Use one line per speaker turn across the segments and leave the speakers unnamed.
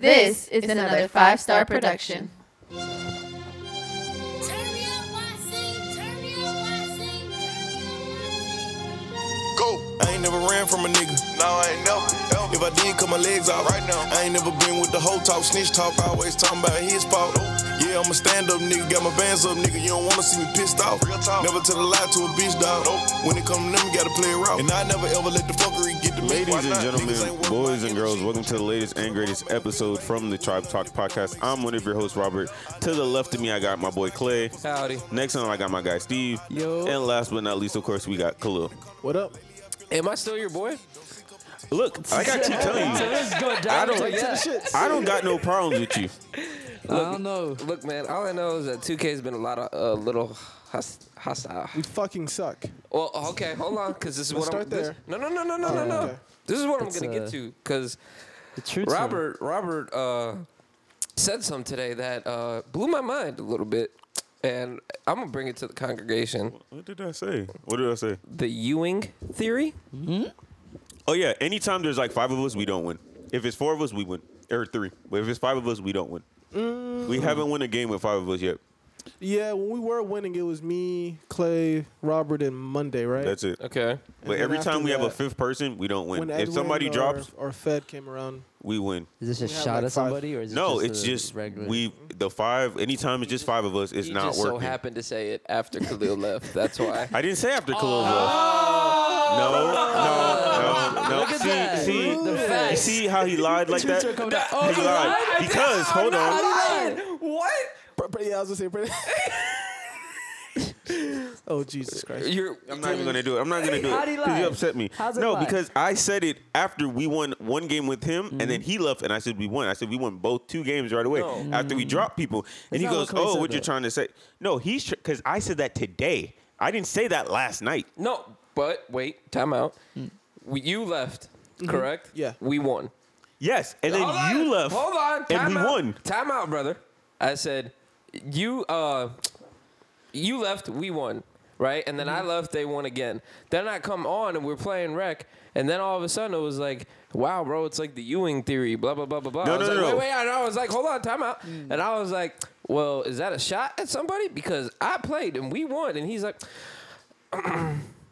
This is another five star production.
Go. I ain't never ran from a nigga. No, I ain't never. If I did, cut my legs off right now. I ain't never been with the whole talk, snitch talk, always talking about his fault. Yeah, I'm a stand up nigga, got my bands up nigga. You don't wanna see me pissed off. Never tell a lie to a bitch dog. When it come to them, you gotta play it route. And I never ever let the fuckery get to me. Why
Ladies and
not? Niggas
gentlemen,
ain't worth
boys
my
and girls, welcome to the latest and greatest episode from the Tribe Talk Podcast. I'm one of your hosts, Robert. To the left of me, I got my boy Clay.
Howdy.
Next on, I got my guy Steve.
Yo.
And last but not least, of course, we got Khalil.
What up?
Am I still your boy?
Look, I got to tell you,
Let's go down.
I don't, I don't got no problems with you.
I don't know.
Look, man, all I know is that 2K's been a lot of uh, little hos- hostile.
We fucking suck.
Well, okay, hold on, because this is
Let's
what I'm.
start
This,
there. Oh,
no, no, no, no, no, no, no.
okay.
This is what
It's,
I'm gonna
uh,
get to, because
The truth.
Robert, Robert uh, said something today that uh, blew my mind a little bit, and I'm gonna bring it to the congregation.
What did I say? What did I say?
The Ewing theory.
Oh yeah, anytime there's like five of us, we don't win. If it's four of us, we win. Or three. But if it's five of us, we don't win.
Mm.
We haven't won a game with five of us yet.
Yeah, when we were winning, it was me, Clay, Robert, and Monday, right?
That's it.
Okay.
But
then
every time
after
we have a
that-
fifth person, we don't win.
When
if
Edwin
somebody
or-
drops,
or Fed came around,
we win.
Is this a
We have,
shot
like,
at somebody, or is it
No,
just
it's
a
just
regular?
we the five. Anytime it's just five of us, it's
He
not
just so
working.
happened to say it after Khalil left. That's why.
I didn't say after Khalil left. No, no, no, no.
Oh. Look at
see,
that.
see,
The facts.
see how he lied like that.
Come down. Oh,
He lied because hold on.
What?
yeah, I was gonna say. oh Jesus Christ!
You're.
I'm not even gonna do it. I'm not gonna do it.
How'd he
'Cause You
lie?
upset me.
How's it
no,
lie?
because I said it after we won one game with him, and
Mm-hmm.
then he left, and I said we won. I said we won both two games right away
No.
after we dropped people, and he
Mm. not
goes,
what Clay
"Oh,
said,
what you're
though.
trying to say?" No, he's because I said that today. I didn't say that last night.
No, but wait, time out.
Hmm.
We, you left,
Mm-hmm.
correct?
Yeah.
We won.
Yes, and then
Hold
you
on,
left.
Hold on.
and
time
we
out.
won.
Time out, brother. I said, you uh, you left, we won, right? And then I
Mm-hmm.
left, they won again. Then I come on and we're playing rec, and then all of a sudden it was like, wow, bro, it's like the Ewing theory, blah blah blah blah blah.
No,
I was
no,
like,
no, Mm. no.
Wait, wait, and I was like, hold on, time out. And I was like, well, is that a shot at somebody? Because I played and we won, and he's like,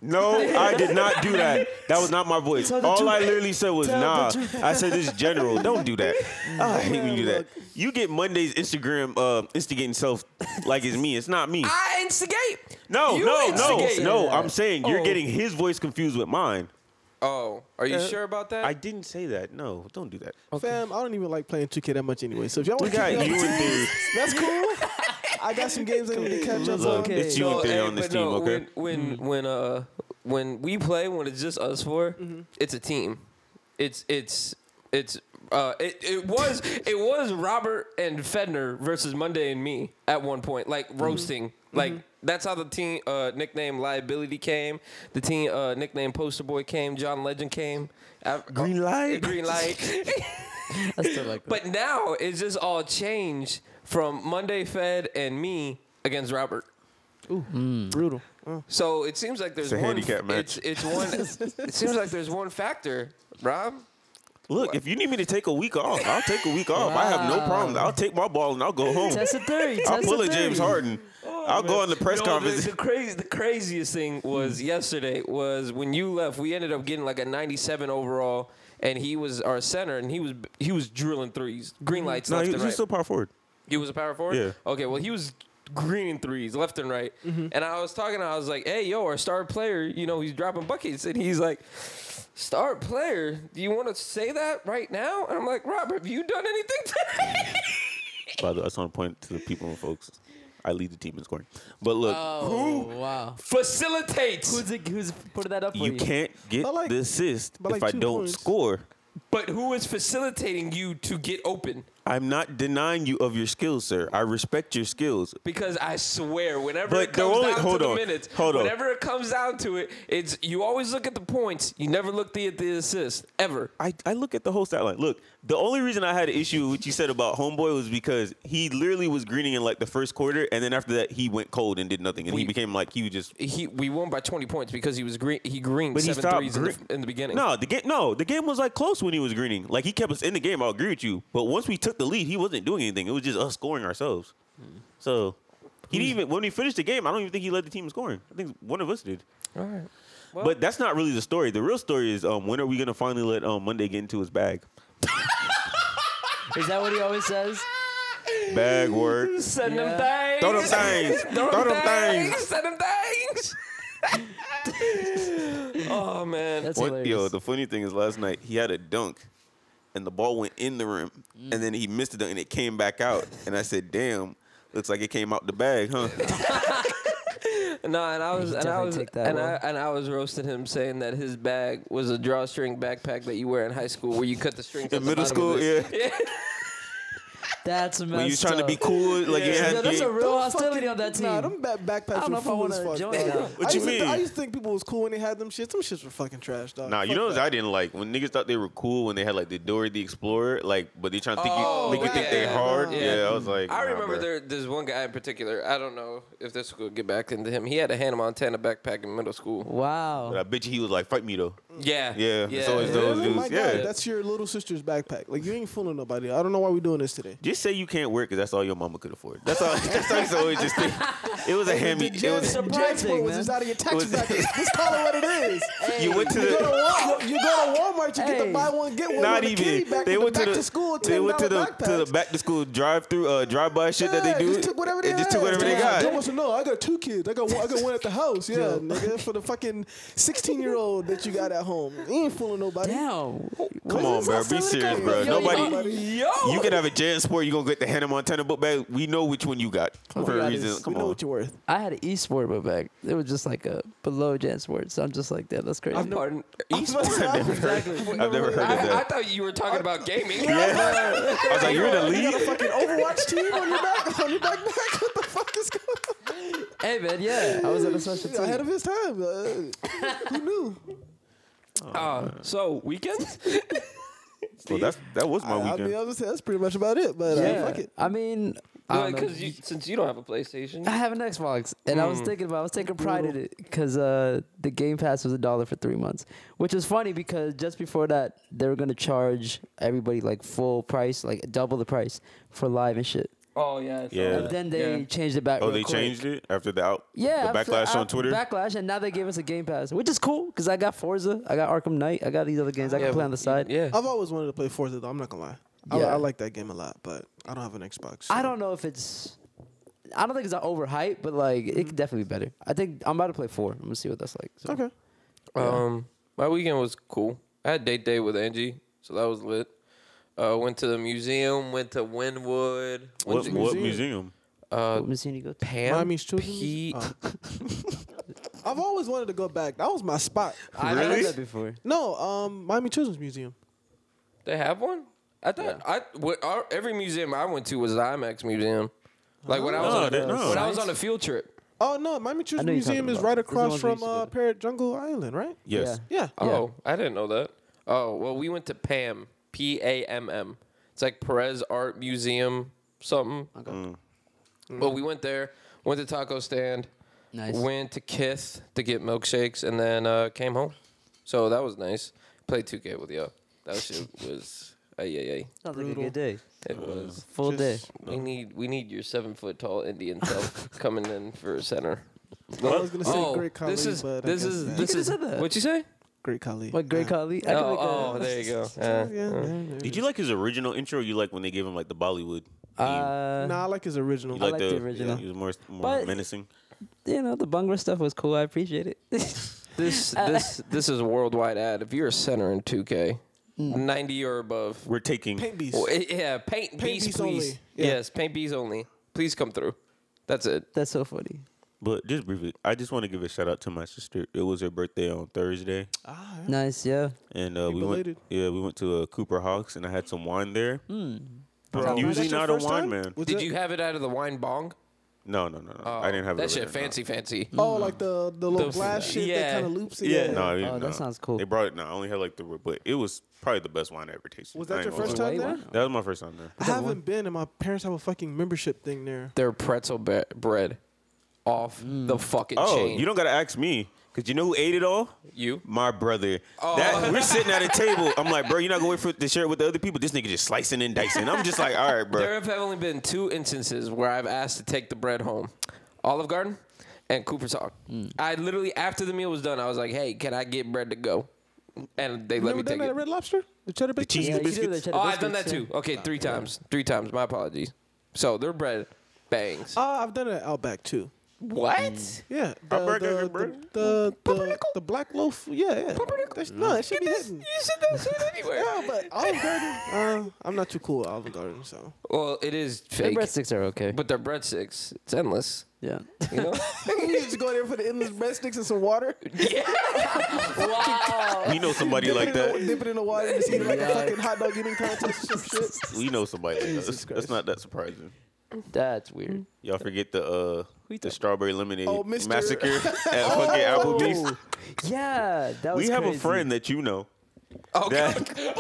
No, I did not do that. That was not my voice. All I literally said was nah. I said this is general. Don't do that. I hate when you do that. You get Monday's Instagram uh, instigating self like it's me. It's not me.
I instigate.
No,
You
no, no,
instigated
no.
that.
I'm saying you're
Oh.
getting his voice confused with mine.
Oh, are you sure about that?
Uh, I didn't say that. No, don't do that.
Fam, I don't even like playing 2K that much anyway. So if y'all
We
want to
got
keep it
you
up,
and dude.
that's cool. I got some games I need to catch up
Look,
on.
Okay.
it's you and
No,
three
hey,
on this
but
team,
no,
okay?
When when when uh when we play when it's just us 4 it's a team. It's it's it's uh it, it was it was Robert and Fedner versus Monday and me at one point, like roasting. Like that's how the team uh nickname liability came. The team uh nickname poster boy came, John Legend came. I-
Green light.
Green light.
I still like that.
But now it's just all changed from Monday Fed and me against Robert.
Brutal.
So it seems like there's
a
one.
handicap match.
It's, it's one. it seems like there's one factor, Rob.
Look, if you need me to take a week off, I'll take a week off. I have no problem. I'll take my ball and I'll go home.
Test a theory.
I'll
test
pull
a
a James
theory.
Harden.
Oh,
I'll go on the press
No, the,
conference.
the, crazy, the craziest thing was yesterday was when you left. We ended up getting like a 97 overall, and he was our center, and he was he was drilling threes, green lights
Mm-hmm. No,
left
he,
and
he's
right.
still power forward.
He was a power forward.
Yeah.
Okay. Well, he was greening threes left and right,
Mm-hmm.
and I was talking. I was like, "Hey, yo, our star player, you know, he's dropping buckets," and he's like, "Star player, do you want to say that right now?" And I'm like, "Rob, have you done anything today?"
By the way, I just want to point to the people and folks. I lead the team in scoring. But look,
Oh wow.
Facilitates,
Who's it, who's putting that up for
you
you?
can't get
By like-
the assist
by
if
like
I
two
don't
points.
score.
but who is facilitating you to get open?
I'm not denying you of your skills, sir. I respect your skills.
Because I swear, whenever
But
it
the
comes
only-
down
hold
to
on,
the minutes,
hold on.
whenever it comes down to it, it's you always look at the points. You never look the, at the assist ever.
I, I look at the whole stat line. Look, the only reason I had an issue with what you said about Homeboy was because he literally was greening in like the first quarter, and then after that he went cold and did nothing, and he
We-
became like he was just
He we won by 20 points because he was green. He greened
But he
seven
stopped
threes in, the,
green-
in the beginning.
No, the game. No, the game was like close when he was greening. Like he kept us in the game. I agree with you. But once we took the lead, he wasn't doing anything. It was just us scoring ourselves.
Hmm.
So he didn't even when we finished the game. I don't even think he led the team in scoring. I think one of us did.
All right. Well-
but that's not really the story. The real story is um, when are we gonna finally let um, Monday get into his bag?
Is that what he always says?
Bag work.
Send them
Yeah.
things.
Throw them things.
Throw
Throw them things.
Send them things. oh man.
That's
One, yo,
hilarious.
the funny thing is last night he had a dunk, and the ball went in the rim, and then he missed it and it came back out, and I said, "Damn, looks like it came out the bag, huh?"
No, and I was and I
definitely
was
take that
and
well.
I and I was roasting him saying that his bag was a drawstring backpack that you wear in high school where you cut the strings at
In
the
middle
bottom
school,
of it.
yeah.
That's messed
When you trying to
up.
be cool, like you
Yeah,
had
that's a
to.
real
Them
hostility
fucking-
on that team.
Nah, them back backpacks
I don't know
were
if I
cool
wanna
as fuck,
join
dog.
that.
I
What you
used to- I
mean?
used to think people was cool when they had them shits. Them shits were fucking trash, dog.
Nah, you
Fuck
know what
that.
I didn't like when niggas thought they were cool when they had like the Dora the Explorer, like, but they trying to think
Oh,
you, make you think
yeah.
they hard.
Yeah.
Yeah. I was like,
I
nah,
remember
bruh.
there, there's one guy in particular. I don't know if this will get back into him. He had a Hannah Montana backpack in middle school.
But
Wow.
I bet you he was like, fight me though.
Yeah.
Yeah, it's always
Yeah,
those
oh
dudes,
my
yeah.
God, that's your little sister's backpack. Like you ain't fooling nobody. I don't know why we doing this today.
Just say you can't work because that's all your mama could afford. That's all. that's all. He's always just. Think. It was a hammy. It was.
Surprising,
Jackpot was
man.
just out of your taxes
was-
out there. Let's call it what it is.
You went to
You go
the.
to Walmart, you go to Walmart, you get
Hey.
the buy one get one.
Not
with a
even.
kitty back
They
with
went
the
to
back
the.
to school.
they went to the
$10
to the
backpacks.
back to school drive through uh drive by shit that
Yeah,
they do.
Just took whatever they
It just took
had.
whatever they
Damn, They
got.
wants to know. I got two kids. I got one. I got one at the house. Yeah, nigga, for the fucking sixteen year old that you got at home. You ain't fooling nobody.
Damn.
Come on, bro. Be serious, bro.
Yo,
Uh, Nobody.
yo,
Yo.
You can have a Jan Sport. You gonna get the Hannah Montana book bag. We know which one you got
We
for a
got
reason.
this.
Come
we know
on.
what you're worth.
I had an esport book bag. It was just like a below Jan Sports. So I'm just like, damn, that's crazy.
I've Pardon.
I've never heard, I've never heard of
I, I
that.
thought you were talking about gaming.
Yeah. I was like, you're in the
You got a
league.
fucking Overwatch team on your back. On your back, back. What the fuck is going on?
hey, man, yeah. I was at a special
He's ahead of
team.
his time. Uh, who knew?
Uh, so weekends.
Well, that's that was my
I, I mean, I
weekend.
was saying that's pretty much about it. But uh,
Yeah.
fuck it.
I mean, I don't know.
Because since you don't have a PlayStation,
I have an Xbox, and I was thinking about, I was taking pride in it because uh, the Game Pass was a dollar for three months, which is funny because just before that they were gonna charge everybody like full price, like double the price for live and shit.
oh yeah,
Yeah.
And then they changed it back.
Oh,
real
they
quick.
changed it after the out.
Yeah,
The
after-
backlash on
after
Twitter.
Backlash, and now they gave us a Game Pass, which is cool because I got Forza, I got Arkham Knight, I got these other games I can play on the side.
Yeah,
I've always wanted to play Forza though. I'm not gonna lie. I,
Yeah.
I like that game a lot, but I don't have an Xbox.
I
so.
don't know if it's. I don't think it's overhyped, but like it could definitely be better. I think I'm about to play four. I'm gonna see what that's like. So.
Uh,
Okay.
Um, my weekend was cool. I had date day with Angie, so that was lit. Uh, went to the museum. Went to Wynwood.
What,
went to-
what
museum?
museum?
Uh,
What machine you go to?
Pam.
Miami's Children's
Pete.
Museum? I've always wanted to go back. That was my spot.
I've
Really?
heard that before.
No, um, Miami Children's Museum.
They have one. I thought I what, our, every museum I went to was the IMAX museum. Like when I was
No,
on, a-
that- no.
when I was on a field trip.
Oh no, Miami
know
Children's
you're talking
Museum is
about.
right
It's the
across
ones we
from
used to go
uh,
to.
Parrot Jungle Island, right?
Yes.
Yeah.
Oh, I didn't know that. Oh well, we went to Pam. P A M M. It's like Perez Art Museum something. Okay.
Mm.
But we went there. Went to taco stand.
Nice.
Went to Kith to get milkshakes and then uh, came home. So that was nice. Played 2K with y'all. That shit was. Ay, ay,
Sounds like a good day.
ay. It was.
Full day.
Just-
We need we need your seven foot tall Indian self coming in for a center.
I was gonna say great
Oh,
Khali,
this is
but I
this
guess
is
not.
this
You could've
is
said that.
what you say?
great Kali.
Like great colleague.
Oh, oh, there you go. Uh,
Yeah. man.
Did you like his original intro? Or you like when they gave him like the Bollywood? Theme?
Uh,
Nah, I like his original.
you like
liked the original.
He was more, more
But-
menacing.
you know the Bungra stuff was cool. I appreciate it.
This
Uh,
this this is a worldwide ad. If you're a center in 2K,
Hmm.
90 or above,
We're taking.
Paint Beast.
oh, eh, yeah, paint, bees,
bees
please.
only. Yeah.
Yes, paint bees only. Please come through. That's it.
That's so funny.
But just briefly, I just want to give a shout out to my sister. It was her birthday on Thursday,
Ah, yeah.
Nice, yeah.
and uh, we
belated.
went. Yeah, we went to uh, Cooper Hawks, and I had some wine there. Bro,
That's
usually
your
not a
first
wine
time?
man.
Was
Did
it-
you have it out of the wine bong? Oh,
No, no, no, no. I didn't have it
that
over
shit.
there, no.
Fancy, fancy.
Oh, like the the little
The f-
glass shit that
yeah.
kind of loops.
Yeah, no, I didn't,
Oh, that
no.
sounds cool.
They brought it. No, I only had like three, but it was probably the best wine I ever tasted. I
Was that
ain't
your
gonna
first
lie.
time there?
That was my first time there.
I haven't been, and my parents have a fucking membership thing there.
Their pretzel be- bread off
Hmm.
the fucking
Oh,
chain.
you don't gotta ask me, cause you know who ate it all?
You?
My brother. That, we're sitting at a table. I'm like, bro, you're not gonna wait for to share it with the other people. This nigga just slicing and dicing. I'm just like, all right, bro.
There have only been two instances where I've asked to take the bread home Olive Garden and Cooper's Hawk.
Hmm.
I literally, after the meal was done, I was like, hey, can I get bread to go? And they
You
let
ever
me
done
take
that at
it.
Red Lobster? The cheddar baked
cheese-
Yeah,
cheese.
you
the
do the
biscuits?
cheddar
Oh, I've done that
biscuits, yeah.
too. Okay, three times. Three times. My apologies. So their bread bangs. Mm.
Uh, I've done it at Outback too.
what?
Yeah, the
Outback has
the, the,
good bread?
the, the, the black loaf. Yeah, yeah. That's- No, it should be hidden.
You said that shit anywhere.
Yeah, but Olive Garden. Uh, I'm not too cool with Olive Garden, so
Well, it is
The
fake.
breadsticks are okay.
But their breadsticks, it's endless.
yeah.
You know?
you just go there for the endless breadsticks and some water.
wow.
We know somebody
dip,
like
it in the,
that.
dip it in the water and just eat it like
Yeah.
a fucking hot dog eating contest or some shit.
We know somebody like that. That's,
Jesus
that's
Christ.
not that surprising.
That's weird.
Y'all forget the uh the strawberry lemonade
Oh, Mr.
massacre at fucking Applebee's.
Oh, yeah, that was
We have a
crazy.
friend that you know.
Okay.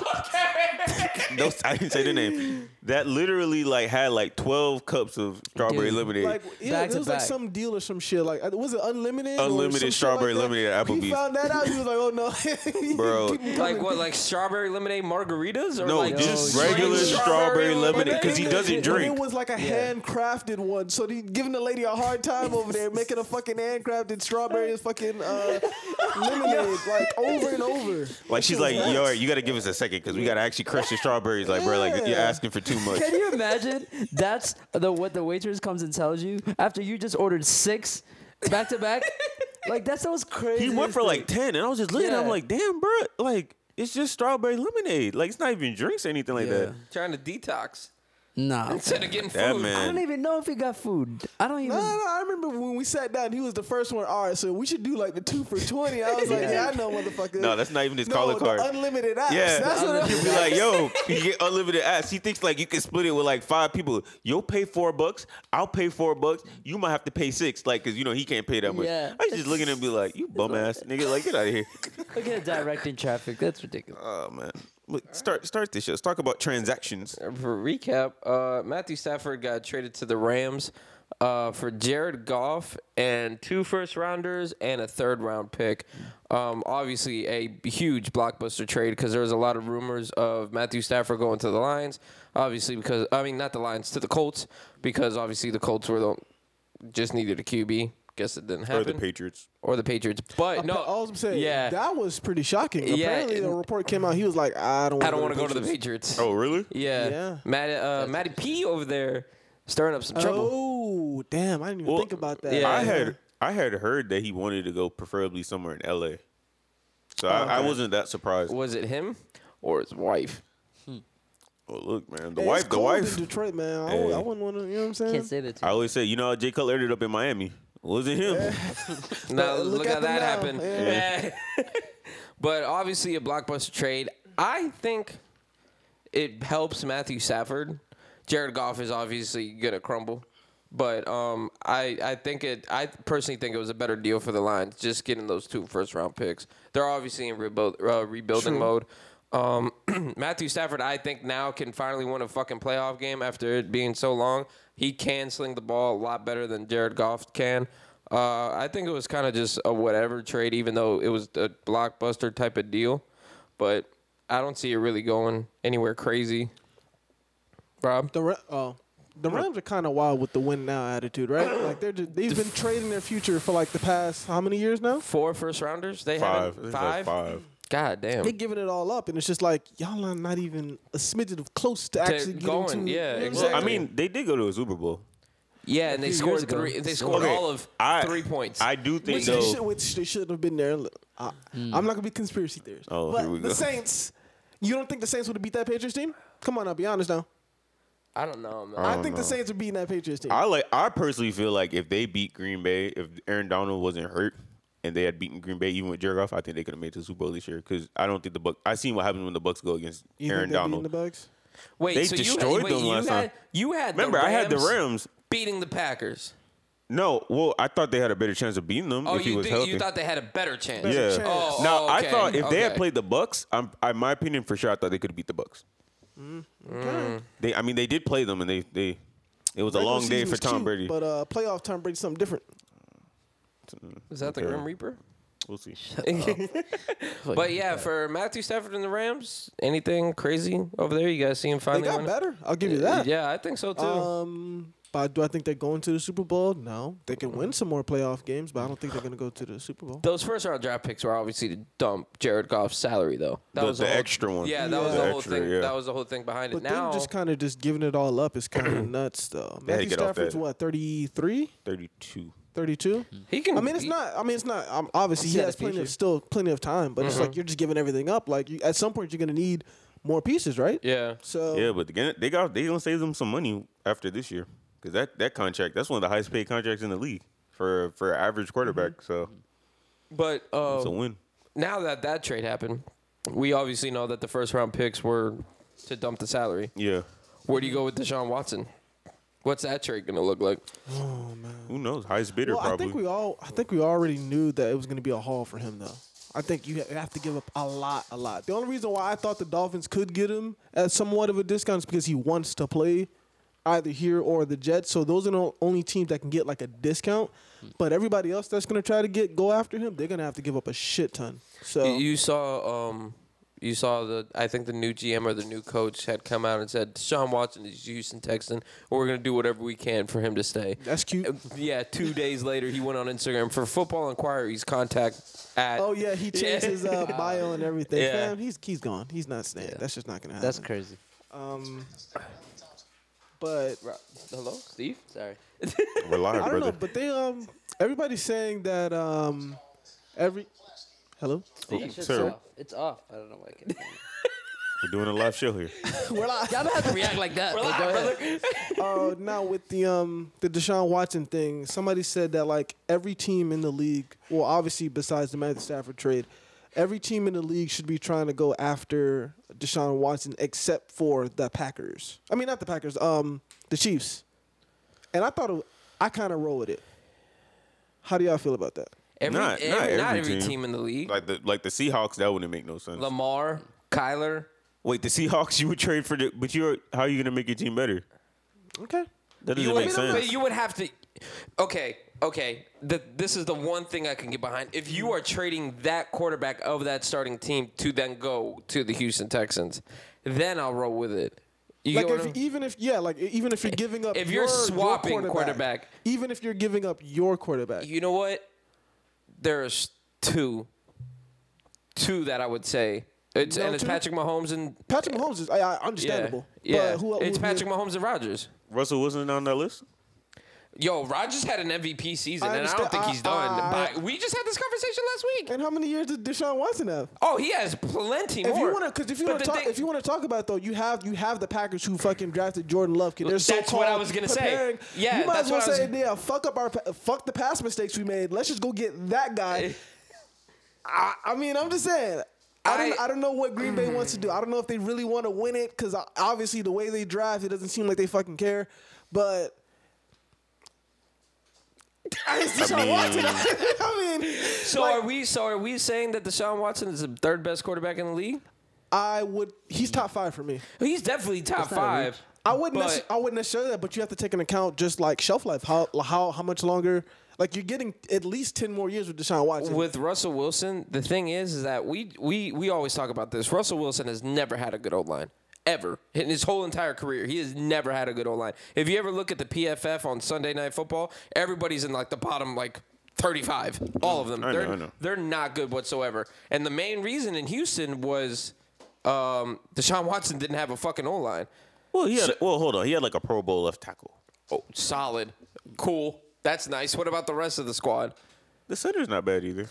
No, I didn't say the name. That literally like had like twelve cups of strawberry
Dude.
lemonade.
Like yeah,
Back to
there was like
back.
some deal or some shit. Like uh, was it unlimited? or
Unlimited
some shit
strawberry
like that?
lemonade at
He
Applebee's.
found that out. He was like, "Oh no,
Bro.
Keep 'em
like
coming.
what? Like strawberry lemonade margaritas or
no,
like
just
yo,
regular
straight
strawberry lemonade because he
But
doesn't
it- It
drink.
was like a handcrafted one, so they giving the lady a hard time over there, making a fucking handcrafted strawberry and fucking uh, lemonade like over and over.
Like she's like, yo, all right, you got to give us a second because we got to actually crush the strawberries. Like, bro, like you're
Yeah.
asking for too much.
Can you imagine? That's the what the waitress comes and tells you after you just ordered six back to back. Like that sounds crazy.
He went for like ten, and I was just looking. at him
Yeah.
like, damn, bro, like it's just strawberry lemonade. Like it's not even drinks or anything like that.
trying to detox
nah.
instead of getting
That
food.
I don't
man.
even know if he got food. I don't even.
No, no, I remember when we sat down, he was the first one. All right, so we should do like the two for 20. I was like,
Yeah.
yeah, I know, motherfucker.
No, that's not even his
no,
color
the
card.
Unlimited apps.
Yeah,
That's what
you be like, yo, you get unlimited apps. He thinks like you can split it with like five people. You'll pay four bucks. I'll pay four bucks. You might have to pay six, like, cause you know he can't pay that much.
Yeah.
I was just looking at him and be like, you bum ass nigga, like get out of here.
Look at directing traffic. That's ridiculous.
Uh,
Oh man, look, start start this show. Let's talk about transactions.
For recap, uh, Matthew Stafford got traded to the Rams uh, for Jared Goff and two first rounders and a third round pick. Um, obviously, a huge blockbuster trade because there was a lot of rumors of Matthew Stafford going to the Lions. Obviously, because I mean, not the Lions to the Colts because obviously the Colts were the just needed a QB. Guess it didn't happen.
Or the Patriots.
Or the Patriots. But no,
Uh, all I'm saying,
yeah,
that was pretty shocking.
Yeah,
Apparently, the
and-
report came out. He was like, I don't.
I don't want to go to the
Patriots.
Patriots.
Oh really?
Yeah.
Yeah.
Matt, uh, Matty P over there stirring up some trouble.
Oh damn! I didn't even
Well,
think about that.
yeah.
I had I had heard that he wanted to go preferably somewhere in LA. So I, I wasn't that surprised.
Oh.
Was it him or his wife?
Oh, look, man, the
Hey,
wife,
it's
the
cold
wife.
in Detroit, man. I, wou-
Hey.
I wouldn't want to. You know what I'm saying?
Can't say that.
I always say, you know, how Jay Cutler ended up in Miami. Was it him?
Now
look
look,
at
how
them
that
now.
happened.
Yeah.
but obviously a blockbuster trade. I think it helps Matthew Stafford. Jared Goff is obviously gonna crumble. But um, I, I think it I personally think it was a better deal for the Lions just getting those two first round picks. They're obviously in rebuild, uh, rebuilding mode. Um, Matthew Stafford I think now can finally win a fucking playoff game after it being so long. He can sling the ball a lot better than Jared Goff can. Uh, I think it was kind of just a whatever trade, even though it was a blockbuster type of deal. But I don't see it really going anywhere crazy. Rob,
The Ra- oh, the Rams are kind of wild with the win now attitude, right? Like they're just, they've been trading their future for like the past how many years now?
four first rounders. They
five.
haven't-
It's like
five.
five.
God damn.
They're giving it all up, and it's just like y'all are not even a smidgen of close to actually getting
going,
to.
yeah,
you know what I'm
Well,
saying?
I
Exactly.
mean, they did go to a Super Bowl.
yeah, and they
few years
scored
ago.
three. They scored
Okay,
all of
I-
three points.
I do think
Which they, should,
though.
which they shouldn't have been there. Look, I,
Hmm.
I'm not gonna be conspiracy theorist.
Oh,
but
here we
the
go.
Saints. You don't think the Saints would have beat that Patriots team? Come on, now be honest now.
I don't know, man.
I, think the Saints would beat that Patriots team.
I like. I personally feel like if they beat Green Bay, if Aaron Donald wasn't hurt, and they had beaten Green Bay even with Jared Goff, I think they could have made it to the Super Bowl this year. Because I don't think the Buck. I seen what happens when the Bucks go against
you
Aaron
think they're beating
Donald.
the Bucks?
Wait,
They
so you had-
destroyed
wait,
them
you
last
had,
time.
You had
Remember,
the
I had the
Rams
Rams.
beating the Packers.
No, well, I thought they had a better chance of beating them
Oh,
if he
you,
was
thi-
healthy.
you thought they had a better chance?
yeah.
chance.
Oh,
now
oh,
I
okay,
thought if they had
okay.
played the Bucks, I'm, I, my opinion for sure, I thought they could have beat the Bucks.
Hmm.
They, I mean, they did play them, and they, they, it was a
Regular
long day
season
for
was
Tom
cute,
Brady.
But uh, playoff Tom Brady's something different.
Is that the
Okay.
Grim Reaper?
We'll see.
But yeah, for Matthew Stafford and the Rams, anything crazy over there? You guys see him
They
finally?
got
win?
better. I'll give you that.
Yeah, I think so too.
Um, but do I think they're going to the Super Bowl? No. They
Hmm.
can win some more playoff games, but I don't think they're going to go to the Super Bowl.
Those first round draft picks were obviously to dump Jared Goff's salary, though. That
The-
was
the
whole-
extra one.
Yeah, that was
Yeah.
the
The
whole
extra,
thing.
yeah.
That was the whole thing behind it.
But
now,
them just kind of just giving it all up is kind of nuts, though.
They had to
Matthew
get off
Stafford's
that. Mm-hmm.
what 33,
Thirty-two.
32.
he can.
I mean, it's
he-
not. I mean, it's not. Um, obviously, he
See that
has plenty
future.
of still plenty of time, but it's
Mm-hmm.
like you're just giving everything up. Like you, at some point, you're going to need more pieces, right?
Yeah.
So
Yeah, but again, they got they gonna save them some money after this year because that that contract that's one of the highest paid contracts in the league for for an average quarterback.
Mm-hmm.
So
But uh,
Oh.
it's a win.
now that that trade happened, we obviously know that the first round picks were to dump the salary.
Yeah.
Where do you go with Deshaun Watson? What's that trade gonna look like?
Who knows? Highest bidder
well, I
probably.
think we all. I think we already knew that it was going to be a haul for him, though. I think you ha- have to give up a lot, a lot. The only reason why I thought the Dolphins could get him at somewhat of a discount is because he wants to play either here or the Jets. So those are the only teams that can get like a discount. But everybody else that's going to try to get go after him, they're going to have to give up a shit ton. So
You- You saw, um, you saw the. I think the new GM or the new coach had come out and said, "Deshaun Watson is Houston Texan. We're gonna do whatever we can for him to stay."
that's cute.
Uh, Yeah, two days later, he went on Instagram for football inquiries. Contact at.
Oh yeah, he changed
Yeah.
his uh, bio and everything.
Yeah.
Fam, he's he's gone. He's not staying. That's just not going to happen.
That's crazy.
Um, but
Ro- Hello, Steve.
Sorry.
We're live,
I don't
brother.
know, but they um everybody's saying that um every hello
Oh, sir,
uh,
It's off. I don't know why I can't.
we're doing a live show here.
we're live.
Y'all don't have to react like that. Like, go ahead.
Oh, now with the um the Deshaun Watson thing, somebody said that like every team in the league, well, obviously besides the Matthew Stafford trade, every team in the league should be trying to go after Deshaun Watson except for the Packers. I mean, not the Packers, um, the Chiefs. And I thought it, I kind of roll with it. How do y'all feel about that?
Every,
Not- not
every, not every,
every
team.
team.
in the league.
Like the like the Seahawks, that wouldn't make no sense.
Lamar, Kyler.
Wait, the Seahawks, you would trade for the, but you're how are you gonna make your team better?
Okay.
That
You
doesn't
would,
make
but
sense.
you would have to. Okay, okay. The, this is the one thing I can get behind. If you are trading that quarterback of that starting team to then go to the Houston Texans, then I'll roll with it. You
Like
get what I'm- Eh,
if, even if yeah, like e, even if you're giving up
If you're
your,
swapping
your quarterback,
quarterback.
even if you're giving up your quarterback,
You know what? There's two, two that I would say. It's
No,
and it's
two?
Patrick Mahomes and
Patrick Mahomes is I, I, understandable.
Yeah, yeah.
but who, who
it's
would be-
Patrick Mahomes and Rogers.
Russell wasn't on that list.
Yo, Rogers had an MVP season,
I
and I don't
understand-
think
I-
he's done.
I-
But we just had this conversation last week.
And how many years did Deshaun Watson have?
Oh, he has plenty
If
more.
you want to, because if you
But
want to
the
talk,
thing-
if you want to talk about it, though, you have you have the Packers who fucking drafted Jordan Love. Kid. They're
That's
so
what I was gonna say. Yeah,
you might
that's
as well
what I was-
say, yeah, fuck up our pa- fuck the past mistakes we made. Let's just go get that
Eh.
guy. I, I mean, I'm just saying. I don't,
I-
I, don't know what Green Bay wants to do. I don't know if they really want to win it because obviously the way they draft, it doesn't seem like they fucking care. But it's Deshaun
mean-
Watson. I mean,
so
like,
are we? So are we saying that Deshaun Watson is the third best quarterback in the league?
I would. He's top five for me.
He's definitely top five.
I wouldn't.
But-
necess- I wouldn't necessarily that, but you have to take into account just like shelf life. How how how much longer? Like you're getting at least ten more years with Deshaun Watson.
with Russell Wilson, the thing is, is that we we we always talk about this. Russell Wilson has never had a good O line ever in his whole entire career. He has never had a good O line. If you ever look at the PFF on Sunday Night Football, everybody's in like the bottom like. 35 all of them
I know,
they're,
I know.
they're not good whatsoever and the main reason in houston was um, deshaun watson didn't have a fucking o-line
Well, he had. well, hold on. He had like a Pro Bowl left tackle.
oh solid cool that's nice what about the rest of the squad
The center's not bad either.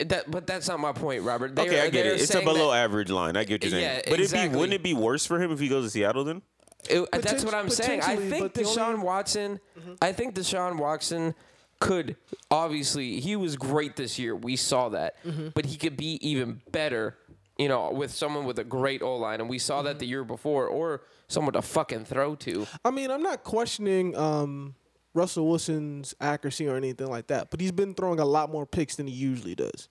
that, but that's not my point robert They
Okay, I
are-
get
they are
it. It's a
saying that-
below average line. I get what you're saying.
Yeah,
but it'd
exactly.
be, wouldn't it be worse for him if he goes to Seattle then?
It- uh, that's what I'm saying. I
potentially,
think
but the
Deshaun
only- Mm-hmm.
Watson. I think Deshaun Watson could
Mm-hmm.
obviously he was great this year. We saw that, but he could be even better you know, with someone with a great O line, and we saw
Mm-hmm.
that the year before, or someone to fucking throw to.
I mean, I'm not questioning um, Russell Wilson's accuracy or anything like that, but he's been throwing a lot more picks than he usually does.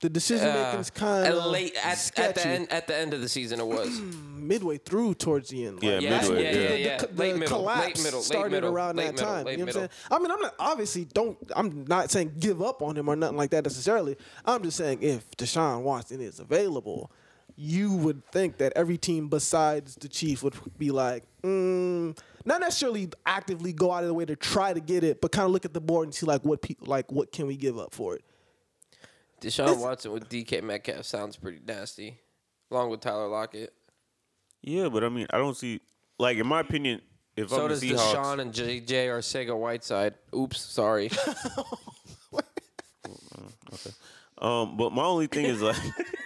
The decision making is kind
Uh,
of
late at,
sketchy.
at the end at the end of the season it was.
midway through towards the end.
Yeah,
like,
yeah,
midway, yeah.
yeah, yeah,
the,
yeah,
the co- the
late middle,
collapse
late middle,
started
late middle,
around
late
that
middle,
time.
late
you know what I'm
middle.
saying? I mean, I'm not obviously don't. I'm not saying give up on him or nothing like that necessarily. I'm just saying if Deshaun Watson is available, you would think that every team besides the Chiefs would be like, mm, not necessarily actively go out of the way to try to get it, but kind of look at the board and see like what people like what can we give up for it.
Deshaun Watson with DK Metcalf sounds pretty nasty, along with Tyler Lockett.
Yeah, but I mean, I don't see like in my opinion, if
So
I'm the
does
Seahawks,
Deshaun and JJ or Sega Whiteside. Oops, sorry.
um, but my only thing is like,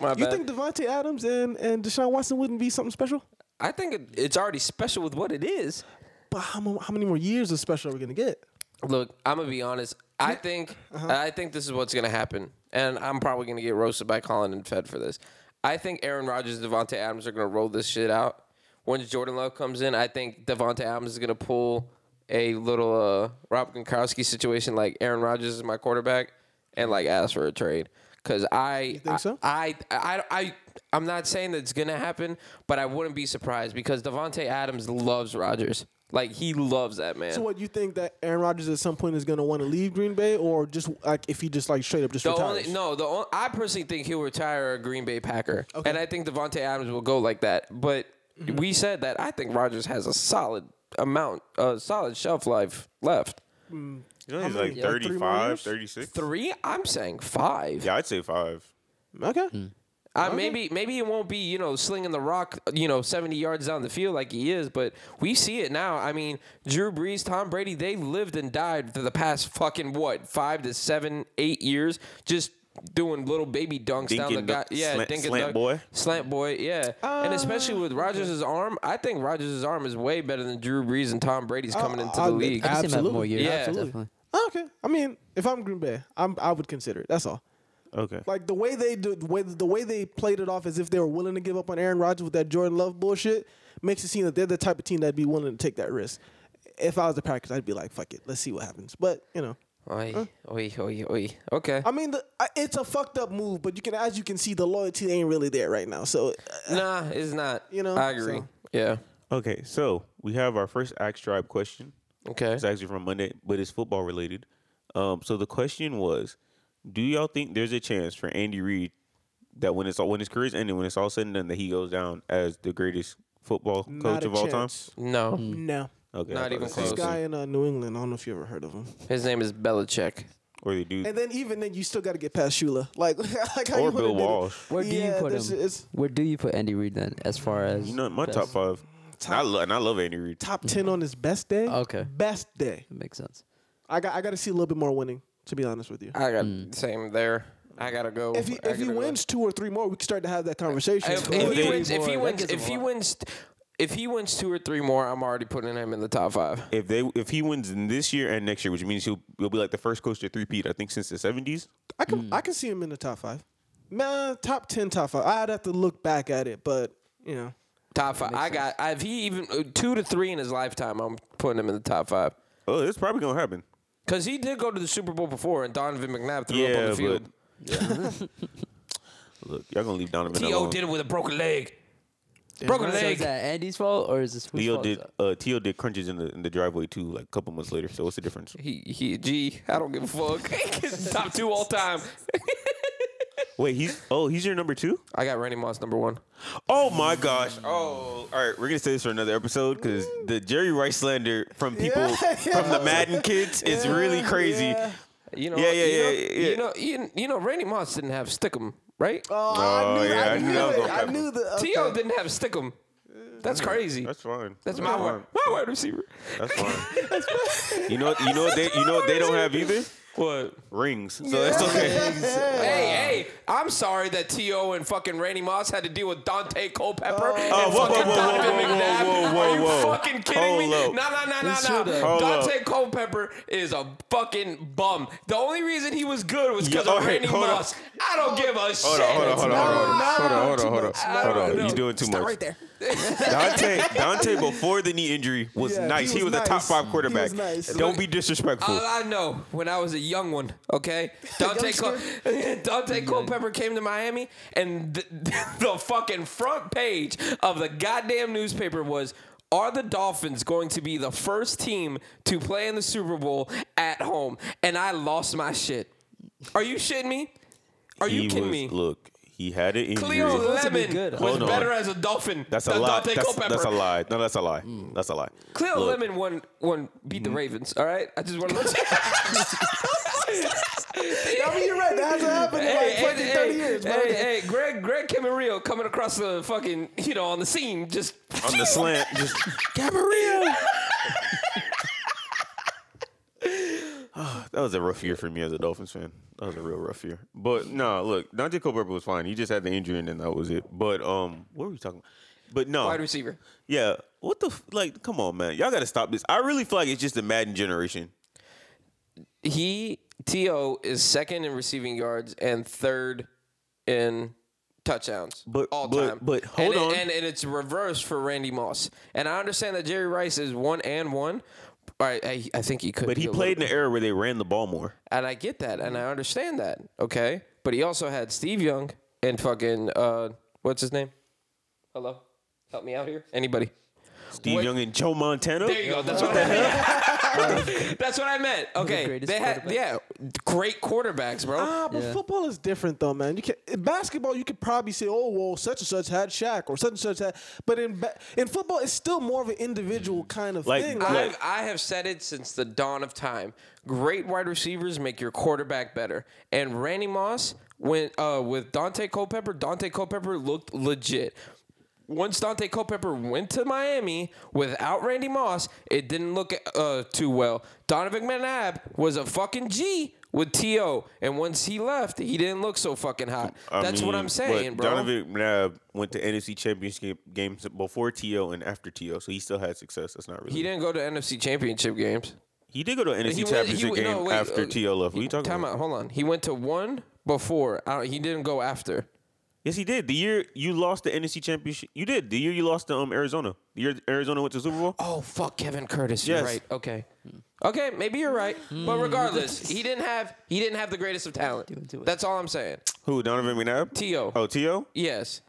My
You
bad.
think Devontae Adams and, and Deshaun Watson wouldn't be something special?
I think it, it's already special with what it is.
But how, mo- how many more years of special are we gonna get?
Look, I'm gonna be honest. I think
Uh-huh.
I think this is what's gonna happen, and I'm probably gonna get roasted by Colin and Fed for this. I think Aaron Rodgers and Devontae Adams are gonna roll this shit out. Once Jordan Love comes in, I think Devontae Adams is gonna pull a little uh, Rob Gronkowski situation, like Aaron Rodgers is my quarterback, and like ask for a trade. Cause I
think so?
I, I, I, I, am not saying that it's gonna happen, but I wouldn't be surprised because Devonte Adams loves Rodgers. Like he loves that man.
So what you think that Aaron Rodgers at some point is going to want to leave Green Bay, or just like if he just like straight up just
The
retires?
only no, the only, I personally think he'll retire a Green Bay Packer, and I think Devonte Adams will go like that. But we said that I think Rodgers has a solid amount, a solid shelf life left.
you know, he's
many?
like
Yeah, three more
35,
years?
36.
Three, I'm saying five.
Yeah, I'd say five.
Okay,
I, maybe maybe it won't be you know slinging the rock you know 70 yards down the field like he is, but we see it now. I mean, Drew Brees, Tom Brady, they lived and died for the past fucking what five to seven, eight years, just doing little baby dunks
Dink
down the
and dunk,
guy. Yeah,
slant-
dink and
slant
dunk.
boy.
slant boy. Yeah, and
Uh,
especially with Rogers' arm, I think Rogers' arm is way better than Drew Brees and Tom Brady's coming into
I-
the league.
I've seen him have more
Absolutely.
years.
Yeah,
absolutely.
Absolutely. Ah, okay. I mean, if I'm Green Bay, I'm I would consider it. That's all.
Okay.
Like the way they do, the way, the way they played it off as if they were willing to give up on Aaron Rodgers with that Jordan Love bullshit makes it seem that they're the type of team that'd be willing to take that risk. If I was the Packers, I'd be like, fuck it, let's see what happens. But you know,
Oi, oi, oi, oi. Okay.
I mean, the, I- it's a fucked up move, but you can as you can see, the loyalty ain't really there right now. So
nah, it's not.
You know,
I agree.
so-
Yeah.
Okay, so we have our first Axe Tribe question.
Okay.
It's actually from Monday, but it's football related. Um, so the question was, do y'all think there's a chance for Andy Reid that when it's all when his career's ended, when it's all said and done, that he goes down as the greatest football coach
not a
of all
chance.
No.
No.
time? Okay, I
Not
thought
even
that's
close.
This
what I was
guy in uh, New England, I don't know if you ever heard of him.
His name is Belichick.
saying. or they do.
And then even then, you still got to get past Shula, like, like how
Or Bill
you would've did it.
Walsh.
Where do
Yeah,
you put
this
him?
is-
Where do you put Andy Reid then, as far as
You know, my
best?
top five. and I love and I love Andy Reid.
Top ten on his best day.
Okay.
best day.
Makes sense.
I got I got to see a little bit more winning, to be honest with you.
I got same there. I gotta go.
If he
I
if he
gotta go.
wins two or three more, we can start to have that conversation.
if,
But-
if
If
he
they-
wins, if he
Boy, that
wins,
gives
if
him
he
a lot.
wins, if he wins two or three more, I'm already putting him in the top five.
If they if he wins this year and next year, which means he'll he'll be like the first coach to threepeat, I think since the seventies.
I can
Mm.
I can see him in the top five, man, top ten, top five. I'd have to look back at it, but you know,
Top five. I got. If he even uh, two to three in his lifetime, I'm putting him in the top five.
Oh, it's probably gonna happen.
Cause he did go to the Super Bowl before, and Donovan McNabb threw up
Yeah,
on the
but
field.
look, y'all gonna leave Donovan
To
alone.
did it with a broken leg. Broken
So
leg.
is that Andy's fault or is this whose
Leo
fault is
did uh Teo did crunches in the in the driveway too, like a couple months later. So what's the difference?
He he. Gee, I don't give a fuck. top two all time.
Wait, he's oh he's your number two?
I got Randy Moss number one.
Oh my gosh. Oh all right, we're gonna say this for another episode because the Jerry Rice slander from people from the Madden kids is really crazy.
You know,
Yeah, yeah,
you know,
yeah, yeah.
You know, you, you know, Randy Moss didn't have Stickum, right?
oh, I
Oh,
knew,
yeah,
I
I knew
knew,
that was
it.
gonna
I
happen.
knew the okay.
T.O. didn't have Stickum. That's crazy.
That's fine.
That's my wide, my wide receiver.
That's fine. you know what you know what they you know what they don't have either?
What?
Rings. So that's okay.
Hey, hey! I'm sorry that T.O. and fucking Randy Moss had to deal with Dante Culpepper
Oh,
and
whoa, whoa,
fucking
whoa, whoa,
Donovan
whoa,
McNabb.
whoa, whoa,
Are you
whoa,
fucking kidding me?
Hold
No,
up.
no, no,
It's
no,
true,
no.
though.
Dante
Hold
Culpepper is a fucking bum. The only reason he was good was because
Yeah,
of
alright,
Randy
hold on.
Moss. I don't give a shit.
Hold on, hold on, hold on, hold on, hold on, hold on, hold on,
I
hold on.
don't know.
You're doing too much.
right there.
Dante, Dante before the knee injury was
Yeah,
nice.
he
He was,
was
a top
nice.
five
He
quarterback.
was nice.
Don't be disrespectful.
All I know when I was a young one, okay, Dante Col- Dante Culpepper came to Miami, and the, the fucking front page of the goddamn newspaper was. Are the Dolphins going to be the first team to play in the Super Bowl at home? And I lost my shit. Are you shitting me? Are you
he
kidding
was,
me?
Look, he had an injury.
Cleo
to be
Lemon
good.
was
Hold on.
better as a Dolphin
That's a
than
lie.
Dante
That's,
Culpepper.
that's a lie. No, that's a lie. That's a lie.
Cleo
Look, Hmm?
Lemon won won beat the Ravens. All right, I just want to let you.
I mean, you're right. That hasn't happened in like fucking 30 years, bro.
hey, hey, Greg, Greg Camarillo coming across the fucking, you know, on the scene, just
On the slant, just
Camarillo.
that was a rough year for me as a Dolphins fan. That was a real rough year. But no, look, Dante Culpepper was fine. He just had the injury, and then that was it. But um, what were we talking about? But no,
Wide receiver.
Yeah. What the f- like? Come on, man. Y'all got to stop this. I really feel like it's just the Madden generation.
He To is second in receiving yards and third in touchdowns,
But-
all
but-
time.
but hold
and, it-
on.
and and it's reversed for Randy Moss. And I understand that Jerry Rice is one and one. I I, I think he could,
But
be
he
a little
played in an era where they ran the ball more.
And I get that, and I understand that. Okay, but he also had Steve Young and fucking uh, what's his name? Hello, help me out here. Anybody?
Steve
What-
Young and Joe Montana.
There you go. That's what I meant. That's what I meant. Okay,
greatest
they had yeah, great quarterbacks, bro.
Ah, but football is different though, man. You can in basketball, you could probably say, "Oh, well, such and such had Shaq or such and such had," but in ba- in football, it's still more of an individual kind of
Mm. Like,
thing.
I-
Like,
I've, I have said it since the dawn of time. Great wide receivers make your quarterback better. And Randy Moss went uh, with Dante Culpepper. Dante Culpepper looked legit. Once Dante Culpepper went to Miami without Randy Moss, it didn't look uh, too well. Donovan McNabb was a fucking G with T.O. And once he left, he didn't look so fucking hot.
I
That's what
mean,
I'm
but
saying, bro.
Donovan McNabb went to NFC Championship games before TO and after TO, so he still had success. That's not really.
he didn't go to NFC Championship games.
He did go to an NFC
He went- he
Championship
went-
game
no, wait,
after
uh,
TO left. What are you talking
Time
about?
out. Hold on. He went to one before. I don't, he didn't go after.
Yes, he did. The year you lost the NFC Championship, you did. The year you lost to um, Arizona. The year Arizona went to Super Bowl.
Oh fuck, Kevin Curtis.
Yes.
You're right. Okay. Okay, maybe you're right. But regardless, he didn't have he didn't have the greatest of talent.
do it.
That's all I'm saying.
Who? Donovan McNabb.
T.O.
Oh, TO.
Yes.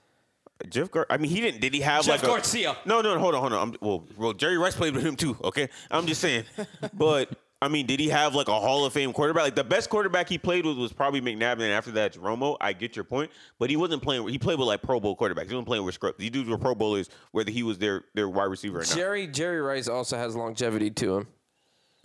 Jeff Gar- I mean, he didn't. Did he have like
Jeff
a-
Garcia.
No, no, hold on, hold on. I'm, well, well, Jerry Rice played with him too. Okay, I'm just saying. but I mean, did he have like a Hall of Fame quarterback? Like the best quarterback he played with was probably McNabb, and then after that, it's Romo. I get your point, but he wasn't playing. He played with like Pro Bowl quarterbacks. He wasn't playing with scrubs. These dudes were Pro Bowlers, whether he was their their wide receiver or not.
Jerry Jerry Rice also has longevity to him.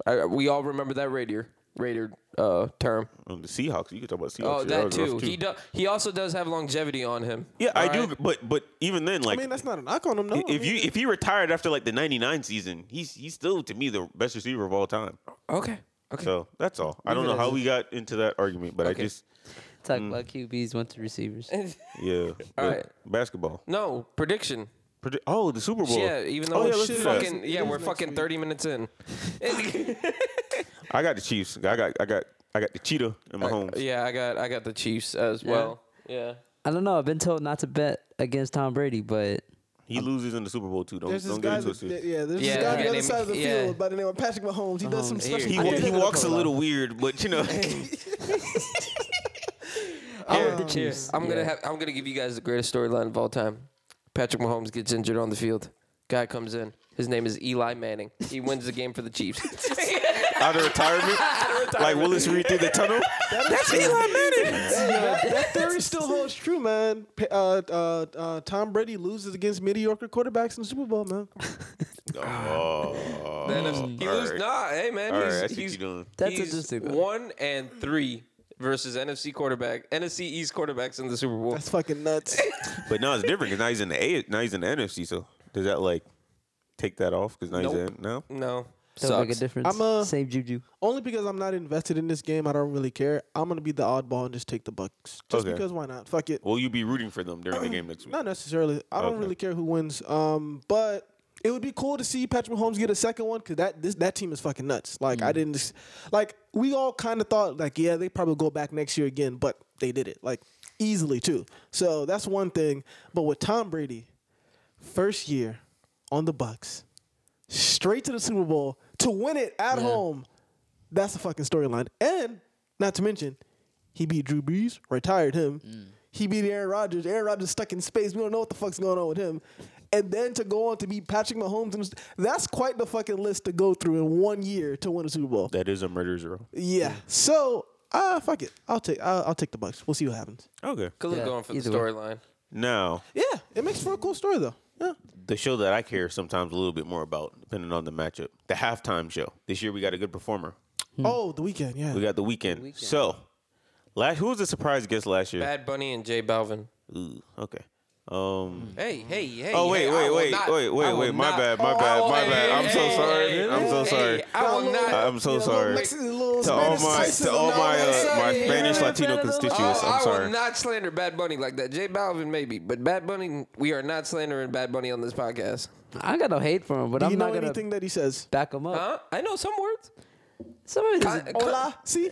I, we all remember that Raider Raider uh, term.
Um, the Seahawks. You could talk about Seahawks.
Oh,
Yeah,
that
was rough,
too. He do, he also does have longevity on him.
yeah, I do.
Alright?
But but even then,
I
like.
mean, that's not a knock on him, no. I
if
mean,
you if he retired after like the '99 season, he's he's still to me the best receiver of all time.
Okay. Okay.
So that's all. I don't
it
know
as
how
is.
we got into that argument, but I
Okay.
just Mm.
Talk about QBs, went to receivers.
yeah. but
Alright.
Basketball.
No prediction.
Predi- Oh, the Super Bowl.
Yeah, even though
oh, yeah,
it's
let's do that.
fucking yeah, we're fucking thirty minutes in.
I got the Chiefs. I got I got I got the cheetah in my home.
Uh, yeah, I got I got the Chiefs as well. Yeah.
I don't know. I've been told not to bet against Tom Brady, but
He loses in the Super Bowl too. Don't
there's this
don't get
guy,
into
that,
it.
yeah, there's
Yeah,
this guy on
okay,
the other
name-
side of the
yeah.
field by the name of Patrick Mahomes. He does some
Mahomes.
Uh-huh.
special.
He,
I
wa-
did
he
it in
walks a
Dakota.
little weird, but you know.
I want the
Here,
Chiefs.
I'm gonna
Yeah.
have I'm gonna give you guys the greatest storyline of all time. Patrick Mahomes gets injured on the field. Guy comes in. His name is Eli Manning. He wins the game for the Chiefs.
out of retirement, like Willis Reed through the tunnel. That's Eli Manning.
Hey, that, that theory still holds true, man. Pa- Uh, uh, uh, Tom Brady loses against mediocre quarterbacks in the Super Bowl, man.
Oh,
Then if- he lose, nah, hey man,
All right,
he's,
I see what
he's,
you're doing.
That's
he's
interesting, though.
One and three versus NFC quarterback, NFC East quarterbacks in the Super Bowl.
That's fucking nuts.
But no, it's different because now he's in the A. Now he's in the NFC. So does that like take that off? Because now he's
Nope.
in no.
no,
Don't make a
sucks.
difference.
I'm, uh,
Same juju.
Only because I'm not invested in this game, I don't really care. I'm gonna be the oddball and just take the Bucks. Just
Okay.
because why not? Fuck it.
Will you be rooting for them during the game next week?
Not necessarily. I don't
Okay.
really care who wins. Um, but It would be cool to see Patrick Mahomes get a second one because that this that team is fucking nuts. Like
Mm.
I didn't, just, like we all kind of thought like yeah they probably go back next year again, but they did it like easily too. So that's one thing. But with Tom Brady, first year on the Bucks, straight to the Super Bowl to win it at home. That's a fucking storyline. And not to mention, he beat Drew Brees, retired him. He beat Aaron Rodgers. Aaron Rodgers stuck in space. We don't know what the fuck's going on with him. And then to go on to beat Patrick Mahomes, and that's quite the fucking list to go through in one year to win a Super Bowl.
That is a murderer's row.
Yeah. So, ah, fuck it. I'll take I'll, I'll take the Bucks. We'll see what happens.
Okay.
Cause
Yeah,
we're going for the
either way.
storyline.
Now,
Yeah, it makes for a cool story though. Yeah.
the show that I care sometimes a little bit more about, depending on the matchup, the halftime show. This year we got a good performer.
Oh, the weekend. Yeah.
We got the weekend. So, last who was the surprise guest last year?
Bad Bunny and J Balvin.
Ooh, okay. Um.
Hey, hey, hey.
Oh wait,
hey, Mm. I
wait,
will
wait,
not-
wait,
I
wait,
will
wait. My
not-
bad, my
Oh, I
bad,
will-
my bad. I'm so
hey, hey,
sorry. I'm so
hey,
sorry.
I will not.
I'm so sorry. To all my, to all my, uh, my Spanish Latino constituents,
Oh, I- I
I'm
will
sorry.
not slander Bad Bunny like that. J Balvin maybe, but Bad Bunny, we are not slandering Bad Bunny on this podcast.
I got no hate for him, but
Do
I'm
you know
not gonna
anything that he says?
back him up.
Huh? I know some words.
Some of his-
Con-
Hola, see?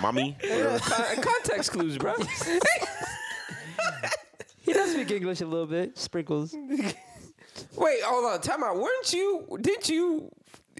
Mommy.
con- context clues, bro.
he does speak English a little bit, sprinkles. Oh
Wait, hold on. Time out. Weren't you? Didn't you?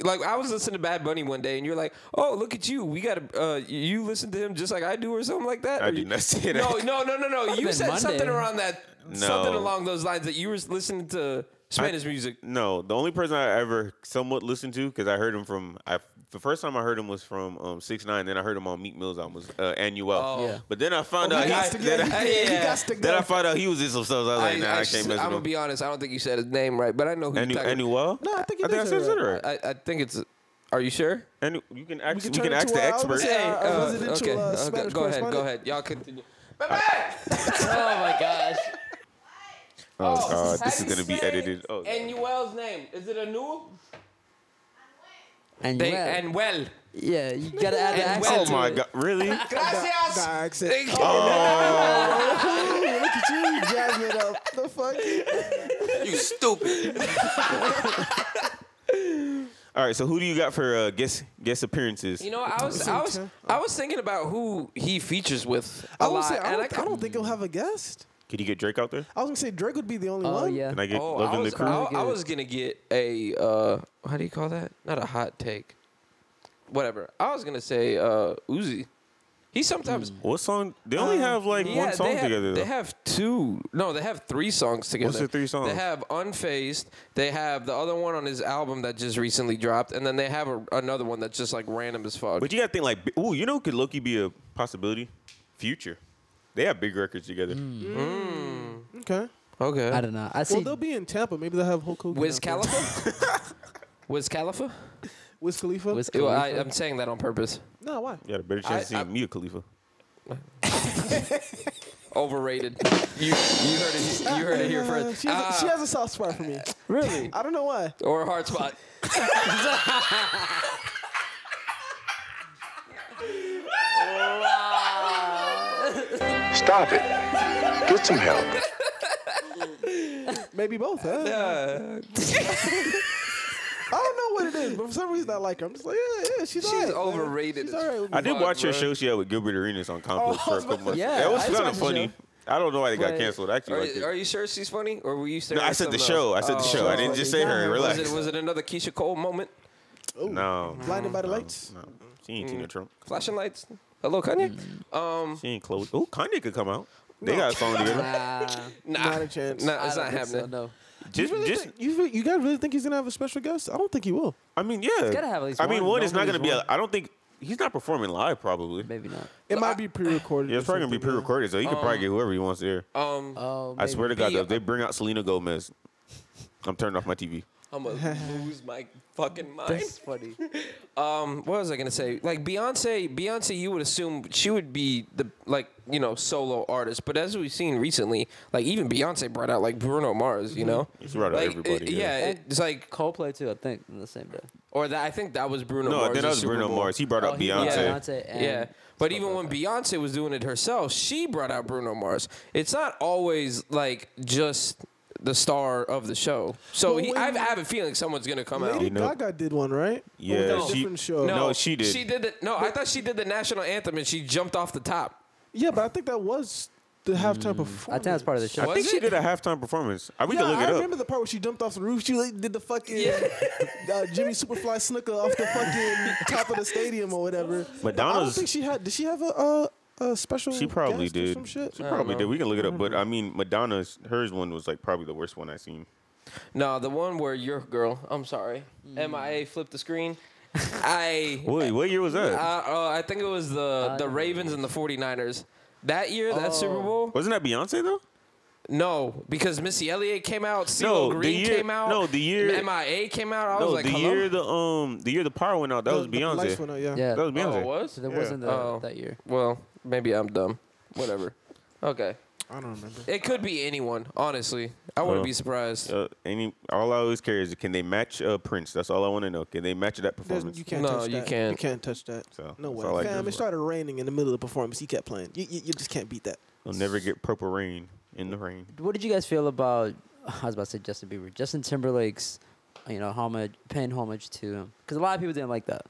Like I was listening to Bad Bunny one day, and you're like, "Oh, look at you! We got to uh, you listen to him just like I do, or something like that."
I
Or
did
you-
not say that.
No, no, no, no, no. You
been
said something
Monday.
around that, something
No.
along those lines that you were listening to Spanish music.
No, the only person I ever somewhat listened to because I heard him from I the first time I heard him was from um, Six Nine. Then I heard him on Meat Mill's album was uh, Annuel.
Oh. Yeah.
But then I found
Oh,
out
he
he,
got to
then,
get-
I,
he Yeah.
got to
then I
go.
found out he was in some stuff. I was like, nah, I, can't mess
am gonna
with him.
be honest. I don't think you said his name right, but I know who
Annu-
you're talking
Annuel?
No, I think he
I think I
did
said
say
it
right.
right.
I, I think it's. Are you sure?
And you can ask, we
turn
can
it
ask
to
the
our
expert.
audience.
Hey,
Our
uh,
residential,
okay,
uh,
okay,
Spanish
go ahead, go
correspondent.
ahead. Y'all continue. Bye-bye.
oh my gosh.
Oh, God,
How
this is
do you
gonna be
say
edited. Oh,
Anuel's name is it Anuel?
And
They
well,
Anuel.
yeah, you gotta add the
and
accent.
oh
to
my
it.
God, really?
The
Gracias.
accent.
Oh.
Look at you, jazzing it up. The fuck?
you stupid.
All right, so who do you got for uh, guest guest appearances?
You know, I was, I was, I was thinking about who he features with a
I would
lot,
say I
and I,
don't, I
could-
don't think he'll have a guest.
Could you get Drake out there?
I was gonna say Drake would be the only
Oh
one.
yeah.
Can I get
Oh,
Love
I
and
was,
the Crew?
I, I was gonna get a uh, how do you call that? Not a hot take, whatever. I was gonna say uh, Uzi. He sometimes
what song? They only have like
Uh, Yeah,
one song
they have,
together though.
They have two. No, they have three songs together.
the three songs?
They have Unfazed. They have the other one on his album that just recently dropped, and then they have a, another one that's just like random as fuck.
But you gotta think like, ooh, you know, could Loki be a possibility? Future, they have big records together.
Okay.
okay.
I don't know. I see.
Well, they'll be in Tampa. Maybe they'll have Hulk Hogan.
Wiz
out there.
Khalifa. Wiz Khalifa.
Wiz Khalifa.
Wiz
Ew, I,
Khalifa.
I'm saying that on purpose.
no, why?
You got a better chance of
I-
seeing Mia Khalifa.
Overrated. you, you heard it. You heard it here
Uh,
first.
she, has
Ah,
a, she has a soft spot for me.
really?
I don't know why.
or a hard spot.
Stop it. Get some help.
Maybe both. Huh?
Uh,
I don't know what it is, but for some reason I like her. I'm just like, yeah, yeah, she's
She's
all right, man.
overrated as
She's all right with me.
I did
Fuck,
watch her
bruh.
show she had with Gilbert Arenas on Conflict
Oh, I
for a
was
couple
about
months.
to-
Yeah,
that was
I just
kind of
watched the
funny. I don't know why they got
But-
canceled. I Actually,
are,
liked it.
are you sure she's funny, or were you saying
no, I said the
something
show. I
else?
said the
Oh.
show. I didn't just say her. Relax.
Was it, was it another Keisha Cole moment?
no,
Blinded by the lights.
no, she ain't Tina Trump.
Flashing lights. Hello, Kanye. Um,
She ain't Chloe. Oh, Kanye could come out. They got a song together.
Nah,
nah,
Not a chance.
Nah,
I
it's
don't
not
think so,
happening.
no.
Just,
You really
just,
think- you, re- you guys really think he's gonna have a special guest? I don't think he will.
I mean, yeah.
gotta have at least
I mean,
one.
one is not gonna
Nobody's
be. A,
one.
I don't think he's not performing live. Probably.
Maybe not.
It might be pre-recorded.
Yeah, it's
or
probably gonna be
something, yeah.
pre-recorded, so he could probably get whoever he wants to hear.
Um,
Oh,
I swear to God,
Be-
though, if they bring out Selena Gomez, I'm turning off my TV.
I'm gonna lose my fucking mind.
That's funny.
Um, what was I gonna say? Like Beyonce, Beyonce, you would assume she would be the like you know solo artist, but as we've seen recently, like even Beyonce brought out like Bruno Mars, you know.
She Mm-hmm. brought out
Like,
everybody,
it-
yeah.
yeah, it's like
Coldplay too, I think, on the same day.
or that I think that was Bruno.
No, then
Mars
that
at
was
Super
Bruno
Bowl.
Mars. He brought out
he brought
Beyonce.
out Beyonce and
yeah. But even when Beyonce was doing it herself, she brought out Bruno Mars. It's not always like just the star of the show. So
Well,
he,
wait
I
a
have, I
minute.
have a feeling someone's gonna come
Lady
out.
You know-
Gaga did one, right?
Yeah,
Or was that a
she-
different show.
No, she did.
She did the, No, I thought she did the national anthem and she jumped off the top.
Yeah, but I think that was the halftime performance.
I think that's part of the show.
I think
Was
she
it?
did a halftime performance. I Hmm. we
Yeah,
can look
I
it up.
remember the part where she jumped off the roof. She like, did the fucking uh, Jimmy Superfly snooker off the fucking top of the stadium or whatever. I don't
Madonna's-
think she had. Did she have a, a, a special?
She probably
guest or
did.
some shit.
She probably
know.
did. We can look it up. But
Mm-hmm.
I mean, Madonna's hers one was like probably the worst one I seen.
No, the one where your girl. I'm sorry, MIA flipped the screen. I.
What what year was
I,
that?
uh, I think it was the the Ravens and the 49ers. That year,
Oh.
that Super Bowl?
Wasn't that Beyonce though?
No, because Missy Elliott came out, CeeLo
No, the
Green
year-
came out.
no, the year-
MIA came out. I
no,
was like,
the
hello?
year the um the year the power went out. That was
The- the lights went
Beyonce.
out, yeah.
yeah,
That was
oh, it
Beyonce.
was?
so there
Yeah.
wasn't the,
Oh.
that year.
Well, maybe I'm dumb. Whatever. Okay.
I don't remember.
It could be anyone, honestly. I wouldn't
Well,
be surprised.
Uh, any all I always care is can they match uh, Prince? That's all I want to know. Can they match that
There's-
performance?
you can't
No,
touch
you
that.
can't.
You can't touch that.
So,
no
that's
way.
all I
Fam,
do.
it started raining in the middle of the performance. He kept playing. You, you, you just can't beat that.
They'll never get purple rain in the rain.
What did you guys feel about? I was about to say Justin Bieber, Justin Timberlake's, you know, homage, paying homage to him, because a lot of people didn't like that.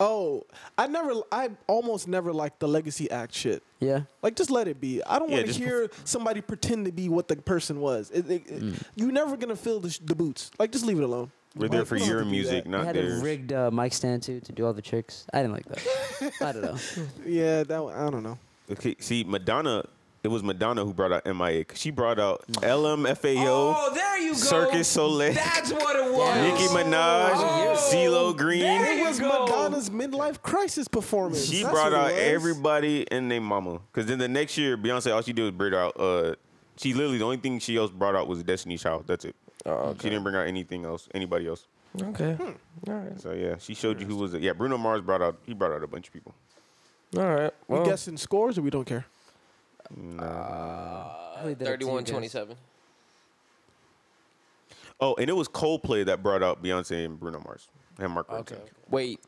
Oh, I never. I almost never liked the legacy act shit.
Yeah,
Like just let it be. I don't
Yeah,
want to
just
hear somebody pretend to be what the person was. It, it, it- You're never gonna feel the, sh- the boots. Like just leave it alone.
Mm. We're there
Like,
for
we don't
your
have to do
music,
that.
they
not
had a
theirs.
rigged uh, mic stand too to do all the tricks. I didn't like that. I don't know.
Yeah, that one, I don't know.
Okay, see Madonna. It was Madonna who brought out MIA. 'cause She brought out LMFAO.
oh, there you go.
Circus Soleil.
That's what it was.
Nicki Minaj,
Oh,
CeeLo Green.
there
It
you
was
go.
Madonna's midlife crisis performance.
She
That's
brought
what it
out
was.
everybody and their mama. Cause then the next year, Beyonce, all she did was bring out. Uh, she literally the only thing she else brought out was Destiny's Child. That's it.
Oh,
She didn't bring out anything else, anybody else.
Okay.
Hmm.
All right.
So yeah, she showed you who was it. Yeah, Bruno Mars brought out. He brought out a bunch of people.
All right.
We
Well,
guessing scores or we don't care.
Probably did it to you
31
guys.
27.
Oh, and it was Coldplay that brought out Beyonce and Bruno Mars and Mark Ronson.
Wait.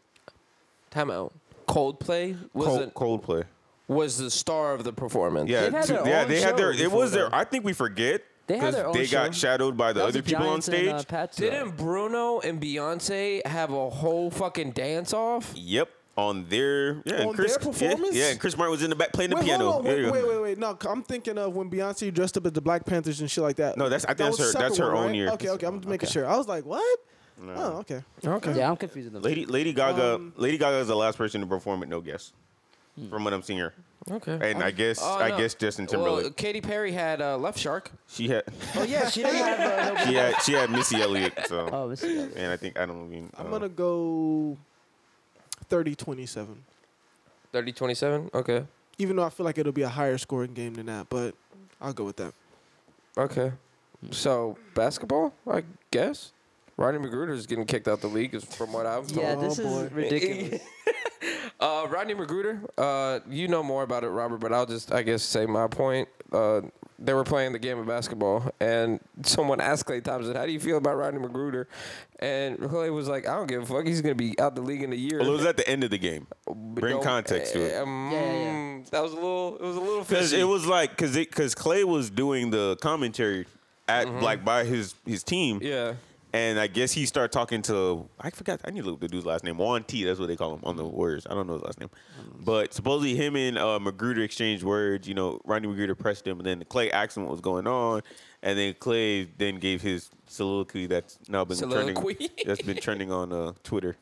Time out. Coldplay was
Cold,
it-
Coldplay.
was the star of the performance.
Yeah,
They've had
two-
their
yeah,
own
they had their.
show
It was
before,
their.
though.
I think we forget
They had
'cause
their own
they got
show.
shadowed by the
That was
other
a
people on
Giants and,
stage.
uh, Pats, though.
Didn't Bruno and Beyonce have a whole fucking dance off?
Yep. On their yeah, and
On
Chris,
their performance?
Yeah, yeah, and Chris Martin was in the back playing the
wait,
piano.
Hold on,
There you
wait,
go.
wait, wait, wait. No, c- I'm thinking of when Beyonce dressed up as the Black Panthers and shit like that.
No, that's- I think that's
was
her-
the second
that's her
one,
own
right?
year.
Okay, okay. I'm making sure. I was like, what? Oh, okay. Okay.
Yeah, I'm confused with them.
Lady Lady Gaga
Um,
Lady Gaga is the last person to perform at No Guess, from what I'm seeing here.
Okay.
And I guess
Oh,
I
no.
guess Justin Timberlake.
Well, Katy Perry had uh, Left Shark.
she had
Oh yeah, she didn't have. Uh,
she had she had Missy Elliott. So
no- oh, this is-
and I think I don't even.
I'm
uh,
gonna go 30-27.
30 27. Okay.
Even though I feel like it'll be a higher scoring game than that, but I'll go with that.
Okay. So, basketball, I guess. Rodney Magruder is getting kicked out the league, is from what I've told.
Oh,
yeah, this
boy.
is ridiculous.
Uh, Rodney Magruder, uh, you know more about it, Robert, but I'll just, I guess, say my point. Uh, they were playing the game of basketball, and someone asked Clay Thompson, "How do you feel about Rodney Magruder?" And Clay was like, "I don't give a fuck. He's gonna be out the league in a year."
Well, it was at the end of the game. Bring
Don't-
context to it.
Um,
Yeah, yeah,
That was a little. It was a little
Because
fishy.
it was like because because Clay was doing the commentary at like by his his team.
Mm-hmm. yeah.
And I guess he started talking to I forgot I need to look the dude's last name Juan T. That's what they call him on the Warriors. I don't know his last name,
Mm.
but supposedly him and uh, Magruder exchanged words. You know, Rodney Magruder pressed him, and then Clay asked him what was going on, and then Clay then gave his soliloquy that's now been trending.
Soliloquy.
That's been trending on uh, Twitter.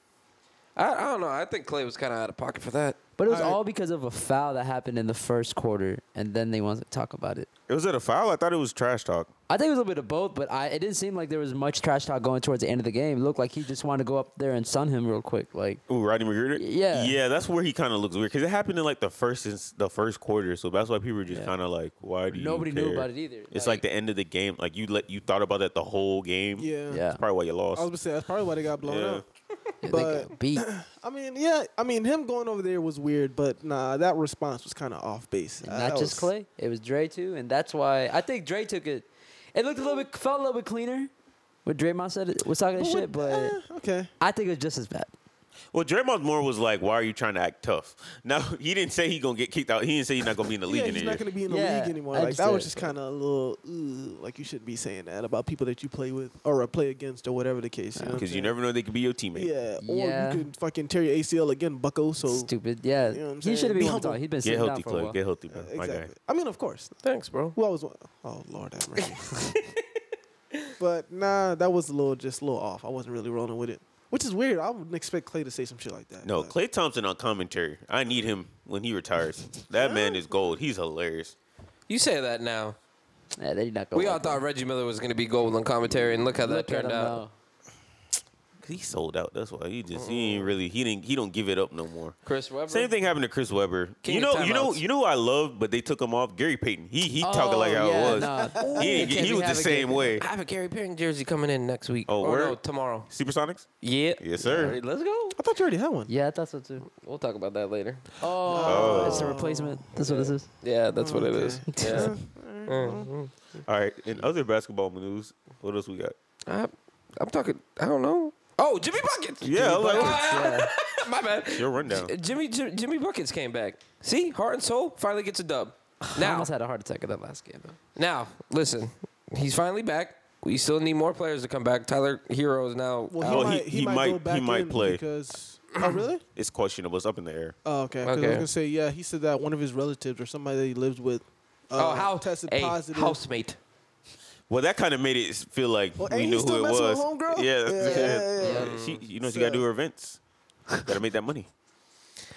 I, I don't know. I think Clay was kind of out of pocket for that.
But it was
I-
all because of a foul that happened in the first quarter, and then they wanted to talk about it.
It was at a foul. I thought it was trash talk.
I think it was a little bit of both, but I it didn't seem like there was much trash talk going towards the end of the game. It looked like he just wanted to go up there and sun him real quick. Like,
Ooh, Rodney Magruder.
Yeah.
yeah, that's where he kind of looks weird because it happened in like the first since the first quarter, so that's why people were just
Yeah.
kind of like, "Why do you?"
Nobody knew
care?
about it either.
It's like, the end of the game. Like you let you thought about that the whole game.
yeah,
Yeah.
That's probably why you
I was
lost.
gonna say that's probably why they got blown
Yeah.
up.
Yeah, they
but-
got beat.
I mean, yeah, I mean him going over there was weird, but nah, that response was kind of off base.
And
Uh,
not
that
just
was-
Clay. It was Dre too, and that's why I think Dre took it. It looked a little bit, felt a little bit cleaner. What Draymond said it was talking
But
shit,
what-
but
eh, okay,
I think it was just as bad.
Well, Draymond Moore was like, "Why are you trying to act tough?" Now he didn't say he gonna get kicked out. He didn't say he's not gonna be in the league
Yeah,
in a
he's
year.
not going to be in the
Yeah,
league anymore.
I
Like that was
understand.
just kind of a little "Ugh," like you shouldn't be saying that about people that you play with or uh, play against or whatever the case. You know what I'm
Because you
saying?
never know they could be your teammate.
Yeah, or
Yeah.
you could fucking tear your ACL again, Bucko. So
Stupid. Yeah.
Oh. know what I'm
he should
saying?
have
Be
been one
humble.
He's been
Get
sitting
healthy,
down for a
Clay.
while.
Get healthy,
Uh,
bro. Oh, My guy.
exactly. I mean, of course.
Thanks, bro.
Who always? wa- Oh Lord, have mercy. but nah, that was a little just a little off. I wasn't really rolling with it, which is weird. I wouldn't expect Clay to say some shit like that.
No,
but-
Clay Thompson on commentary. I need him when he retires. That man is gold. He's hilarious.
You say that now.
Yeah, they're not gonna
We all
like him.
thought Reggie Miller was going to be gold on commentary, and look how that
Look at
turned
him
out.
now.
He sold out. That's why he just he ain't really he didn't he don't give it up no more.
Chris Webber.
Same thing happened to Chris Webber.
King
you
of
know, you know,
timeouts.
you know. Who I love, but they took him off. Gary Payton. He he talking
Oh,
like how
yeah,
it was.
nah.
He, ain't
Yeah,
get- he
we
was the
have a
same
game.
way.
I have a Gary Perrin jersey coming in next week.
Oh,
or
word?
no, tomorrow.
Supersonics.
Yeah.
Yes, sir.
All right, let's go.
I thought you already had one.
Yeah, I thought so too.
We'll talk about that later.
Oh, it's a replacement. That's what this is.
Yeah, that's what it is. Yeah.
Oh, All right. In other basketball news, what else we got?
I, I'm talking. I don't know. Oh, Jimmy Buckets.
Yeah, I was like,
My bad.
your rundown.
J- Jimmy Jim- Jimmy Buckets came back. See, heart and soul finally gets a dub.
I
Now,
almost had a heart attack at that last game though.
now, listen. He's finally back. We still need more players to come back. Tyler Hero is now.
Well, he,
Oh, he-
might, he,
he
might, go
might- he
back
might
in
play.
because. Oh really?
It's questionable. It's up in the air.
Oh okay. 'cause I
Okay.
was gonna say yeah. He said that one of his relatives or somebody that he lives with. Uh,
oh, how
tested
a
positive.
housemate.
Well, that kind of made it feel like
Well,
we
and
knew
he's
who
still
it
messing
was.
with homegirl?
Yeah, that's-
Yeah, yeah, yeah,
She, you know, she gotta do her events. gotta make that money.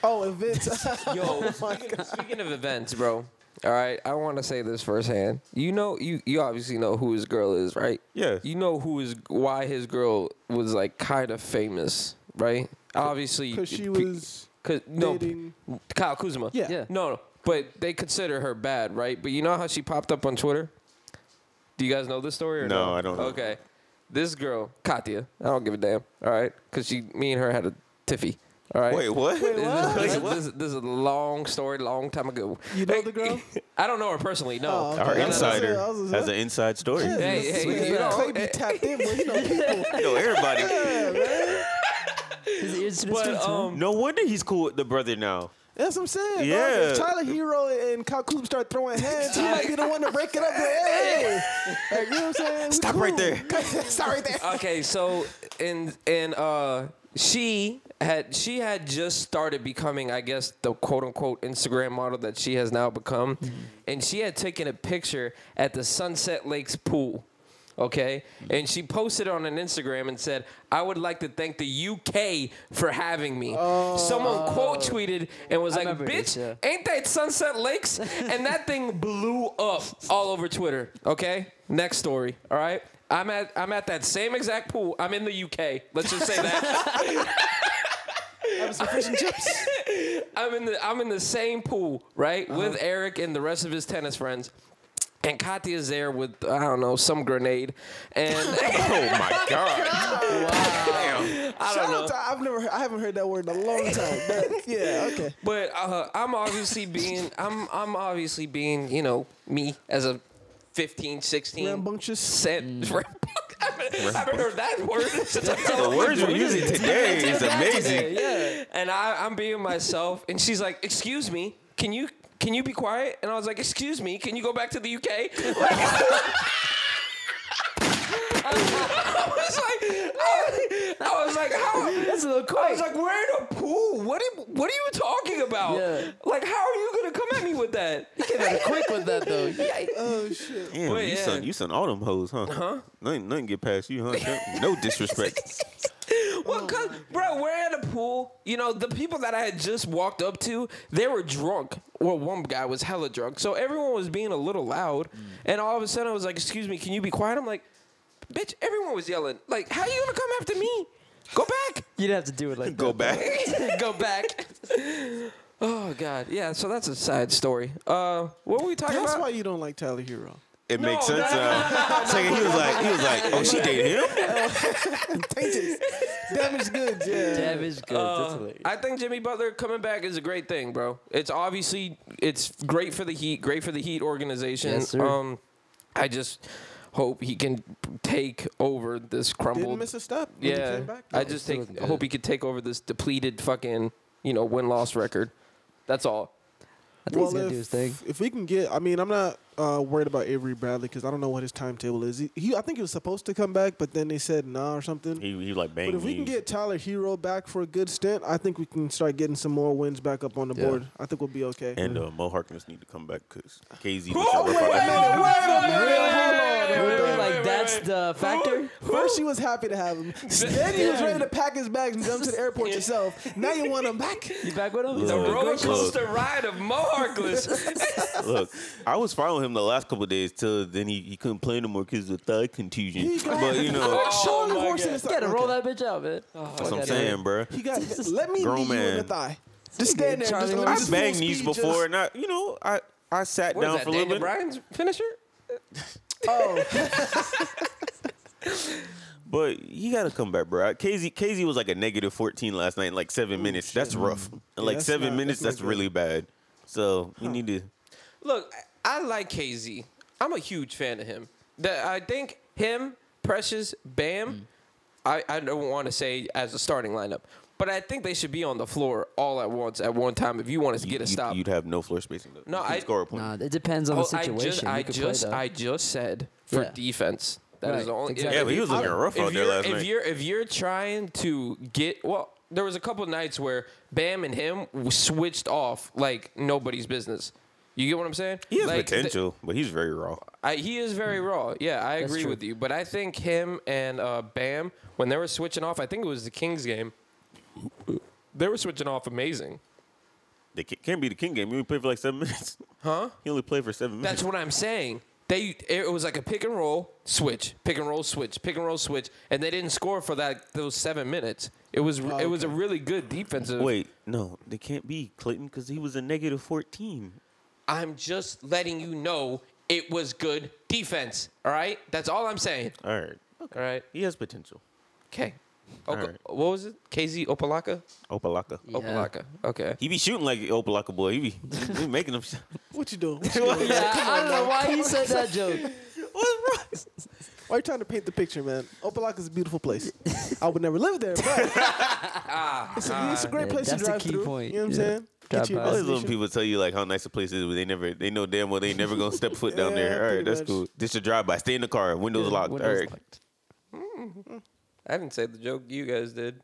Oh, and Vince.
Yo, speaking, speaking of events, bro. All right, I want to say this firsthand. You know, you you obviously know who his girl is, right?
Yeah.
You know who is why his girl was like kind of famous, right? Obviously,
Because she
pe-
was.
Cause no,
dating-
Kyle Kuzma.
Yeah.
Yeah.
No, no, but they consider her bad, right? But you know how she popped up on Twitter. Do you guys know this story or
No,
no?
I don't know.
Okay, this girl Katya. I don't give a damn. All right, because she, me and her had a tiffy. All right.
Wait, what?
This, is- this, is- this, is- this is a long story, long time ago.
Oh, You know the girl?
I don't know her personally. No.
Oh, okay.
Our
Yeah,
insider
I was gonna say-
has an inside story.
Hey, hey, you know,
Clay be
eh,
tapped in, but you know people.
Yo, everybody.
His ears to the streets,
But
man.
um,
No wonder he's cool with the brother now.
That's what I'm saying. dog.
Yeah.
If Tyler Hero and Kyle Kuzma start throwing hands, he might be the one to break it up. Like, hey, hey. Like, you know what I'm saying? We
Stop
cool.
right there.
Stop right there.
um, okay, so and and uh she had she had just started becoming, I guess, the quote unquote Instagram model that she has now become.
Mm-hmm.
And she had taken a picture at the Sunset Lakes pool. Okay?
Mm-hmm.
And she posted on an Instagram and said, I would like to thank the UK for having me.
Oh.
Someone quote tweeted and was
I
like,
remember
Bitch,
this, yeah.
ain't that Sunset Lakes? and that thing blew up all over Twitter. Okay, next story. All right, I'm at I'm at that same exact pool. I'm in the UK. Let's just say that
Have some fish and chips.
I'm in the I'm in the same pool, right,
Uh-huh.
with Eric and the rest of his tennis friends. And Katya's there with I don't know some grenade, and
Oh my god.
I
Shout
don't know.
out to, I've never, heard, I haven't heard that word in a long time. But yeah, okay.
But uh, I'm obviously being I'm I'm obviously being you know me as a 15, 16,
Rambunctious.
set.
Mm.
I haven't heard that word since I was
The
like,
words we're using today is amazing.
yeah. And I, I'm being myself, and she's like, "Excuse me, can you can you be quiet?" And I was like, "Excuse me, can you go back to the UK?" Like, I was like, I, I was like, how?
That's a little
I was
quick.
like, we're in a pool. What? Are, what are you talking about?
Yeah.
Like, how are you gonna come at me with that?
quick with that though.
Oh shit.
Damn,
Wait,
you
yeah. Uh-huh.
son, you son all them hoes, huh? Huh? Nothing, nothing get past you, huh? No disrespect.
Well, cause, bro, we're at a pool. You know, the people that I had just walked up to, they were drunk. Well, one guy was hella drunk. So everyone was being a little loud. And all of a sudden, I was like, excuse me, can you be quiet? I'm like, bitch, everyone was yelling. Like, how you going to come after me? Go back.
You didn't have to do it like
Go
that.
back.
Go back. oh, God. Yeah, so that's a side story. Uh, What were we talking
That's
about?
why you don't like Tyler Hero.
It makes
No,
sense. uh, second, he was like, he was like, oh, she dated him.
Tainted. Damaged goods. Yeah.
Damage goods. That's hilarious.
Uh, I think Jimmy Butler coming back is a great thing, bro. It's obviously it's great for the Heat, great for the Heat organization.
Yes, sir.
Um I just hope he can take over this
Didn't
crumbled.
miss a step. when he
yeah,
came back,
I
though.
just
Still
take,
looking
hope
good.
he could take over this depleted fucking you know win loss record. That's all.
I think he's gonna do his thing.
if we can get, I mean, I'm not uh, worried about Avery Bradley because I don't know what his timetable is. He, he, I think he was supposed to come back, but then they said nah or something.
He, he like bang
but if we can
knees.
get Tyler Hero back for a good stint, I think we can start getting some more wins back up on the
Yeah.
board. I think we'll be okay.
and uh, Mo Harkness need to come back because KZ. was
Oh,
over five-
Really? like that's the factor.
First, you was happy to have him. Then you was ready to pack his bags and dump to the airport yourself. Now you want him back.
You back with him?
The
He's like,
roller
Roller
"Good shit."
coaster ride of Mo Harkless.
Look, I was following him the last couple of days till then he, he couldn't play no more because of the thigh contusion.
He got-
But you know,
Surely
my
horse in
God.
his
Gotta roll
Okay.
that bitch out,
Oh,
man.
that's what I'm saying, bro.
He got. Let me
Grown
knee you in the
man.
thigh. Just stand there. Just,
Charlie
let me
Horse.
I
just full
banged knees
speed, just-
before, and I, you know, I I sat
What is
down
that?
for a little
Daniel
bit.
Bryan's finisher?
Oh,
But you gotta come back, bro. KZ KZ was like a negative fourteen last night in like seven minutes. That's rough. And like
that's
seven
not-
minutes,
that's
that's,
not good.
really bad. So you need to.
Look, I I like KZ. I'm a huge fan of him. That I think him, Precious, Bam.
Mm.
I, I don't want to say as a starting lineup, but I think they should be on the floor all at once at one time if you want us to
you-
get a
you'd-
stop.
You'd have no floor spacing. Though.
No,
You couldn't
I-
score a point.
Nah, it depends on
Oh,
the situation.
I
You could
just,
play
I just,
that.
I just said for
Yeah.
defense. That is
Right,
the only.
exactly.
yeah, but he was looking rough out
if
there
you're,
last
if
night.
you're if you're trying to get well, there was a couple nights where Bam and him w- switched off like nobody's business. You get what I'm saying?
He has
Like, th-
potential, but he's very raw.
I, he is very raw. Yeah, I agree
true.
with you. But I think him and uh, Bam, when they were switching off, I think it was the Kings game. They were switching off amazing.
They ca- can't be the king game. He only played for like seven minutes. Huh? He only played for seven minutes.
That's what I'm saying. They it was like a pick and roll switch, pick and roll switch, pick and roll switch, and they didn't score for that those seven minutes. It was it was a really good defensive.
Wait, no, they can't be Clinton because he was a negative fourteen.
I'm just letting you know it was good defense. All right, that's all I'm saying.
All right,
All right,
he has potential.
okay. Oka-
right.
What was it? KZ Opalaka?
Opalaka.
Opalaka. Okay.
He be shooting like Opalaka boy. He be, he be making them.
what you doing? What you doing?
What's
Yeah, I don't know why he said that joke.
wrong?
Why are you trying to paint the picture, man? Opelika is a beautiful place. I would never live there, but it's a, it's a great
Yeah, Ah, that's
place to
a
drive
key
through.
point.
You know what I'm
Yeah.
saying?
Drive by.
All
That's
these little
destination.
people tell you like how nice a place is, but they never, they know damn well they ain't never gonna step foot down
Yeah,
there. All right,
pretty
that's
much.
cool. This should drive by. Stay in the car. Windows locked.
Windows
All right.
locked.
I didn't say the joke. You guys did.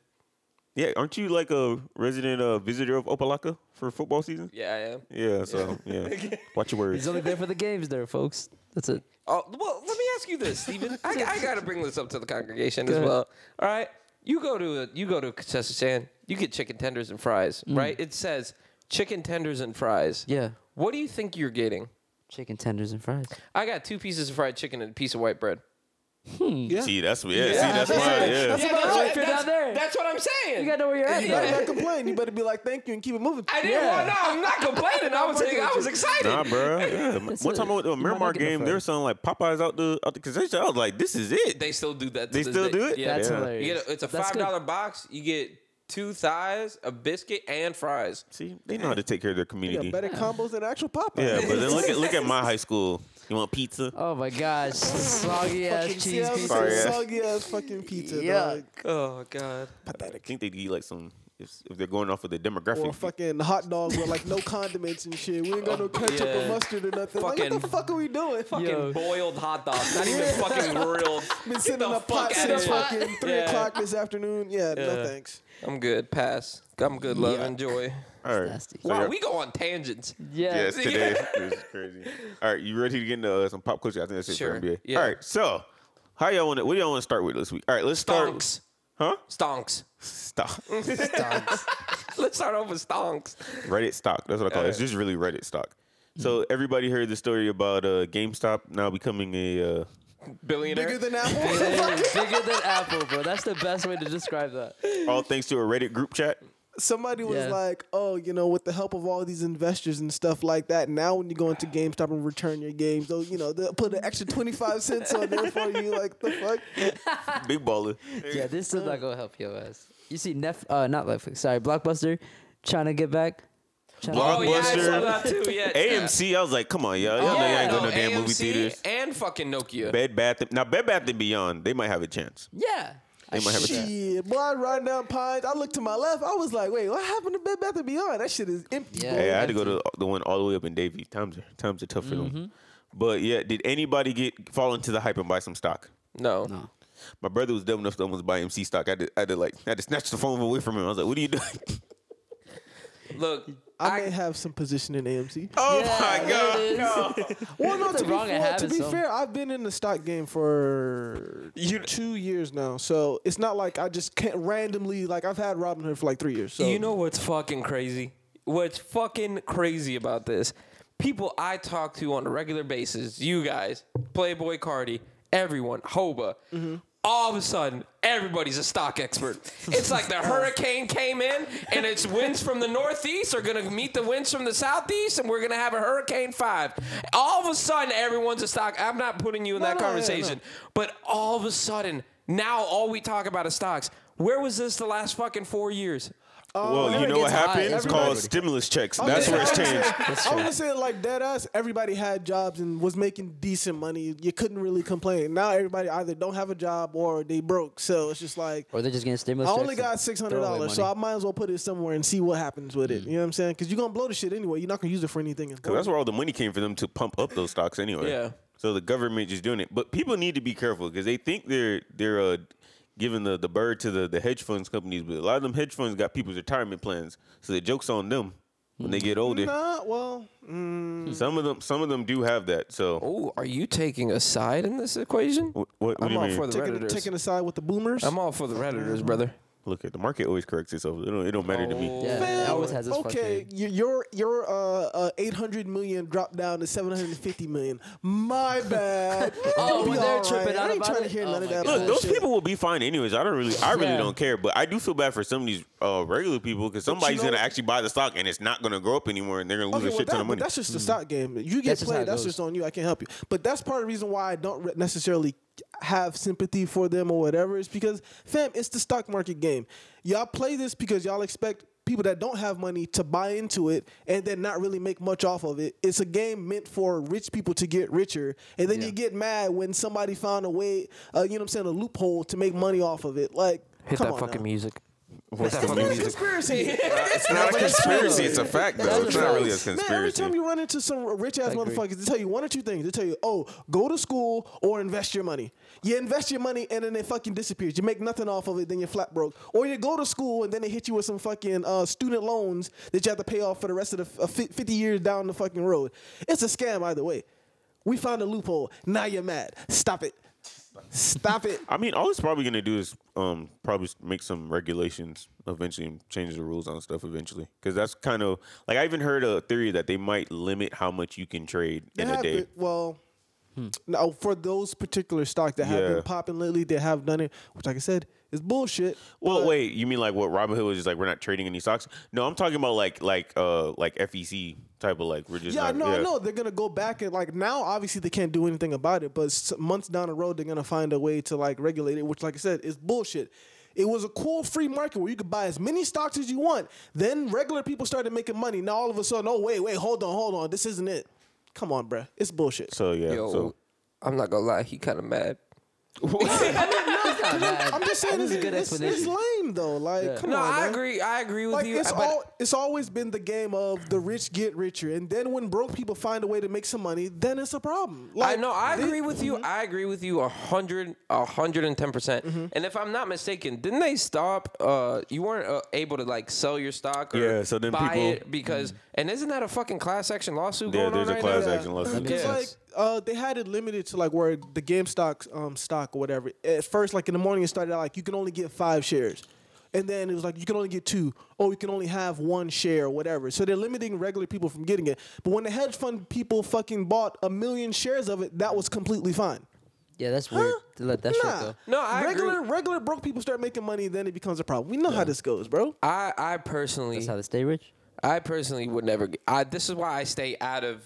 Yeah, aren't you like a resident uh, visitor of Opalaka for football season?
Yeah, I am.
Yeah. So yeah, watch your words.
He's only there for the games, there, folks. That's it.
Oh, well, let me ask you this, Stephen. I, I got to bring this up to the congregation as
ahead.
well. All right, you go to a, you go to a concession stand, you get chicken tenders and fries, right? It says chicken tenders and
Mm.
fries.
Yeah.
What do you think you're getting?
Chicken tenders and fries.
I got two pieces of fried chicken and a piece of white bread.
See, that's yeah. See, that's why. Yeah.
Yeah, that's,
right.
what,
If you're down
that's,
there.
that's what I'm saying.
You gotta know where you're at.
You
though.
better not complain. You better be like, thank you, and keep it moving.
I didn't
Yeah.
want. No, I'm not complaining. I was I was excited.
Nah, bro. Yeah. One time I went to a
might not
Miramar
get no
game, they
fun.
were selling like Popeyes out the out the concession. I was like, this is it.
They still do that. to
They
this
still
day.
do it?
Yeah,
That's
Yeah.
hilarious.
You get a, it's a
That's
five
good.
dollar box. You get two thighs, a biscuit, and fries.
See, they know how to take care of their
You
community.
got better combos than actual Popeye.
Yeah, but then look at look at my high school. You want pizza?
Oh my gosh, soggy ass
Fucking
cheese
CL's
pizza.
Sorry, yeah.
soggy ass fucking pizza.
Yuck.
Dog.
Oh God.
I think they eat like some if, if they're going off of the
Or a
demographic.
fucking hot dog with like no condiments and shit. We ain't got no ketchup
yeah.
or mustard or nothing. like, what the
Fucking-
fuck are we doing?
fucking
Yo.
boiled hot dogs, not even fucking grilled.
Been
Get
sitting
the
in a pot
fuck out of
since
here.
fucking three
Yeah.
o'clock this afternoon. Yeah, no thanks.
I'm good. Pass. I'm good. Love and joy.
All right.
Nasty.
So
Wow,
you're-
we go on tangents.
Yeah.
yes, today is crazy. All right, you ready to get into uh, some pop culture? I think that's it
Sure,
for NBA.
yeah.
All right, so how y'all want to? What do y'all want to start with this week? All right, let's start.
Stonks.
Huh?
Stonks.
Stock.
Let's start off with stonks.
Reddit stock. That's what I call it. It's just really Reddit stock.
Mm-hmm.
So everybody heard the story about uh, GameStop now becoming a. Uh,
Billionaire.
Bigger than Apple.
Bigger than Apple, bro. That's the best way to describe that.
all thanks to a Reddit group chat.
Somebody was
Yeah.
like, "Oh, you know, with the help of all these investors and stuff like that, now when you go into GameStop and return your games, they'll you know they'll put an extra twenty five cents on there for you. Like the fuck?
Big baller.
Yeah, this is not gonna help your ass. You see, Nef, uh, not Netflix. Sorry, Blockbuster, trying to get back. Shout out
Oh, yeah, I saw
Blockbuster.
that too. Yeah,
AMC, I was like, come on, y'all. Y'all know y'all ain't going to damn movie theaters.
And fucking Nokia.
Bed Bath. Now, Bed Bath and Beyond, they might have a chance.
Yeah.
They might have a chance.
Shit, boy, I'm riding down Pines. I looked to my left. I was like, wait, what happened to Bed Bath and Beyond? That shit is empty.
Yeah.
boy.
Hey, I had to go to the one all the way up in Davie. Times are times are tough for them. But yeah, did anybody get fall into the hype and buy some stock?
No.
No.
My brother was dumb enough to almost buy MC stock. I did, I did like, I had to snatch the phone away from him. I was like, "What are you doing?"
Look,
I may have some position in AMC.
Oh my god!
Well, no, to be,
wrong, it
fair, to
happens,
be
so.
fair, I've been in the stock game for two years now, so it's not like I just can't randomly like I've had Robinhood for like three years. So
you know what's fucking crazy? What's fucking crazy about this? People I talk to on a regular basis, you guys, Playboy Cardi, everyone, Hoba,
Mm-hmm.
all of a sudden, everybody's a stock expert. It's like the hurricane came in and its winds from the northeast are going to meet the winds from the southeast and we're going to have a hurricane five. All of a sudden, everyone's a stock. I'm not putting you in that
no, yeah, no.
conversation, but all of a sudden, now all we talk about is stocks. Where was this the last fucking four years?
well, you know what
gets high,
happened? It's called
everybody-
stimulus checks.
I'm
That's
just-
where it's
I'm just-
changed.
I was saying like dead ass. Everybody had jobs and was making decent money. You couldn't really complain. Now everybody either don't have a job or they broke. So it's just like
Or they're just getting stimulus.
I only
checks
got
and
six hundred
throwaway
dollars, so I
money.
might as well put it somewhere and see what happens with
Mm.
it. You know what I'm saying? Because you're gonna blow the shit anyway. You're not gonna use it for anything.
Cause
important.
that's where all the money came for them to pump up those stocks anyway.
Yeah.
So the government just doing it, but people need to be careful because they think they're they're uh, giving the, the bird to the, the hedge funds companies, but a lot of them hedge funds got people's retirement plans, so the jokes on them when they get older.
Nah, well,
Some of them some of them do have that. So
Oh, are you taking a side in this equation?
what what, what
I'm
do you
all
mean?
for the
taking,
redditors.
taking a Mm. side with the boomers.
I'm all for the redditors, brother.
Look at the market always corrects itself. It don't it don't matter to
Oh.
me.
Yeah, it always has this
okay,
fucking.
y- your your uh, uh, 800 million dropped down to 750 million. My bad. It'll be
Oh, when they're
all
tripping out
I ain't
about
trying
it?
to hear
Oh
none of
my
that.
God.
Look, those
bullshit.
people will be fine anyways. I don't really, I really
Yeah.
don't care. But I do feel bad for some of these uh, regular people because somebody's
know-
gonna actually buy the stock and it's not gonna grow up anymore, and they're gonna lose
Okay,
a
well,
shit
that,
ton of
but
money.
that's just the stock game. You
Mm-hmm.
get
That's just how
played.
it
That's
goes.
just on you. I can't help you. But that's part of the reason why I don't re- necessarily have sympathy for them or whatever. Is because fam, it's the stock market game. Y'all play this because y'all expect people that don't have money to buy into it and then not really make much off of it. It's a game meant for rich people to get richer, and then you get mad when somebody found a way, uh, you know what I'm saying, a loophole to make money off of it. Like,
Hit
come
that
on
fucking
now.
music.
What's the
It's not a
music?
conspiracy.
It's not a conspiracy. It's a fact, though. It's not really a
Man, every
conspiracy.
time you run into some rich ass motherfuckers, they tell you one or two things. They tell you, oh, go to school or invest your money. You invest your money and then it fucking disappears. You make nothing off of it, then you're flat broke. Or you go to school and then they hit you with some fucking uh, student loans that you have to pay off for the rest of the f- uh, fif- 50 years down the fucking road. It's a scam either way. We found a loophole. Now you're mad. Stop it. Stop it.
I mean, all it's probably gonna do is um, probably s- make some regulations eventually and change the rules on stuff eventually. Because that's kind of like I even heard a theory that they might limit how much you can trade
They
in a
have
day. Hmm.
been- well, no, for those particular stocks that have
Yeah.
been popping lately, they have done it, which, like I said, is bullshit.
Well,
but-
wait, you mean like what Robinhood was just like? We're not trading any stocks. No, I'm talking about like like uh like FEC type of like we're just
Yeah,
not,
no, I know they're gonna go back and like now. Obviously, they can't do anything about it, but s- months down the road, they're gonna find a way to like regulate it, which, like I said, is bullshit. It was a cool free market where you could buy as many stocks as you want. Then regular people started making money. Now all of a sudden, oh wait, wait, hold on, hold on, this isn't it. Come on, bruh. it's bullshit.
So yeah,
Yo,
so
I'm not gonna lie, he kind of mad.
Not bad.
I'm just saying,
This is
it's,
a good
it's, it's
explanation.
lame though. Like, come
No,
on,
I
man.
agree. I agree with
Like
you.
it's
but
all, it's always been the game of the rich get richer, and then when broke people find a way to make some money, then it's a problem. Like,
I know. I
thi- Mhm.
agree with you. I agree with you a hundred, a hundred and ten percent.
Mm-hmm.
And if I'm not mistaken, didn't they stop? Uh, you weren't uh, able to like sell your stock or
Yeah, so then
buy
people- Mm.
it because. And isn't that a fucking class action lawsuit
yeah,
going on
there's a
right
class
now?
action lawsuit.
Because
Yeah.
like uh, they had it limited to like where the GameStop um, stock or whatever. At first, like in the morning, it started out like you can only get five shares, and then it was like you can only get two, or you can only have one share or whatever. So they're limiting regular people from getting it. But when the hedge fund people fucking bought a million shares of it, that was completely fine.
Yeah, that's weird to let that
Nah.
shit go.
No, I agree.
regular regular broke people start making money, then it becomes a problem. We know how this goes, bro.
I, I personally,
That's how they stay rich.
I personally would never. g- I, this is why I stay out of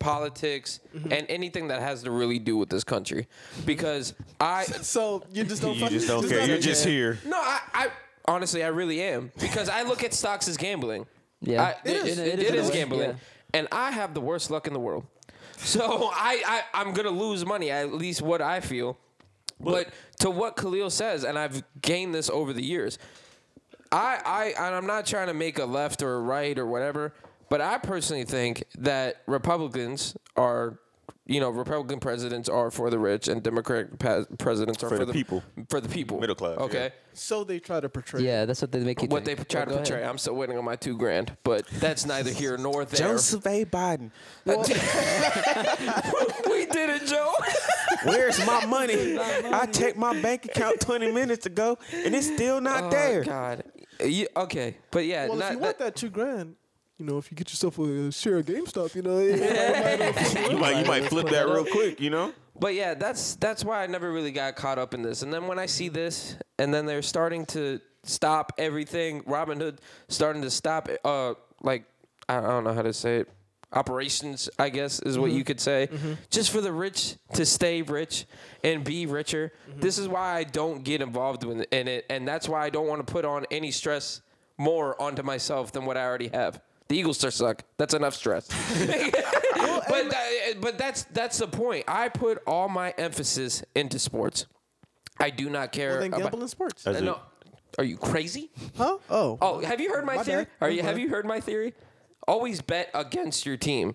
politics and anything that has to really do with this country, because I
So you just don't.
You
fuck-
just don't
it's
care.
not
You're
a
just
game.
here.
no, I, I honestly I really am because I look at stocks as gambling.
Yeah.
I, it is, it is,
in a way,
gambling,
yeah.
and I have the worst luck in the world. So I, I I'm gonna lose money. At least what I feel. But to what Khalil says, and I've gained this over the years. I, I, and I'm not trying to make a left or a right or whatever, but I personally think that Republicans are, you know, Republican presidents are for the rich and Democratic pa- presidents are for,
the people.
For the people.
Middle class, yeah.
Okay.
So they try to portray.
Yeah, that's what they make you
What they
think.
try to
Go ahead.
portray. I'm still waiting on my two grand, but that's neither here nor there.
Joseph A. Biden,
we did it, Joe.
where's my money? I checked my bank account 20 minutes ago, and it's still not there.
Oh, God. You, okay. But yeah,
Well,
not-
if you want that two grand, you know, if you get yourself a share of GameStop, you know, it-
You might, you might flip that real quick, you know?
But yeah, that's that's why I never really got caught up in this. And then when I see this, and then they're starting to stop everything. Robin Hood starting to stop. Uh, like I I don't know how to say it. Operations, I guess, is what you could say. Just for the rich to stay rich and be richer. This is why I don't get involved in in it, and that's why I don't want to put on any stress more onto myself than what I already have. The Eagles still suck. That's enough stress. but that, but that's that's the point. I put all my emphasis into sports. I do not care.
then
about-
gamble in sports.
That's
No,
it.
are you crazy?
Huh? Oh.
Oh, have you heard my,
My
theory?
bad.
Are you
My
have
bad.
you heard my theory? Always bet against your team,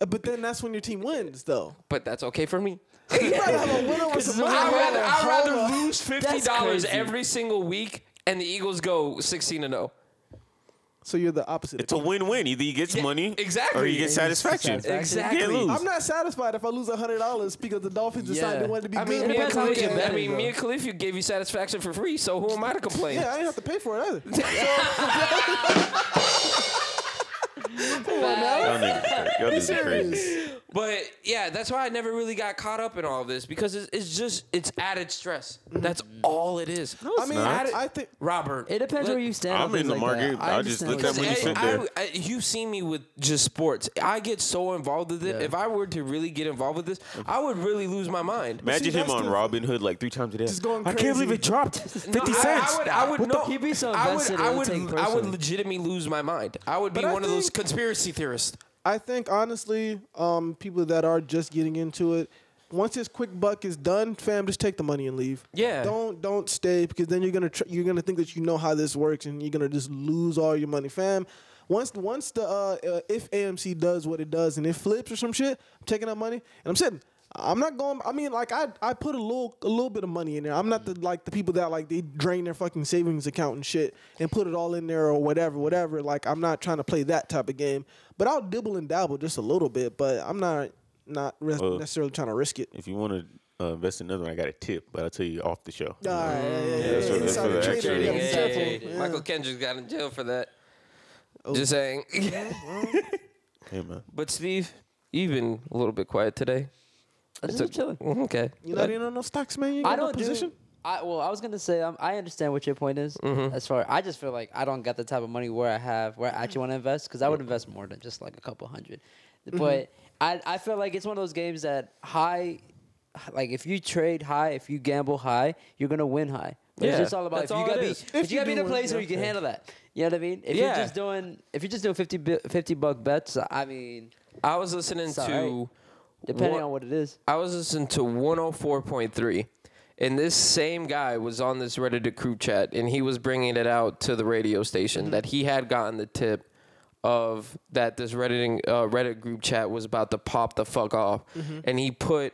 Uh, But then that's when your team wins, though.
but that's okay for me.
You rather have a win over some money.
I'd rather, I'd rather
Hold on.
lose fifty dollars
crazy.
every single week, and the Eagles go sixteen and oh. zero.
So you're the opposite.
It's a win win. Either you get
Yeah,
money or
exactly.
you get satisfaction.
Satisfaction.
Exactly.
You can't lose.
I'm not satisfied if I lose hundred dollars because the Dolphins decided
Yeah.
they wanted to be
I mean,
good.
me and
depends how much you
Khalif, I
bet it,
mean, me
though.
and Khalif gave you satisfaction for free, so who am I to complain?
yeah, I didn't have to pay for it either.
Y'all niggas- y'all niggas are crazy.
But yeah, that's why I never really got caught up in all of this because it's, it's just it's added stress.
Mm-hmm.
That's all it is.
I mean,
not.
I think
Robert,
It depends
let-
where you stand. on
I'm
things
in the
like
market.
That. I
I
understand
just looked
what
at
you're saying.
when you said
I-
there.
I- you see me with just sports. I get so involved with it.
Yeah.
If I were to really get involved with this, I would really lose my mind.
Imagine
see,
him
that's
on
the-
Robin Hood like three times a day.
Just going
I can't believe
crazy.
it dropped 50
No, I-
cents.
I, would, I would
What the-
know.
he'd be so
I would,
invested,
I
it would
would,
take
I would
personally.
legitimately lose my mind. I would be
But I
one of those
think-
conspiracy theorists.
I think honestly, um, people that are just getting into it, once this quick buck is done, fam, just take the money and leave.
Yeah.
Don't don't stay because then you're gonna tr- you're gonna think that you know how this works and you're gonna just lose all your money, fam. Once once the uh, uh, if AMC does what it does and it flips or some shit, I'm taking that money and I'm sitting. I'm not going. I mean, like I, I put a little, a little bit of money in there. I'm not the like the people that like they drain their fucking savings account and shit and put it all in there or whatever, whatever. Like I'm not trying to play that type of game, but I'll dibble and dabble just a little bit. But I'm not not ris- necessarily trying to risk it.
If you want to uh, invest in another one, I got a tip, but I'll tell you off the show.
Ah, yeah, yeah, yeah,
that's
yeah.
what- that's
Insider
what
trading,
actually-
you gotta be
Yeah,
careful. Yeah.
Michael Kendrick got in jail for that. Just saying.
Hey, man.
but Steve, you've been a little bit quiet today.
I just been chilling.
Okay.
You not in on no stocks, man. You ain't got
I
no
don't
position.
do. I, well, I was gonna say um, I understand what your point is. As far I just feel like I don't got the type of money where I have where I actually want to invest because I would invest more than just like a couple 100 But I I feel like it's one of those games that high, like if you trade high, if you gamble high, you're gonna win high. But It's
Yeah.
just all about
That's
if you
all
gotta
it
be
is.
if, you,
you
gotta be in
do
a
win,
place where
yeah.
you can handle that. You know what I mean? If
Yeah.
you're just doing if you're just doing 50, bu- 50 buck bets, I mean,
I was listening
It's
to
alright. depending
What-
on what it is.
I was listening to 104.3 and this same guy was on this Reddit crew chat and he was bringing it out to the radio
Mm-hmm.
station that he had gotten the tip of that this Reddit uh, Reddit group chat was about to pop the fuck off
Mm-hmm.
and he put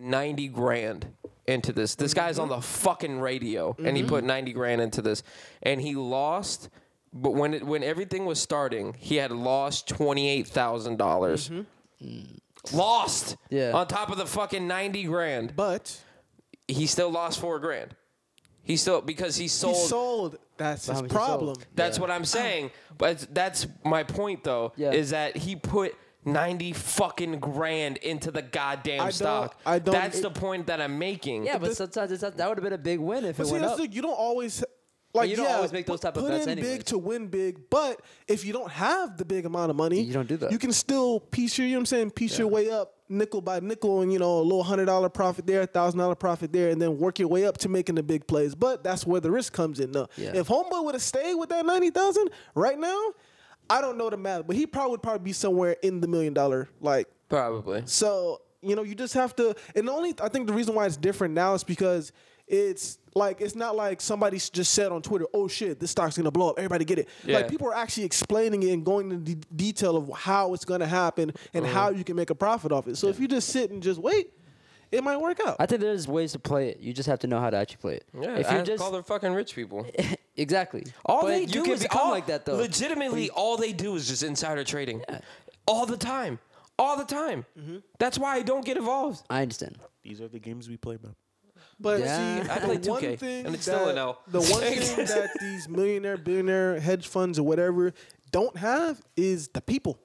90 grand into this. This guy's on the fucking radio and he put 90 grand into this and he lost but when it, when everything was starting, he had lost $28,000. dollars Lost.
Yeah.
On top of the fucking 90 grand. But
But
he still lost 4 grand. He still because he
he
sold
sold. That's his
much he sold.
problem.
That's what I'm saying. But that's my point though
Yeah.
is that he put 90 fucking grand into the goddamn
I don't-
stock.
I don't-
That's
it-
the point that I'm making.
Yeah, but sometimes it's not, that would have been a big win if
But
it
see,
went
that's
up.
the thing, you don't always like
you don't
yeah,
always make those
put-
type of
put
bets
in
anyways.
big to win big. But if you don't have the big amount of money,
You don't do that.
You can still piece your you know what I'm saying piece your way up nickel by nickel, and you know a little hundred dollar profit there, thousand dollar profit there, and then work your way up to making the big plays. But that's where the risk comes in. Though,
Yeah.
if Homeboy would have stayed with that ninety thousand right now. I don't know the math, but he probably would probably be somewhere in the million dollar like
Probably.
so you know, you just have to. And the only I think the reason why it's different now is because it's like it's not like somebody s- just said on Twitter, "Oh shit, this stock's gonna blow up. Everybody get it."
Yeah.
Like people are actually explaining it and going into de- detail of how it's gonna happen and
Mm-hmm.
how you can make a profit off it. So if you just sit and just wait, it might work out.
I think there's ways to play it. You just have to know how to actually play it.
Yeah,
if
if
you
I call them fucking rich people.
exactly.
All
But
they
you
do
can
is
become
all,
like that though.
Legitimately, all they do is just insider trading, all the time, all the time.
Mm-hmm.
That's why I don't get involved.
I understand.
These are the games we play, man.
But
Yeah.
see,
I
the
play
one
2K,
thing
and it's
that,
still an L.
The one thing that these millionaire, billionaire hedge funds or whatever don't have is the people.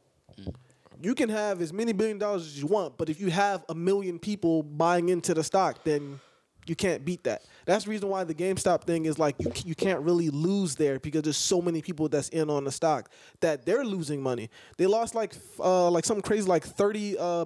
You can have as many billion dollars as you want, but if you have a million people buying into the stock, then you can't beat that. That's the reason why the GameStop thing is like you, c- you can't really lose there because there's so many people that's in on the stock that they're losing money. They lost like f- uh, like something crazy like 30 uh,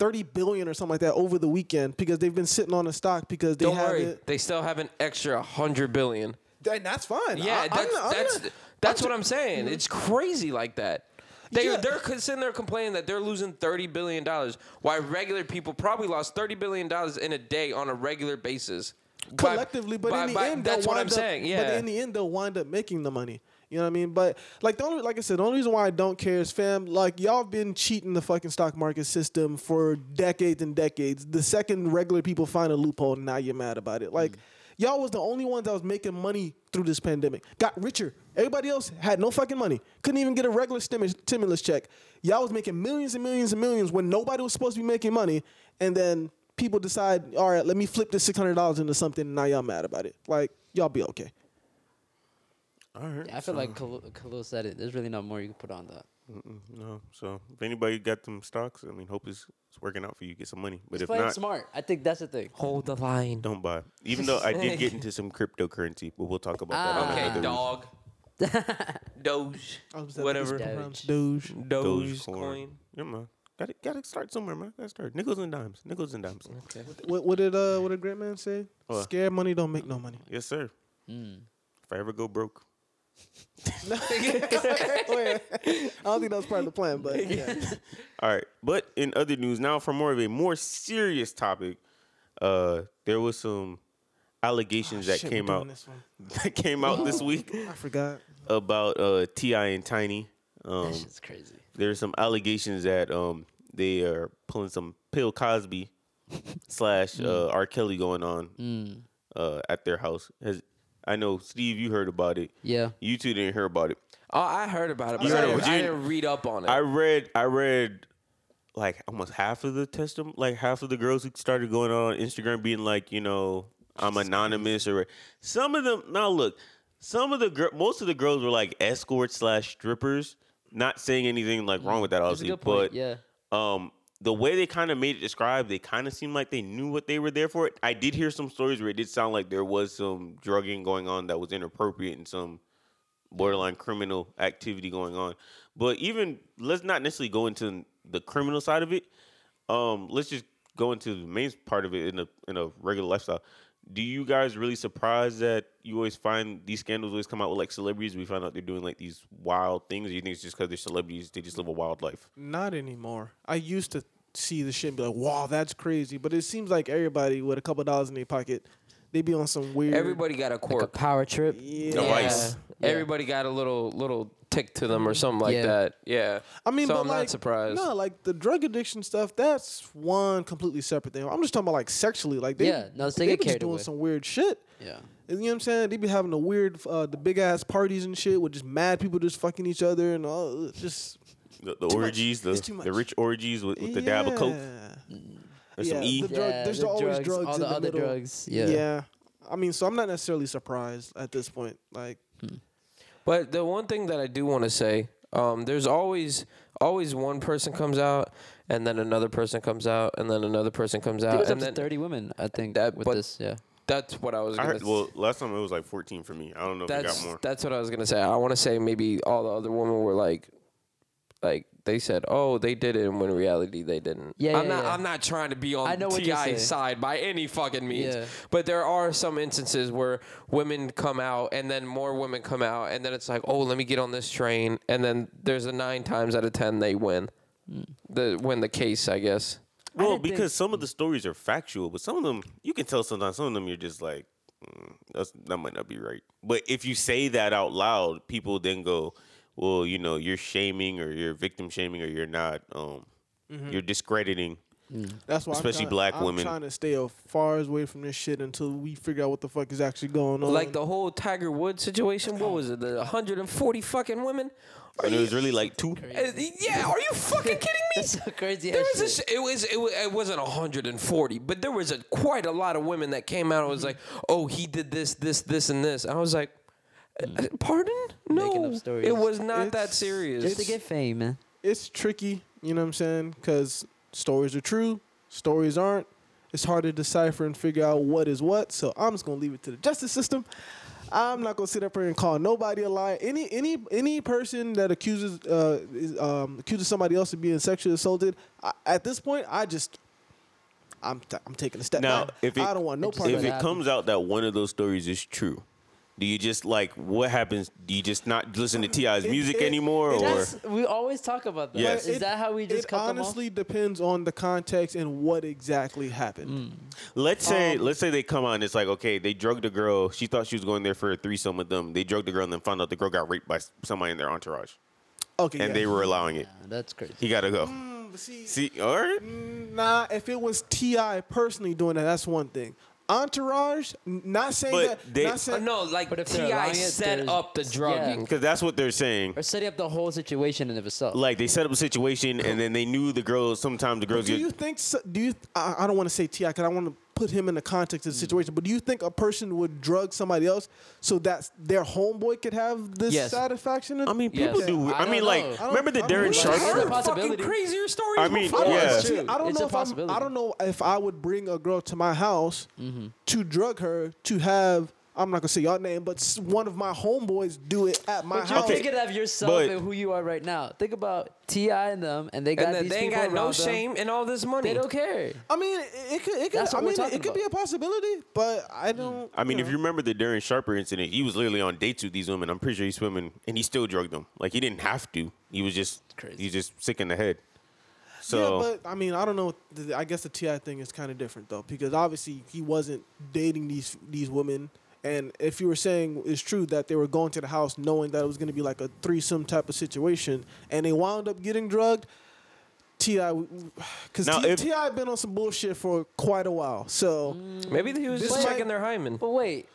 30 billion or something like that over the weekend because they've been sitting on the stock because they
Don't
have
worry,
it.
they still have an extra hundred billion.
And that's fine.
Yeah,
I- I'm
that's
not- I'm
that's
not-
that's what I'm saying. It's crazy like that. They
Yeah.
they're con- sitting there complaining that they're losing thirty billion dollars. Why regular people probably lost thirty billion dollars in a day on a regular basis. By-
collectively, but
by-
in the
by-
end, they'll
that's what I'm
wind up-
saying. Yeah,
But in the end, they'll wind up making the money. You know what I mean? But like the only, like I said, the only reason why I don't care is, fam, like y'all been cheating the fucking stock market system for decades and decades. The second regular people find a loophole, now you're mad about it. Like y'all was the only ones that was making money through this pandemic. Got richer. Everybody else had no fucking money. Couldn't even get a regular stimulus stimulus check. Y'all was making millions and millions and millions when nobody was supposed to be making money, and then people decide, all right, let me flip this six hundred dollars into something. And now y'all mad about it. Like y'all be okay.
All right.
I feel like Khalil, Khalil said it. There's really not more you can put on that.
No. So if anybody got them stocks, I mean, hope it's, it's working out for you. Get some money. But if
Play it
not,
smart. I think that's the thing.
hold the line.
don't buy. Even though I did get into some cryptocurrency, but we'll talk about that. on
Okay,
another-
dog. Doge.
Oh,
Whatever.
Doge.
Doge.
Doge
Dogecoin.
coin.
Yeah, man. Got to got to start somewhere, man. Got to start nickels and dimes, nickels and dimes.
What, what did uh what did Grant Man say?
What?
Scared money don't make no money.
Yes, sir.
Mm.
If I ever go broke,
Wait, I don't think that was part of the plan, but yeah.
All right, but in other news, now for more of a more serious topic, uh, there was some allegations that
Oh, Shit, we
came
doing
out
this one.
that came out this week
I forgot.
about uh, Ti and Tiny. Um,
Shit's crazy.
there's some allegations that um they are pulling some Pill Cosby slash
Mm.
uh, R. Kelly going on uh, at their house. Has, I know Steve, you heard about it.
Yeah.
you two didn't hear about it.
Oh, I heard about it. But
You
I,
heard
didn't,
about it.
I
You-
didn't read up on it.
I read I read like almost half of the testimony, like half of the girls who started going on Instagram being like, you know, I'm anonymous or some of them. Now look, some of the girl, most of the girls were like escorts slash strippers. Not saying anything like wrong with that,
Mm. That's a
obviously,
good point.
but
yeah.
um the way they kind of made it described, they kind of seemed like they knew what they were there for. I did hear some stories where it did sound like there was some drugging going on that was inappropriate and some borderline criminal activity going on. But even let's not necessarily go into the criminal side of it. Um, let's just go into the main part of it in a in a regular lifestyle. Do you guys really surprised that you always find these scandals always come out with like celebrities? We find out they're doing like these wild things. Or you think it's just because they're celebrities, they just live a wild life?
Not anymore. I used to see the shit and be like, wow, that's crazy. But it seems like everybody with a couple dollars in their pocket, they be on some weird
Everybody got a
Like a
quirk.
power trip.
The
Yeah.
vice.
Everybody got a little little tick to them or something like
Yeah.
that. Yeah.
I mean,
so
but
I'm
like,
not surprised.
No, like the drug addiction stuff. That's one completely separate thing. I'm just talking about like sexually. Like they,
Yeah, no, they
they
get
be just
carried
doing
away.
some weird shit.
Yeah.
You know what I'm saying? They be having the weird, uh, the big ass parties and shit with just mad people just fucking each other and all. it's Just
The, the
Too much.
orgies,
It's
the
too
the
much.
rich orgies with, with the dab of coke
Yeah.
or some
Yeah,
e.
the drug-
Yeah,
there's
the
always
drugs,
drugs
all
in
the
the
other
middle.
drugs, yeah.
yeah. I mean, so I'm not necessarily surprised at this point. Like,
But the one thing that I do want to say, um, there's always always one person comes out and then another person comes out and then another person comes
It
out
was up
and
to
then
30 women, I think,
That-
with
but-
this. Yeah.
that's what I was
I
gonna
heard, well, last time it was like 14 for me. I don't know if it
that's
got more.
that's what I was gonna say. I want to say maybe all the other women were like, like they said, "Oh, they did it," and when in reality they didn't.
Yeah,
I'm
yeah,
not.
yeah.
I'm not trying to be on
I know what you're
Ti's
saying.
side by any fucking means.
Yeah.
But there are some instances where women come out, and then more women come out, and then it's like, "Oh, let me get on this train," and then there's a nine times out of ten they win, Hmm. the win the case, I guess.
I
Well,
didn't think- mm.
because some of the stories are factual, but some of them you can tell sometimes. Some of them you're just like, mm, that's, that might not be right. But if you say that out loud, people then go, well, you know, you're shaming or you're victim shaming or you're not, um,
Mm-hmm.
you're discrediting.
Mm.
That's why, I'm
Especially
trying-
black
I'm
women.
trying to stay as far as away from this shit until we figure out what the fuck is actually going on.
Like the whole Tiger Woods situation. What was it? The 140 fucking women. Are
And it
you-
was really like two.
Uh, yeah, are you fucking kidding me?
That's so crazy.
There
ass
was a,
shit.
sh- it was it, wa- it wasn't 140, but there was a quite a lot of women that came out and was like, "Oh, he did this, this, this, and this." I was like, uh, "Pardon?
Mm. Making up
No,
stories.
it was not that
It's
serious."
just to get fame, man.
it's tricky, you know what I'm saying? Because stories are true, stories aren't. It's hard to decipher and figure out what is what. So I'm just gonna leave it to the justice system. I'm not gonna sit up here and call nobody a liar. Any any any person that accuses uh, is, um, accuses somebody else of being sexually assaulted, I, at this point, I just I'm t- I'm taking a step
Now,
back.
if it-
I don't want no
It just
part of
if
that.
it
happen.
comes out that one of those stories is true, do you just like what happens? Do you just not listen to Ti's
It-
music
it-
anymore,
it-
or
that's-
We always talk about that.
Yes.
Is that how we just
it
cut
honestly depends on the context and what exactly happened.
Hmm.
let's say
um,
let's say they come on, it's like okay, they drugged a girl. She thought she was going there for a threesome with them. They drugged the girl and then found out the girl got raped by s- somebody in their entourage,
Okay,
and
yeah. Mm.
they were allowing it.
them off? That's crazy.
He gotta go.
But see,
See, all right.
Nah, if it was Ti personally doing that, that's one thing. Entourage, n- not saying
But
that.
they-
not
Uh,
saying,
no, like
But if they're
Ti
lying,
set
there's-
up the drugging.
Because that's what they're saying.
Or setting up the whole situation in of itself.
Like they set up a situation, and then they knew the girls. Sometimes the girls
Do
get.
you think? so- Do you? I, I don't want to say Ti because I want to put him in the context
Mm.
of the situation. But do you think a person would drug somebody else so that their homeboy could have this
Yes.
satisfaction?
I mean, people
Yes.
do.
I
I,
don't
mean,
know. I
like,
don't-
remember the
I don't
Darren
know.
Sharp?
It's a
I've heard fucking
possibility.
crazier stories.
I mean,
before.
yeah.
It's
See,
true.
I don't
It's
know
a
if I'm,
possibility. Mm-hmm.
I don't know if I would bring a girl to my house to drug her to have. I'm not gonna say y'all name, but s- one of my homeboys do it at my
But you
house.
Okay,
think it of yourself
but-
and who you are right now. Think about Ti and them, and they got
and then
these
they ain't
people around
got no
them.
shame in all this money.
They don't care.
I mean, it- it could. It could
That's
I
what we're
mean, it
talking Mm.
could be a possibility, but I don't.
I mean,
you
if
know.
you remember the Darren Sharper incident, he was literally on dates with these women. I'm pretty sure he's swimming, and he still drugged them. Like he didn't have to. He was just
Crazy.
he's just sick in the head. So
Yeah, but I mean, I don't know. th- I guess the Ti thing is kind of different though, because obviously he wasn't dating these these women. And if you were saying it's true that they were going to the house knowing that it was going to be like a threesome type of situation, and they wound up getting drugged, Ti, because
Now,
Ti
if-
been on some bullshit for quite a while. So
Mm.
Maybe he was
This
just
might-
checking their hymen.
But wait,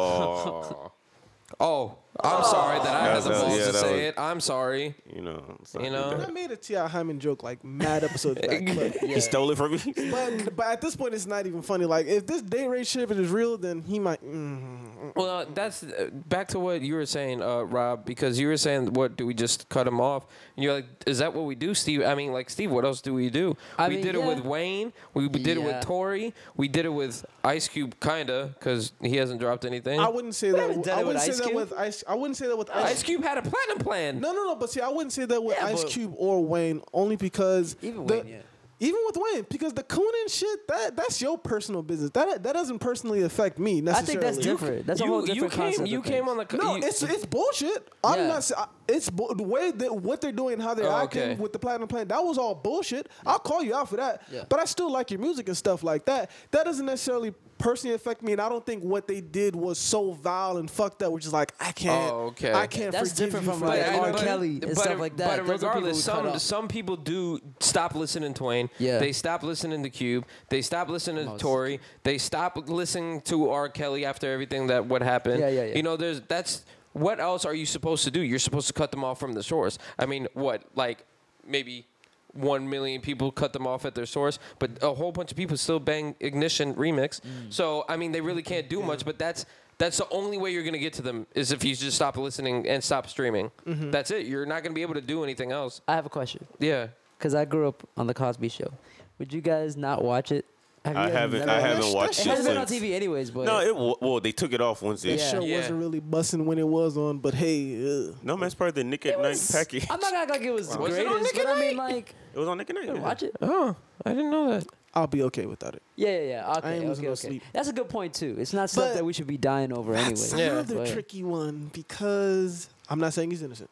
oh,
Oh, I'm sorry that I
That-
had the
that-
balls
yeah,
to
that
say
was-
it. I'm sorry.
you know, it's not
You
too
know?
I
bad.
made a Ti Hyman joke like mad episodes back, but
he stole it from me.
But, but at this point, it's not even funny. Like, if this date rape shit is real, then he might. Mm,
Well, uh, that's uh, back to what you were saying, uh, Rob, because you were saying, what do we just cut him off? And you're like, is that what we do, Steve? I mean, like, Steve, what else do we do?
I
we
mean,
did it
yeah.
with Wayne. We we did it
Yeah.
with Tory. We did it with Ice Cube, kinda, because he hasn't dropped anything.
I wouldn't say that.
haven't done
I
it with
wouldn't say
Ice
that
Cube.
with Ice. I wouldn't say that with Ice.
Ice Cube had a platinum plan.
No, no, no. But see, I wouldn't say that with
Yeah,
Ice
but-
Cube or Wayne, only because
Even
the-
Wayne, yeah.
Even with Wayne, because the Coonan shit, that that's your personal business. That that doesn't personally affect me
I
necessarily.
think that's different. That's a whole different
you came,
concept.
you
of
came
things.
on the co-
No,
you-
it's it's bullshit. I'm
Yeah.
not. s- I- It's bu- the way that what they're doing, how they're
Oh,
acting
okay.
with the platinum plan. That was all bullshit. I'll call you out for that.
Yeah.
But I still like your music and stuff like that. That doesn't necessarily personally affect me, and I don't think what they did was so vile and fucked up. Which is like I can't.
Oh, okay.
I can't
That's
forgive
different
you
from,
for
like,
that.
R. Kelly and stuff like that.
But
Those are people
regardless,
who cut
some
off.
some people do stop listening to Twain.
Yeah.
They stop listening to Cube. They stop listening to
Most.
Tory. They stop listening to R. Kelly after everything that what happened.
Yeah, yeah, yeah.
You know, there's that's what else are you supposed to do? You're supposed to cut them off from the source. I mean, what like maybe. One million people cut them off at their source, but a whole bunch of people still bang ignition remix. So I mean, they really can't do much. But that's that's the only way you're gonna get to them is if you just stop listening and stop streaming. That's it. You're not gonna be able to do anything else.
I have a question
Mm-hmm. Yeah.
because I grew up on the Cosby Show. Would you guys not watch it Have
I
you ever
haven't.
never
I
watched
haven't watched
It
it
hasn't been on
since.
TV anyways, but
No, it wa- well they took it off once
That
it.
show
Yeah.
wasn't really busting when it was on, but hey, uh, ugh.
No, man, it's part of the Nick at Night package.
I'm not gonna act like it was the
Was it on
greatest,
Nick
but
at
I mean,
Night?
like,
It was on Nick at Night. yeah.
watch it.
Oh, I didn't know that.
I'll be okay without it.
Yeah, yeah, yeah. Okay,
ain't losing
okay,
no
okay.
sleep.
That's a good point too. It's not stuff
But
that we should be dying over anyway.
That's
Yeah.
another
but-
tricky one because I'm not saying he's innocent.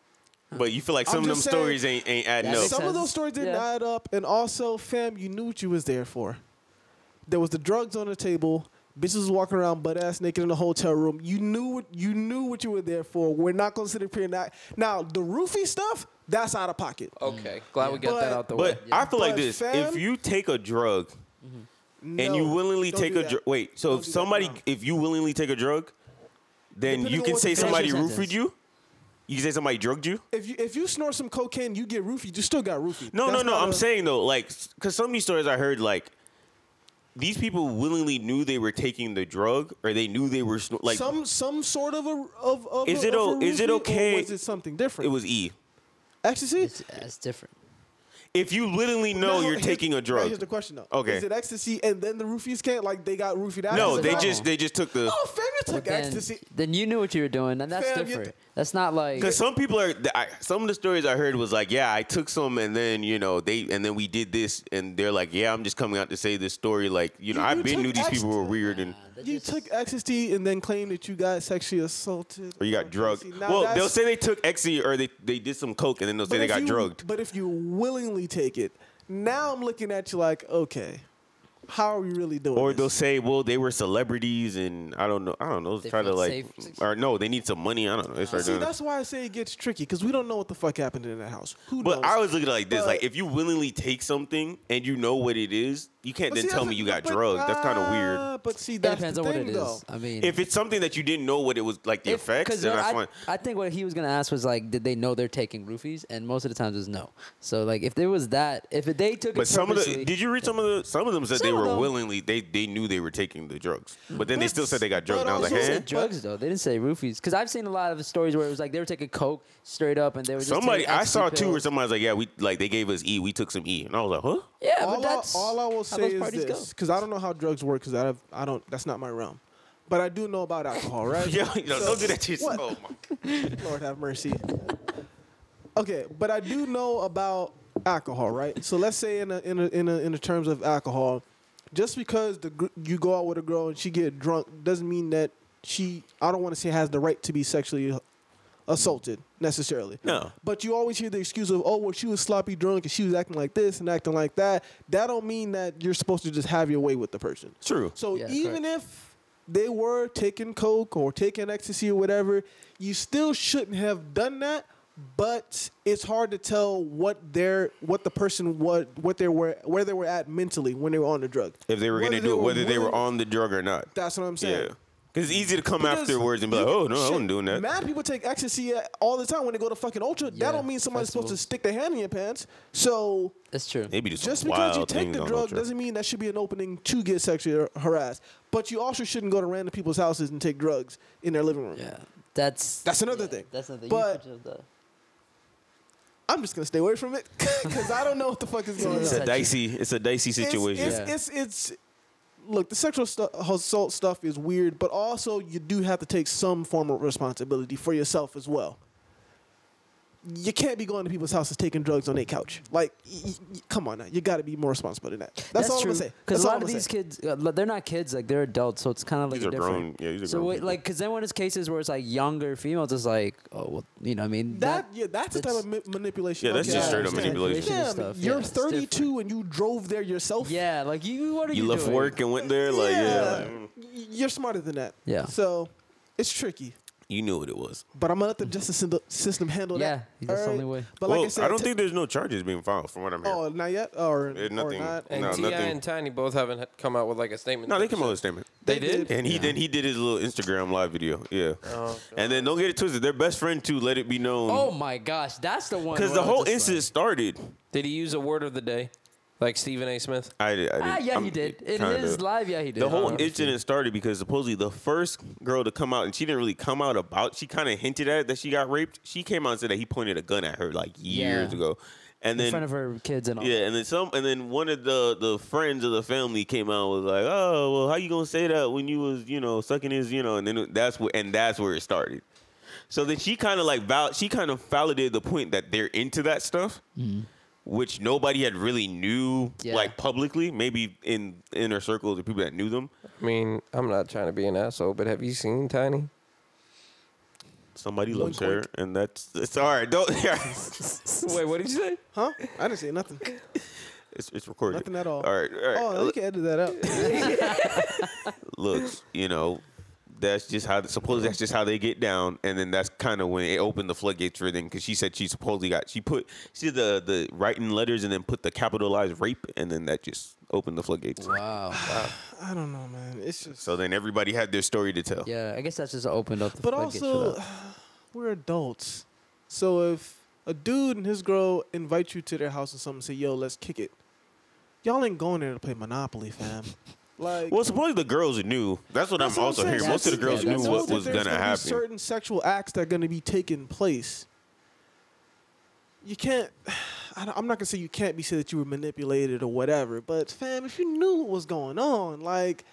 But you feel like some
I'm
of them
just saying-
stories ain't ain't adding
That
up.
makes
Some of
sense.
those stories didn't
Yeah.
add up, and also, fam, you knew what you was there for. There was the drugs on the table. Bitches was walking around butt ass naked in the hotel room. You knew what you knew what you were there for. We're not gonna sit up here and not. Now the roofie stuff, that's out of pocket.
Okay, glad we got
But-
that out the way.
But I feel like
But
this: if
fam- Mm-hmm.
you take a drug and
No,
you willingly
don't
take
do
a
that.
drug, wait. So
Don't
if
do that
somebody,
now.
if you willingly take a drug, then
Depending
you
on
can
what
say
the
somebody
definition
roofied
is.
you. You can say somebody drugged you.
if you if you snort some cocaine, you get roofied. You still got roofied.
No,
That's
no, no.
not
I'm
a-
saying though, like, because some of these stories I heard, like, these people willingly knew they were taking the drug, or they knew they were snor- like.
some some sort of a of, of
Is
a,
it
of
o-
a
is it
roofie, or
okay-
Was it something different?
it was E.
ecstasy.
It's, that's different.
If you willingly know
Now,
you're
here's-
taking a
now
drug,
Here's the question though.
Okay.
Is it ecstasy and then the roofies can't like they got roofied out?
no,
Is it
they
not-
just they just took the.
Oh, fam, you took
But then,
ecstasy.
then you knew what you were doing, and that's
Fam, you
different.
th-
that's not like
Because some people are, th- I, some of the stories I heard was like, yeah, I took some, and then you know they, and then we did this, and they're like, yeah, I'm just coming out to say this story, like you know,
You-
I've
you
been
took
knew these people were
ecstasy.
weird, and
that
You
just-
took ecstasy and then claimed that you got sexually assaulted.
or you
on
got drugged.
ecstasy. Now
Well,
that's-
they'll say they took ecstasy or they they did some coke, and then they'll
but
say they
if
got
you-
drugged.
But if you willingly take it, now I'm looking at you like, okay, how are we really doing?
Or
this?
they'll say, well, they were celebrities, and I don't know, I don't know,
They
try to
felt
like,
safe.
or no, they need some money, I don't know. They start
See,
doing
that's why I say it gets tricky because we don't know what the fuck happened in that house. Who
But
knows?
I was looking at it like this,
But-
like if you willingly take something and you know what it is, you can't
But
then
see,
tell
that's
me
a-
you got
but,
drugged. That's kind of weird.
uh, But see,
it
that's
depends
the
on
thing,
what it is.
though.
I mean,
If it's something that you didn't know what it was like the
If-
effects,
'cause
then
no,
that's
I,
fine.
I think what he was gonna ask was like, did they know they're taking roofies? And most of the times it was no. So like, if there was that, if they took
But
it
some of the
purposely-
did you read some of the some of them said
Some
they
of
were
them.
willingly they they knew they were taking the drugs, but then they still said they got drugged. And I was
also
like,
said
eh?
But-
drugs though, they didn't say roofies because I've seen a lot of stories where it was like they were taking coke straight up and they were just
somebody
taking
I saw
ecstasy
two or
pills.
somebody was like, yeah, we like they gave us E, we took some E, and I was like, huh?
Yeah,
all,
but that's
I, all I will
how those
say is
parties
this,
go.
because I don't know how drugs work, because I, have- I don't. That's not my realm. But I do know about alcohol, right?
Yeah, you know,
So-
don't do that to yourself.
What?
Oh my God.
Lord have mercy. Okay, but I do know about alcohol, right? So let's say in a, in a, in a, in the terms of alcohol, just because the gr- you go out with a girl and she get drunk doesn't mean that she I don't want to say has the right to be sexually assaulted necessarily.
No.
But you always hear the excuse of, oh, well, she was sloppy drunk and she was acting like this and acting like that. That don't mean that you're supposed to just have your way with the person.
True.
So
Yeah,
even if they were taking coke or taking ecstasy or whatever, you still shouldn't have done that. But it's hard to tell what their what the person what what they were where they were at mentally when they were on the drug.
If they were gonna
Whether
do it, whether they were
willing-
on the drug or not.
That's what I'm saying.
Yeah. Because it's easy to come
Because
afterwards and be
you-
like, oh, no, I
shit,
wasn't doing that.
Mad people take ecstasy uh, all the time when they go to fucking Ultra.
Yeah,
that don't mean somebody's supposed to
festivals.
stick their hand in your pants. So
That's true.
They be just,
just
wild
because you take
things
the
on
drug
Ultra.
doesn't mean that should be an opening to get sexually har- harassed. But you also shouldn't go to random people's houses and take drugs in their living room.
Yeah, that's
That's another
yeah,
thing.
That's another. you
But-
could have the-
I'm just gonna stay away from it because I don't know what the fuck is going on.
It's a
Such-
dicey, it's a dicey
It's-
situation.
It's,
Yeah.
it's, it's, look the sexual stu- assault stuff is weird, but also you do have to take some form of responsibility for yourself as well. You can't be going to people's houses taking drugs on their couch. Like, y- y- y- come on now, you got to be more responsible than that. That's, all I'm
true.
gonna say.
Because
That's
a
all
lot
I'm
of
gonna
these
say.
kids, uh, li- they're not kids. Like they're adults, so it's kind of like
These are
different.
grown. Yeah, these are
so
grown
wait,
people.
like, because then when it's cases where it's like younger females, it's like, oh, well, you know, what I mean,
That, yeah, that's the type
that's-
of ma- manipulation.
Yeah, that's
Okay,
just
I
straight up
understand.
manipulation
and
Damn,
stuff. Yeah,
you're
it's
32
different.
and you drove there yourself.
yeah, like you, what are you,
you left
doing?
work and went there, like yeah,
Yeah.
like, mm.
Y- You're smarter than that.
Yeah.
So, it's tricky.
you knew what it was.
But I'm gonna let the justice syn- system handle
Yeah,
that.
that's the
Alright?
only way.
But
well,
like I said,
don't
t-
think there's no charges being filed from what I'm hearing.
Oh, not yet, or,
Eh,
or
nothing.
not.
No,
and Ti
nothing.
and Tiny both haven't had- come out with like a statement.
no, they
themselves.
came out with a statement.
They did.
And he then he did his little Instagram live video. Yeah.
Oh,
and then don't get it twisted. Their best friend too. Let it be
Oh
known.
my gosh, that's the one.
Because
where
the
I was
whole
just
incident
like-
started.
Did he use a word of the day, like Stephen A. Smith?
I did. I did.
Ah, yeah,
I'm-
he did. In
kinda.
his live, yeah, he did.
The whole
Uh,
incident started because supposedly the first girl to come out, and she didn't really come out about. She kind of hinted at it that she got raped. She came out and said that he pointed a gun at her like years
Yeah.
ago, And
in
then
front of her kids and all.
yeah, and then some, and then one of the the friends of the family came out and was like, "Oh, well, how you gonna say that when you was, you know, sucking his, you know?" And then that's what, and that's where it started. So then she kind of like val- she kind of validated the point that they're into that stuff, which nobody had really knew
Yeah.
like publicly. Maybe in inner circles of people that knew them.
I mean, I'm not trying to be an asshole, but have you seen Tiny?
Somebody loves her, and that's it's all right. Don't
Wait, what did you say?
Huh? I didn't say nothing.
it's it's recorded.
Nothing at all.
All right, all right.
Oh, you can edit that out.
look, you know, that's just how. Suppose that's just how they get down, and then that's kind of when it opened the floodgates for them. Because she said she supposedly got she put she did the the writing letters and then put the capitalized rape, and then that just opened the floodgates.
Wow.
I don't know, man. It's just.
So then everybody had their story to tell.
Yeah, I guess that's just opened up the
But
floodgates for
also,
that.
we're adults. So if a dude and his girl invite you to their house or something, and say, "Yo, let's kick it," y'all ain't going there to play Monopoly, fam. Like,
Well, suppose the girls knew. That's what
that's
I'm
what
also
saying.
hearing. Most of the girls
That's- that's
knew
all
what
that
was
there's
gonna
be
happen.
Certain sexual acts that are gonna be taking place. You can't. I don't- I'm not gonna say you can't be said that you were manipulated or whatever, but fam, if you knew what was going on, like,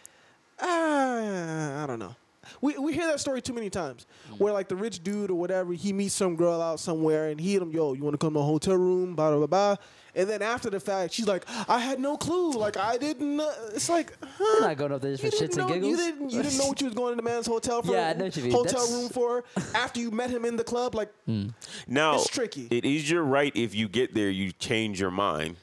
ah, I don't know. We, we hear that story too many times,
Mm.
where like the rich dude or whatever, he meets some girl out somewhere and he hit him, yo, you want to come to a hotel room, blah blah blah, blah. and then after the fact, she's like, I had no clue, like I didn't. know." It's like, huh?
not going up there just
You
for
didn't
shits and
know- You
giggles?
didn't, you didn't know what you was going to the man's hotel for.
Yeah, I know what you mean.
Hotel
That's- Mm.
room for after you met him in the club, like
Now
It's tricky.
It is your right if you get there, you change your mind.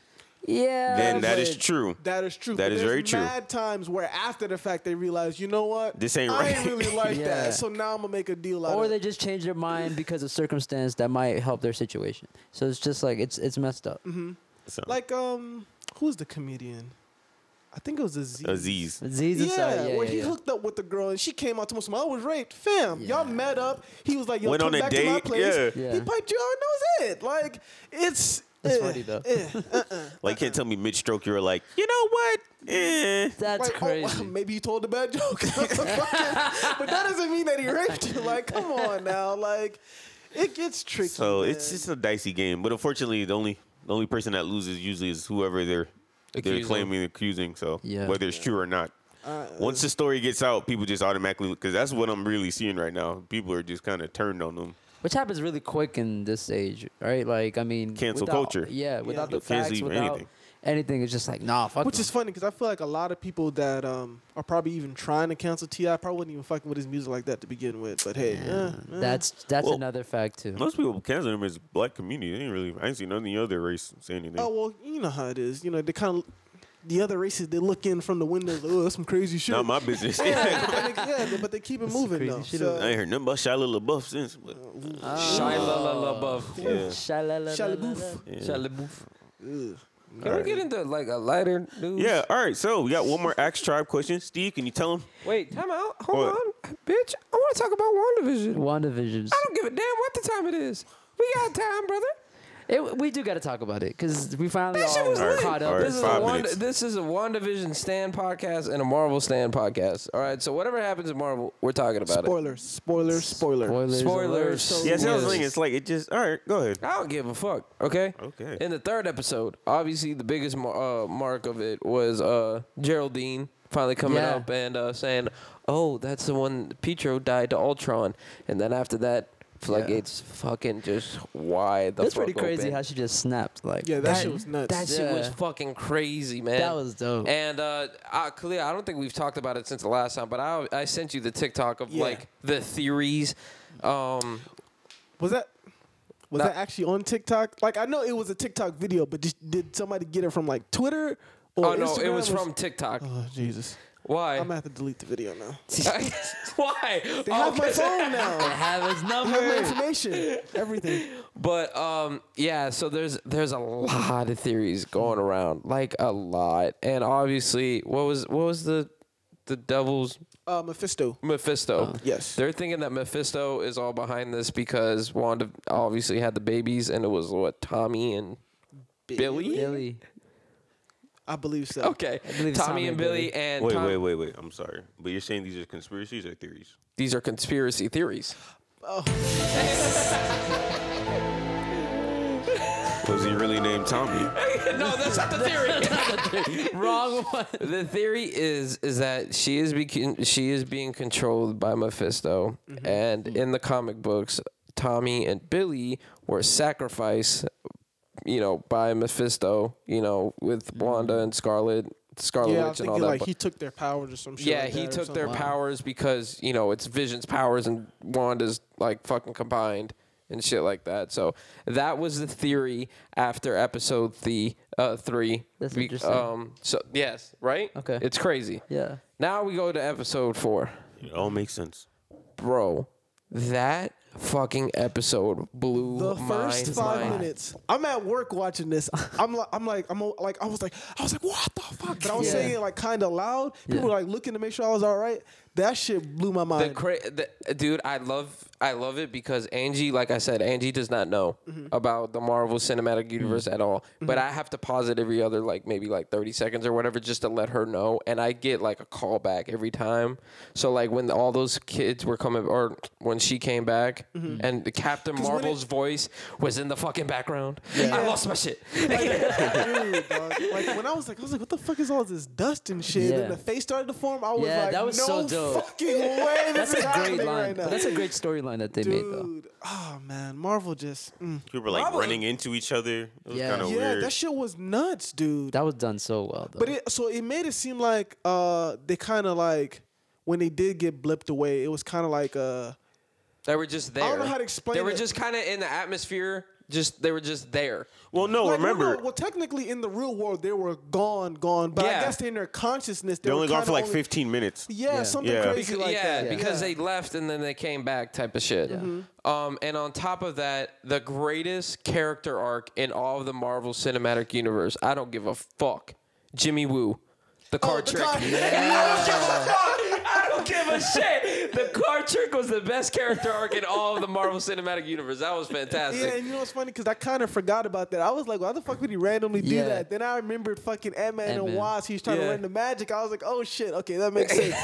Yeah.
Then that is
but
true.
That is true.
That
But
is
there's
very true.
Mad times where after the fact they realize, you know what,
This ain't
I ain't
right.
really like
Yeah.
that. So now I'm gonna make a deal out
or
of
they
it.
just change their mind because of circumstance that might help their situation. So it's just like it's it's messed up.
Mm-hmm.
So,
Like um, who's the comedian? I think it was Aziz.
Aziz.
Z's
Yeah,
inside. Yeah,
where
yeah,
he
yeah.
hooked up with the girl and she came out to him. and said, I was raped, fam. Y'all met up. He was like, "Yo,
Went on
come
a
back to my
date,
place."
yeah.
Yeah.
He piped you out. and That was it. Like it's.
That's
eh,
funny, though.
eh.
Like, you can't tell me mid stroke, you were like, you know what? Eh.
That's
Like, oh,
crazy.
maybe you told a bad joke. but that doesn't mean that he raped you. Like, come on now. Like, it gets tricky.
So it's
man.
it's a dicey game, but unfortunately, the only the only person that loses usually is whoever they're they're
Accusing.
claiming accusing. So
Yeah.
whether it's true or not,
Uh,
once the story gets out, people just automatically because that's what I'm really seeing right now. People are just kind of turned on them.
Which happens really quick in this age, right? Like I mean,
Cancel
without-
culture.
Yeah, without the
You can't
facts,
leave
without
anything.
anything. it's just like nah, fuck.
Which
them.
is funny because I feel like a lot of people that um, are probably even trying to cancel Ti probably wouldn't even fucking with his music like that to begin with. But hey, eh, eh.
that's that's
Well,
another fact too.
Most people cancel them as black community. They ain't really I ain't seen any other race say anything.
oh well, you know how it is. You know they kind of the other races they look in from the windows. Like, oh, that's some crazy shit.
Not my business.
yeah, uh,
I
but they, yeah, they- but they keep it moving
crazy
though.
shit
So, uh,
ain't heard nothing about Shia LaBeouf since. But
Shia LaBeouf.
yeah.
Shalalala.
Shalaboof.
Shia LaBeouf. Can we get into like a lighter news?
Yeah, all right. So we got one more Axe Tribe question. Steve, can you tell him?
Wait, time out. Hold
What?
on, bitch. I want to talk about WandaVision.
WandaVision's.
I don't give a damn what the time it is. We got time, brother.
It, we do got to talk about it because we finally
That shit
all
was
All right,
lit.
caught up.
all right,
this, is a
five
Wanda,
minutes.
this is a WandaVision stand podcast and a Marvel stand podcast. All right, so whatever happens in Marvel, we're talking about
Spoiler, spoiler, spoiler.
it.
Spoilers.
Spoilers.
alert.
Yeah, sounds
Yes.
like it's like it just. All right, go ahead.
I don't give a fuck. Okay.
Okay.
In the third episode, obviously the biggest mar- uh, mark of it was uh, Geraldine finally coming
Yeah.
up and uh, saying, "Oh, that's the one Pietro died to Ultron," and then after that, floodgates fucking just wide the
That's
fuck
pretty crazy
open.
how she just snapped. Like
Yeah, that, shit was nuts.
That shit was
Yeah.
fucking crazy, man.
That was dope.
And uh, I, clear, I don't think we've talked about it since the last time, but I, I sent you the TikTok of
Yeah.
like the theories. Um,
Was that was
Nah.
that actually on TikTok? Like I know it was a TikTok video, but just, did somebody get it from like Twitter or
oh no, it
Instagram
was
or-
from TikTok.
Oh Jesus!
Why?
I'm gonna have to delete the video now.
Why?
They have my
Okay.
phone now.
have his
They have my
number.
information. Everything.
But um, yeah. So there's there's a lot of theories going around, like a lot. And obviously, what was what was the the devil's
Uh, Mephisto.
Mephisto?
Yes.
They're thinking that Mephisto is all behind this because Wanda obviously had the babies, and it was what Tommy and Billy.
Billy.
I believe so.
Okay, Tommy,
it's Tommy
and
and
Billy,
Billy.
and
Wait,
Tom-
wait, wait, wait. I'm sorry, but you're saying these are conspiracies or theories?
these are conspiracy theories.
Was he really named Tommy?
no, that's not the theory.
Wrong one.
the theory is is that she is be- she is being controlled by Mephisto, and in the comic books, Tommy and Billy were sacrificed, you know, by Mephisto, you know, with Wanda and Scarlet, Scarlet
Yeah, I'm
Witch and all
thinking
that.
like
bu-
he took their powers or some shit.
yeah,
like
he
that or
took their
something.
powers because you know it's Vision's powers and Wanda's like fucking combined and shit like that. So that was the theory after episode the uh, three.
That's
Be-
interesting.
Um, so yes, right?
Okay.
it's crazy.
Yeah.
Now we go to episode four,
It all makes sense.
bro. That fucking episode blew
The
my
first five
mind.
minutes, I'm at work watching this. I'm like, I'm like, I'm o- like, I was like, I was like, what the fuck? But I was
Yeah.
saying it like kind of loud. People
Yeah.
were like looking to make sure I was all right. That shit blew my
The
mind.
cra- the, dude, I love I love it because Angie, like I said, Angie does not know
Mm-hmm.
about the Marvel Cinematic Universe at all. But I have to pause it every other like maybe like thirty seconds or whatever just to let her know, and I get like a call back every time. So like when all those kids were coming, or when she came back, and the Captain
Mm-hmm. when it-
Marvel's voice was in the fucking background, I lost my shit.
Dude, dog. Like when I was like, I was like, what the fuck is all this dust and shit?
Yeah.
And the face started to form. I was
Yeah,
like,
that was
no
so dope.
fucking way. This
That's
is
a great
happening
line.
right now.
That's a great storyline that they made though.
Dude, oh man, Marvel just mm.
People were like
Probably.
running into each other. It was
Yeah.
kind of
yeah,
weird.
that shit was nuts, dude.
That was done so well though.
But it so it made it seem like uh they kind of like when they did get blipped away, it was kind of like uh
They were just there.
don't know how to explain
They were
it.
just kind of in the atmosphere. Just they were just there.
well, no,
like, well,
Oh, remember
no, Well, technically in the real world they were gone, gone. But
Yeah.
I guess in their consciousness they,
they
were
only gone
kinda
for like 15 minutes.
Yeah,
Yeah.
something
Yeah.
crazy
Becau-
like
yeah,
that. Mm-hmm.
because
Yeah.
they left and then they came back, type of shit. Um, and on top of that, the greatest character arc in all of the Marvel Cinematic Universe. I don't give a fuck. Jimmy Woo, Oh, the card
the
trick.
card-
I don't give a fuck. I don't give a shit. The card trick was the best character arc in all of the Marvel Cinematic Universe. That was fantastic.
Yeah, and you know what's funny? Because I kind of forgot about that. I was like, why the fuck would he randomly do
Yeah.
that? Then I remembered fucking Ant Man and
Ant-Man.
Wasp. He was trying
Yeah.
to learn the magic. I was like, oh shit, okay, that makes sense.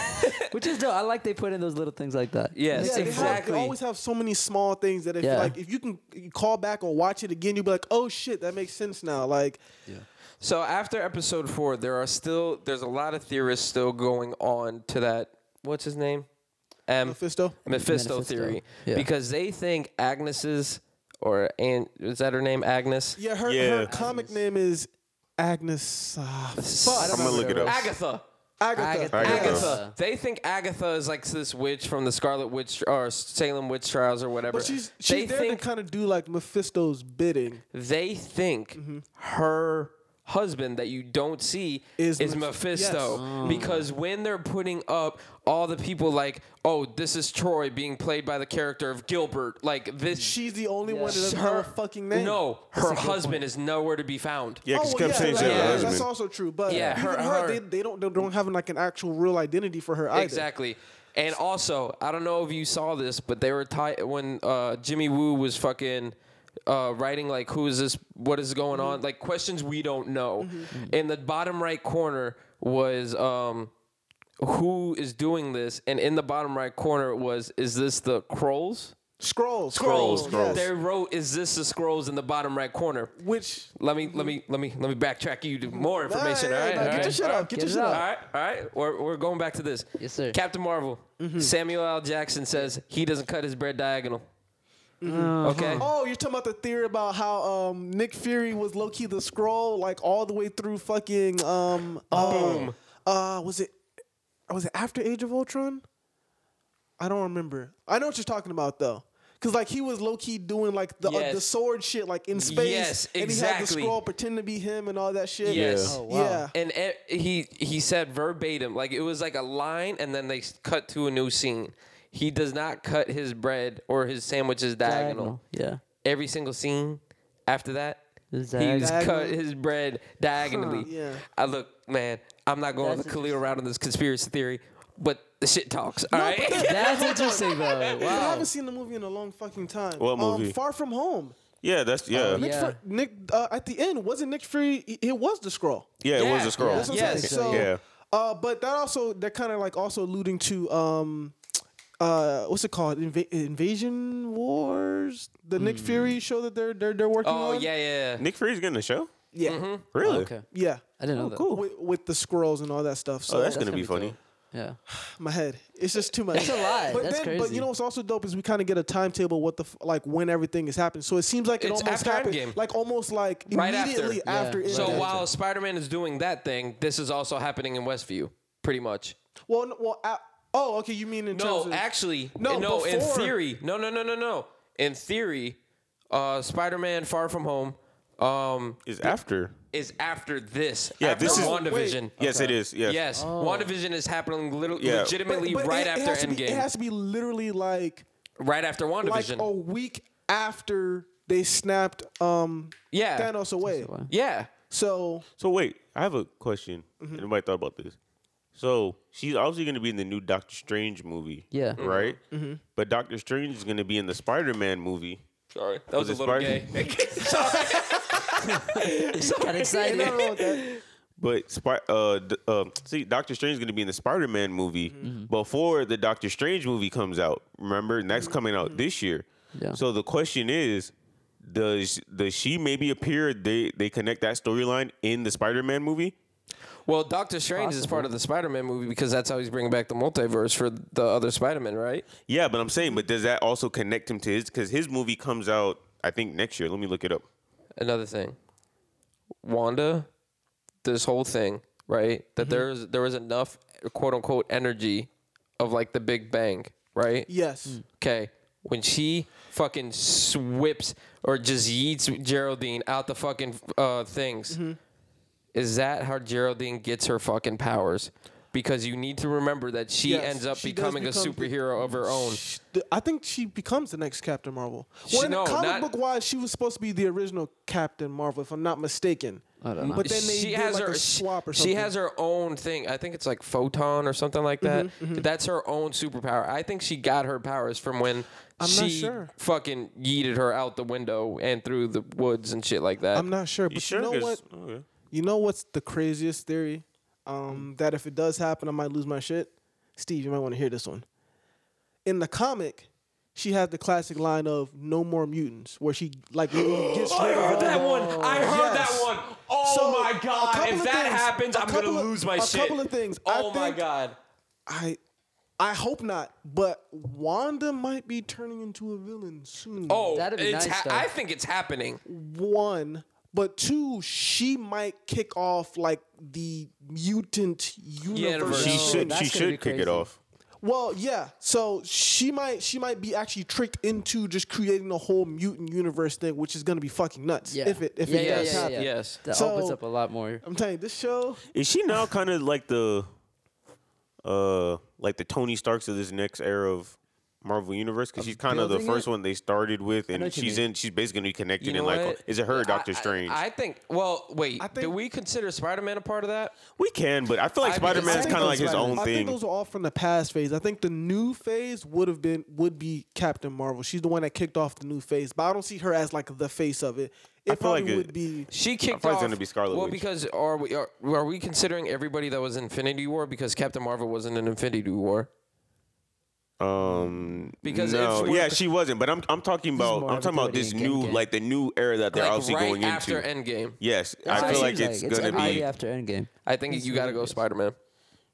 Which is dope. I like they put in those little things like that.
Yes,
Yeah, they, have,
exactly.
they always have so many small things that if
Yeah.
like if you can call back or watch it again, you'll be like, oh shit, that makes sense now. Like
So after episode four, there are still there's a lot of theorists still going on to that. What's his name? M.
Mephisto.
Mephisto,
Mephisto,
theory
yeah.
because they think Agnes's or An- is that her name Agnes?
Yeah, her
Yeah.
her comic name is Agnes. ah, fuck,
I'm
gonna look it up.
Agatha.
Agatha.
Agatha.
Agatha.
Agatha. They think Agatha is like this witch from the Scarlet Witch or Salem Witch Trials or whatever.
But she's
they
she's there
think
to kind of do like Mephisto's bidding.
they think
Mm-hmm.
her husband that you don't see is,
Is Meph-
Mephisto
yes.
Oh. because when they're putting up all the people like oh this is Troy being played by the character of Gilbert like this
She's the only one that
her
doesn't have a fucking name.
no her husband is nowhere to be found
Yeah, because
Oh,
Kev
yeah,
saying she
yeah,
had a
yeah,
husband.
that's also true. But
Yeah,
even
her-
her,
her-
They, they don't they don't have like an actual real identity for her either.
Exactly. And also, I don't know if you saw this, but they were tied when uh, Jimmy Woo was fucking uh, writing like, "Who is this? What is going
Mm-hmm.
on?" Like questions we don't know. In the bottom right corner was. Um, who is doing this? And in the bottom right corner was, is this the Krolls?
Scrolls.
Scrolls, Scrolls.
They wrote, is this the Scrolls in the bottom right corner?
Which
Let me, let me, let me, let me backtrack you to more information.
Nah,
all right,
nah,
all
nah,
right?
get your shit up.
Get
Get, your
it
shit
up.
up.
All right, all right. We're, we're going back to this.
Yes, sir.
Captain Marvel.
Mm-hmm.
Samuel L. Jackson says he doesn't cut his bread diagonal. Okay.
Oh, you're talking about the theory about how um, Nick Fury was low key the scroll like all the way through fucking um uh,
Boom.
Uh, was it was it after Age of Ultron? I don't remember. I know what you're talking about though. Cause like he was low key doing like the uh, the
Yes.
sword shit like in space,
Yes,
and he had the
exactly.
scroll pretend to be him and all that shit.
Yes.
Oh, wow.
yeah.
And e- he he said verbatim, like it was like a line, and then they s- cut to a new scene. He does not cut his bread or his sandwiches diagonal.
Yeah.
Every single scene after that, he's
Diagonal.
cut his bread diagonally.
yeah.
I look, man. I'm not going
That's
to Khalil around on this conspiracy theory, but the shit talks. All
No,
right.
but
That's interesting though.
I
Wow.
haven't seen the movie in a long fucking time.
What movie?
Um, Far from Home.
yeah, that's yeah.
Oh,
yeah.
Nick,
Yeah.
Fu- Nick uh, at the end wasn't Nick Fury? It it was the scroll.
it
Yeah,
was a scroll.
yeah,
That's what I'm
Yes.
saying. So,
Yeah.
Uh, but that also they're kind of like also alluding to um, uh, what's it called? Inva- invasion War? Warriors, the Nick Fury show that they're they're, they're working
Oh
on.
yeah, yeah. yeah.
Nick Fury's getting a show?
yeah,
Really?
Oh, Okay.
yeah. Oh,
I didn't know that.
cool.
With, with the squirrels and all that stuff. So
Oh, that's,
that's
gonna,
gonna
be
be
funny.
dope. Yeah.
my head. It's just too much.
That's a lot.
But
That's
then, But
crazy.
you know what's also dope is we kind of get a timetable what the f- like when everything is happening. So it seems like it
It's
almost
after
happened,
Endgame.
like almost like
Right after.
immediately
Yeah,
after.
right
it.
So
after.
while Spider-Man is doing that thing, this is also happening in Westview, pretty much.
well, n- well, a- oh, okay. You mean in terms
No,
of
actually,
No,
no. in
before-
theory, no, no, no, no, no. In theory, uh, Spider-Man: Far From Home um,
Is after.
is after this.
Yeah,
after
this is-
WandaVision.
Yes, it is. Yes.
Yes, WandaVision is happening lit-
Yeah.
But-
legitimately
Oh. but
right
it, it
after
has to
Endgame.
be- it has to be literally like
right after
like oh,
WandaVision.
a week after they snapped um
yeah.
Thanos away.
Yeah.
So
So wait, I have a question. Anybody thought about this? So she's obviously gonna be in the new Doctor Strange movie.
Yeah. Mhm.
Right? Mm-hmm. But Doctor Strange is gonna be in the Spider Man movie.
Sorry, that was,
Was
a
it
little
Spider-
gay.
Got
ain't
excited.
nothing wrong with that.
But Spi- uh, d- uh, see, Doctor Strange is going to be in the Spider Man movie before the Doctor Strange movie comes out. Remember, and that's coming out this year.
Yeah.
So the question is, does does she maybe appear? They they connect that storyline in the Spider Man movie.
well, Doctor Strange is part of the Spider-Man movie because that's how he's bringing back the multiverse for the other Spider-Man, right?
Yeah, but I'm saying, but does that also connect him to his? Because his movie comes out, I think next year. Let me look it up.
Another thing, Wanda, this whole thing, right? That
Mm-hmm.
there's there was enough quote unquote energy of like the Big Bang, right?
Yes.
Okay. When she fucking swips or just yeets Geraldine out the fucking uh, things,
Mm-hmm.
is that how Geraldine gets her fucking powers? Because you need to remember that she
Yes,
ends up
she does
becoming
become
a
the-
superhero of her own.
Sh- th- I think she becomes the next Captain Marvel. Well,
She-
in
no,
the comic
not-
book wise, she was supposed to be the original Captain Marvel, if I'm not mistaken. I don't know. But then they
she
did
has
like
her
a
she-
swap or
she,
something. Mm-hmm,
has her own thing. I think it's like photon or something like that. That's her own superpower. I think she got her powers from when
I'm not
she
sure.
fucking yeeted her out the window and through the woods and shit like that.
I'm not sure, but you,
sure?
know
'Cause-
what?
okay.
You know what's the craziest theory? Um, that if it does happen, I might lose my shit. Steve, you might want to hear this one. In the comic, she had the classic line of "No more mutants," where she like literally gets rid of all
that
the-
one. I heard
Yes.
that one. Oh
So, a
my god!
couple
If
of
that
things-
happens,
a
I'm gonna
couple of-
lose my
a
shit.
couple of things. I
Oh my
think-
god!
I I hope not, but Wanda might be turning into a villain soon.
Oh,
That'd be
it's
nice,
ha-
though.
I think it's happening.
One, but two, she might kick off like the mutant universe.
Universe.
She
No,
should
that's
she
gonna be
should kick it
crazy.
off.
Well, yeah. So she might she might be actually tricked into just creating a whole mutant universe thing, which is gonna be fucking nuts.
Yeah.
If it if it
Yeah,
does
yeah, yeah,
happen.
yeah.
Yes.
That
So-
opens up a lot more.
I'm telling you, this show
Is she now kind of like the, uh, like the Tony Starks of this next era of Marvel Universe? Because she's kind of the
building
first
it?
one they started with,
know
and
what you
she's
mean.
in. She's basically gonna be connected
You
in
know
like.
what?
Is it her, or
I-
Doctor
I-
Strange?
I, think. Well, wait.
think-
do we consider Spider-Man a part of that?
we can, but I feel like
I-
Spider
I
Man's
think
kind of
those-
like his own
I
thing.
think those are all from the past phase. I think the new phase would have been would be Captain Marvel. She's the one that kicked off the new phase, but I don't see her as like the face of it. It
I feel
probably
like it-
would be
She kicked
thought it
off.
was gonna be Scarlet
Well,
Witch.
because are we are, are we considering everybody that was in Infinity War because Captain Marvel wasn't in Infinity War?
um,
Because
no,
if we're-
yeah, she wasn't. But I'm I'm talking about
more
I'm
of
talking
a
about
good
this
Endgame
new
game.
like the new era that they're obviously
right
going
after
into.
Endgame.
Yes,
That's
I
what
feel
it
like
seems
it's
It's
gonna
immediately
be.
after Endgame.
I think you got to go Spider-Man.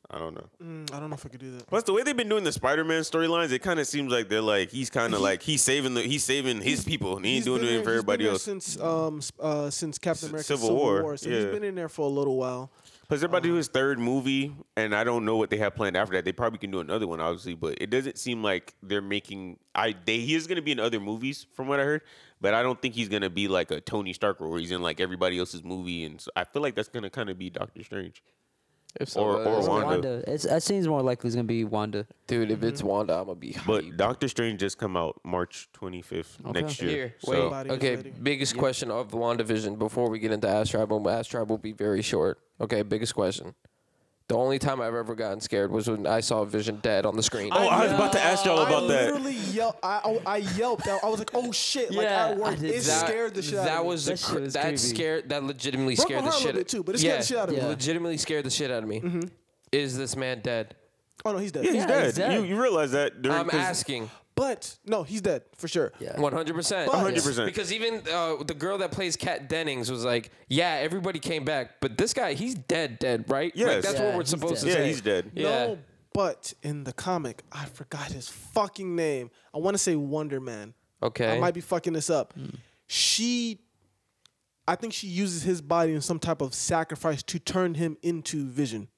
I don't know.
Mm, I don't know if I could do that.
Plus, the way they've been doing the Spider-Man storylines, it kind of seems like they're like he's kind of like he's saving the he's saving his people and he ain't doing
been
it
there-
for
he's
everybody
been there
else.
since um s- uh, since Captain America
Civil War,
So
yeah.
he's been in there for a little while.
Plus, they're about
uh-huh.
to do his third movie, and I don't know what they have planned after that. They probably can do another one, obviously, but it doesn't seem like they're making. I they he is going to be in other movies, from what I heard, but I don't think he's going to be like a Tony Stark where he's in like everybody else's movie, and so I feel like that's going to kind of be Doctor Strange.
If
Or-
uh,
or
it's-
Wanda.
It's, that seems more likely it's going to be Wanda.
Dude, if
Mm-hmm.
it's Wanda, I'm gonna be hyped.
But Doctor Strange just come out March 25th next year.
Here, wait.
so
Body is
okay,
ready.
biggest question of WandaVision before we get into Ash Tribe. and Ash Tribe will be very short. Okay, biggest question. The only time I've ever gotten scared was when I saw Vision dead on the screen.
oh, I was about to ask y'all about
I
that.
literally yelp. I, I I yelped. I, I was like, "Oh shit!" Like
Yeah,
at
I
work,
did
it
that.
scared the shit out of me.
That was
That
the
shit
cr-
was
that
creepy.
scared that legitimately
Broke my
scared the
heart a
shit
little bit too, but it scared the shit out of me. Mm-hmm.
Yeah.
Legitimately scared the shit out of me. Is this man dead?
Oh no, he's dead.
Yeah, he's
Yeah,
dead.
he's dead.
Mm-hmm.
You, you realize that during
I'm
'cause-
asking.
But no, he's dead for sure.
Yeah.
One hundred percent.
But-
100%.
Because even uh, the girl that plays Kat Dennings was like, "Yeah, everybody came back, but this guy, he's dead, dead, right? like,
Yes.
that's
Yeah,
what we're
he's
supposed
dead.
to
Yeah,
say.
he's dead.
Yeah.
No, but in the comic, I forgot his fucking name. I want to say Wonder Man.
Okay.
I might be fucking this up.
Hmm.
She, I think she uses his body in some type of sacrifice to turn him into Vision.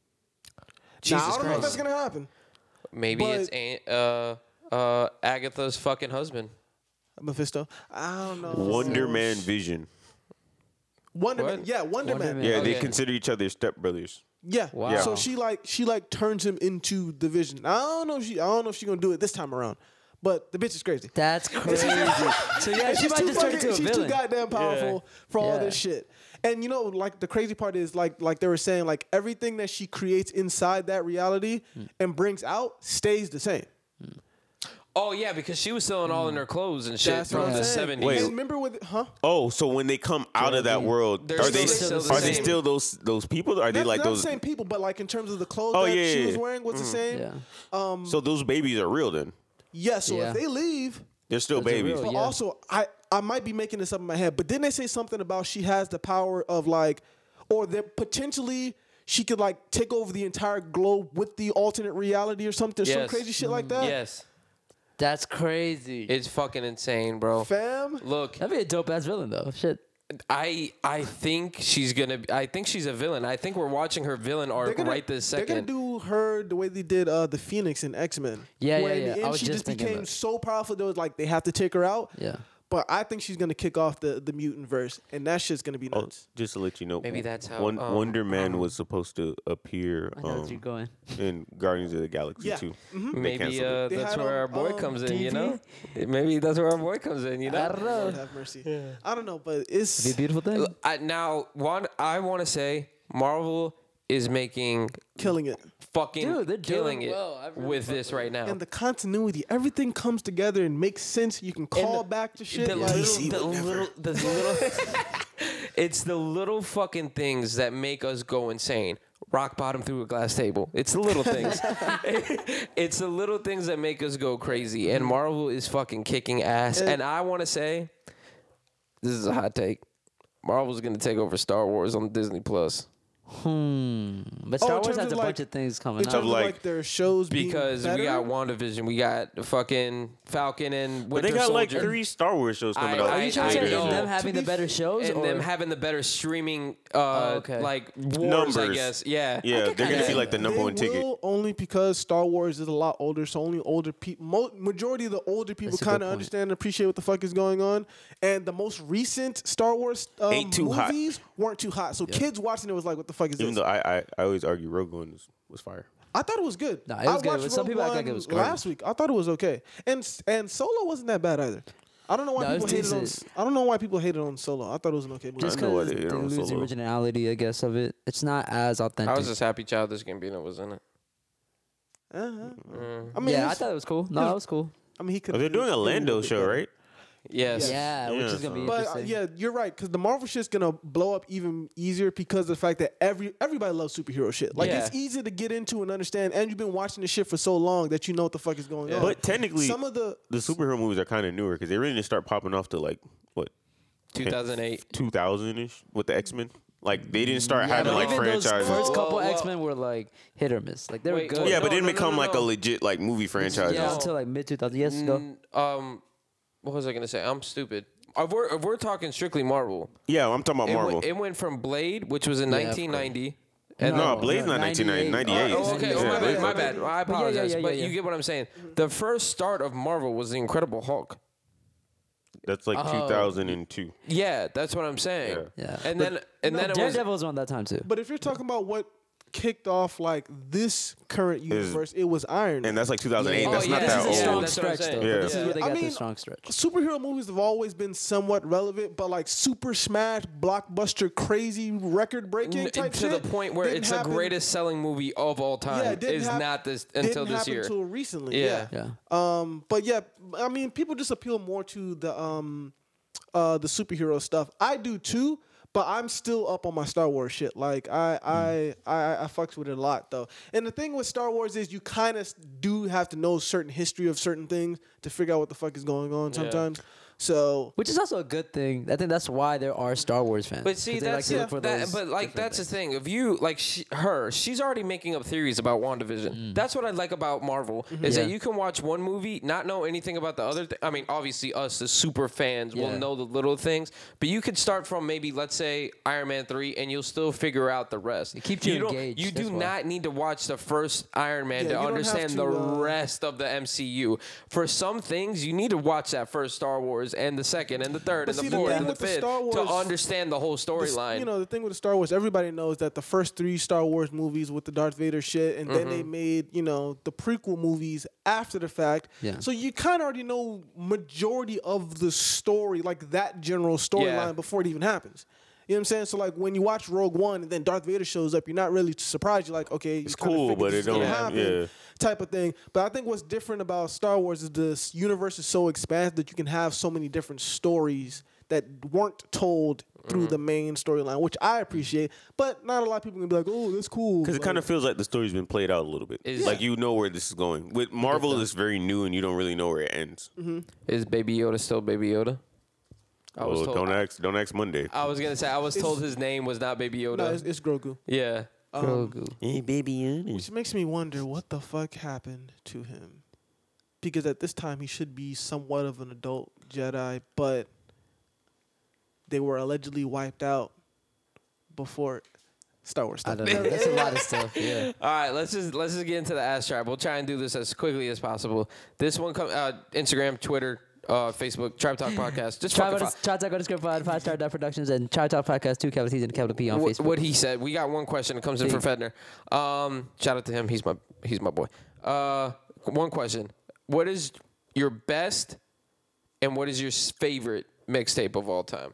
Jesus
now, I don't know if
Christ.
that's gonna happen.
Maybe
but-
it's Aunt, uh, uh, Agatha's fucking husband.
Mephisto. I don't know.
Wonder Man Vision.
Wonder Man.
What?
Yeah, Wonder,
Wonder
Man.
Man.
Yeah, they
Okay.
consider each other stepbrothers.
Yeah.
Wow.
So she like she like turns him into the Vision. I don't know. If she I don't know if she's gonna do it this time around. But the bitch is crazy.
That's crazy. so yeah, she
she's
might
too
just turn
fucking-
into a
she's
villain.
too goddamn powerful for all
Yeah.
this shit. And you know, like the crazy part is like like they were saying, like everything that she creates inside that reality and brings out stays the same.
Oh yeah, because she was selling all in her clothes and shit
That's what
from
I'm
the
saying.
seventies.
Wait.
And remember with huh?
Oh, so when they come out of that world,
They're
are they
still
s-
the
are they
same.
still those those people? Are they
Not,
like
not
those?
the same people, but like in terms of the clothes
Oh, yeah,
that she
yeah, Mm-hmm.
was
yeah.
wearing was the same.
Yeah.
Yeah.
So those babies are real then?
so
Yeah.
if they leave,
They're still
Those are
babies.
real,
but
Yeah.
also I I might be making this up in my head, but didn't they say something about she has the power of like, or that potentially she could like take over the entire globe with the alternate reality or something, some
Yes.
crazy shit like that.
Yes,
That's crazy.
it's fucking insane, bro.
fam.
Look,
That'd be a dope ass villain though. Shit.
I I think she's gonna. Be, I think she's a villain. I think we're watching her villain arc right this second.
They're gonna do her the way they did uh, the Phoenix in X Men.
Yeah,
where
yeah,
in
yeah.
the
I
end
was
she
just
just
thinking
became
that.
so powerful that it was like they have to take her out.
Yeah.
But I think she's gonna kick off the the mutant verse, and that shit's gonna be
Oh,
nuts.
just to let you know,
Maybe that's how,
Won-
um,
Wonder Man was supposed to appear
I know where
um,
you're going. Mm-hmm.
in Guardians of the Galaxy
Yeah.
too. They
Maybe
canceled it.
uh,
They
that's
had
where
on,
our boy
um,
comes in, you
DV?
know. Maybe that's where our boy comes in, you
I
know.
don't
Lord
know.
have mercy. I don't know, but it's
Be a beautiful thing.
I, now, one I want to say, Marvel is making
killing it.
fucking
Dude, they're
killing
doing
it
well. I really
with this right now.
And the continuity, everything comes together and makes sense. You can call back to shit.
the
like,
little, the little, the little, it's the little fucking things that make us go insane. Rock bottom through a glass table. It's the little things. it's the little things that make us go crazy.
Mm-hmm.
And Marvel is fucking kicking ass. And I want to say, this is a hot take. Marvel's gonna take over Star Wars on Disney Plus
Hmm. But
Oh,
Star
in
Wars
terms
has a
of, like-
bunch of things
in
coming
terms of
up.
like,
like-
their shows being
because we
better?
got WandaVision, we got fucking Falcon and Winter
But they got like
Soldier.
three Star Wars shows coming
I-
out.
I-
Are you trying to
I
say
know.
them
To
having the
be
better shows
and
or
them having the better streaming uh
Oh, okay.
like wars, I
Numbers.
guess. Yeah.
yeah, they're gonna be like the number
they
one ticket.
will only because Star Wars is a lot older, so only older people, mo- majority of the older people
That's a good
kind of
point.
understand and appreciate what the fuck is going on. And the most recent Star Wars um,
Ain't too hot.
movies weren't too hot, so kids watching it was like, "What the fuck is
Even
this?"
though I, I, I always argue Rogue One was, was fire.
I thought it was good.
Nah, it was
I
good,
watched
but some
Rogue
people act like
One
it was garbage.
last week. I thought it was okay, and s- and Solo wasn't that bad either. I don't know why
No, it
people
was
hated on.
decent.
s- I don't know why people hated on Solo. I thought it was an okay movie.
just
I know why
because
they-
they
they don't
lose the
solo.
originality, I guess, of it. It's not as authentic.
I was just happy Childish Gambino was in it.
Uh-huh. I mean,
Mm. yeah, I
it's-
thought it was cool. No, that was cool.
I mean, he could.
Oh, they're doing a Lando show, right?
Yes.
Yeah, which
Yeah,
is gonna be
so-
But uh,
interesting.
yeah, you're right because the Marvel shit's gonna blow up even easier because of the fact that every everybody loves superhero shit. Like
Yeah.
it's easy to get into and understand, and you've been watching this shit for so long that you know what the fuck is going on.
But technically,
some of the
the superhero movies are kind of newer because they really didn't start popping off to like what
2008.
2000 ish with the X Men. Like they didn't start having
but
like
even those
franchises.
first
Whoa,
couple
whoa.
X Men were like hit or miss. Like they were
Wait,
good.
wait,
yeah,
no,
but it didn't
no, no,
become
no,
like
no.
a legit like movie franchise.
yeah,
No.
until like mid 2000s. Yes, go.
Mm, Um, what was I gonna say? I'm stupid. If we're, if we're talking strictly Marvel,
Yeah, I'm talking about
it went-
Marvel.
It, went from Blade, which was in
of
1990. And
no,
no,
Blade's not 1998.
98.
Oh, okay. Oh, my,
Yeah,
bad,
Blade's-
my bad. I
yeah, yeah,
apologize.
yeah,
but
yeah.
you get what I'm saying. The first start of Marvel was the Incredible Hulk.
That's
Oh.
like 2002.
Yeah, that's what I'm saying.
Yeah.
And then and then it was
Daredevil was around that time too.
but if you're talking about what kicked off like this current universe, it was Iron. Man.
And that's like 2008.
Oh,
that's
yeah,
not
this
that's
that
is
old.
a strong
that's what I'm
stretch though.
saying.
but
Yeah.
This is where they
I
got the
mean,
strong stretch.
superhero movies have always been somewhat relevant, but like Super Smash, blockbuster, crazy, record breaking
n-
type
to
shit
the point where
didn't
it's
happen-
the greatest selling movie of all time.
Yeah, it didn't
is
hap-
not this until
didn't
this
happen
year.
Until recently,
Yeah.
yeah.
Yeah.
Um, but yeah, I mean, people just appeal more to the um, uh, the superhero stuff. I do too, But I'm still up on my Star Wars shit. Like I I I, I fucks with it a lot though. And the thing with Star Wars is you kind of do have to know certain history of certain things to figure out what the fuck is going on sometimes. So
Which is also a good thing. I think that's why there are Star Wars fans.
But see,
'cause they like
that's
to look
the-
for
that-
those
but like
different
that's
things.
the thing. If you like she, her, she's already making up theories about Wandavision. That's what I like about Marvel is that
Mm. Mm-hmm. Yeah.
you can watch one movie, not know anything about the other. Th- I mean, obviously, us the super fans
Yeah.
will know the little things, but you could start from maybe let's say Iron Man three, and you'll still figure out the rest. It
keeps you
don't-
engaged,
You do
that's why.
not need to watch the first Iron Man to
Yeah, you don't have
understand
to,
the
uh,
rest of the MCU. For some things, you need to watch that first Star Wars and the second and the third
But
and the
see, the
fourth
thing
and the
with the
fifth
Star
to
Wars-
understand the whole
the s-
storyline.
You know, the thing with the Star Wars, everybody knows that the first three Star Wars movies with the Darth Vader shit, and then they
Mm-hmm.
made you know the prequel movies after the fact.
Yeah.
So you kind of already know majority of the story, like that general storyline,
Yeah.
before it even happens. You know what I'm saying? So like when you watch Rogue One and then Darth Vader shows up, you're not really surprised. You're like, okay, it's
cool, but it don't- yeah.
type of thing. But I think what's different about Star Wars is this universe is so expansive that you can have so many different stories that weren't told through the main storyline, which I appreciate. But not a lot of people can be like, "Oh, that's cool."
Because it kind of feels like the story's been played out a little bit.
Is-
Like you know where this is going. With Marvel, it's very new and you don't really know where it ends.
Is Baby Yoda still Baby Yoda? Mm-hmm. I was
Oh,
told.
don't ask. Don't ask Monday.
I was gonna say I was told his name was not Baby Yoda.
no, it's, um, it's Grogu,
yeah.
Grogu.
which makes me wonder what the fuck happened to him, because at this time he should be somewhat of an adult Jedi, but they were allegedly wiped out before Star Wars.
I
stuff.
don't know. That's a lot of stuff. Yeah.
All right, let's just let's just get into the ass tribe. We'll try and do this as quickly as possible. This one come uh, Instagram, Twitter, uh, Facebook, Tribe Talk Podcast. Just
Try
fucking
out
fo-
Try Talk Underscript Pod, Five Star Dot Productions, and Try Talk Podcast, two capital T's and capital P on
what,
Facebook.
what he said. We got one question. It comes in from Fedner. Um, shout out to him. He's my he's my boy. Uh, one question. What is your best and what is your s- favorite mixtape of all time?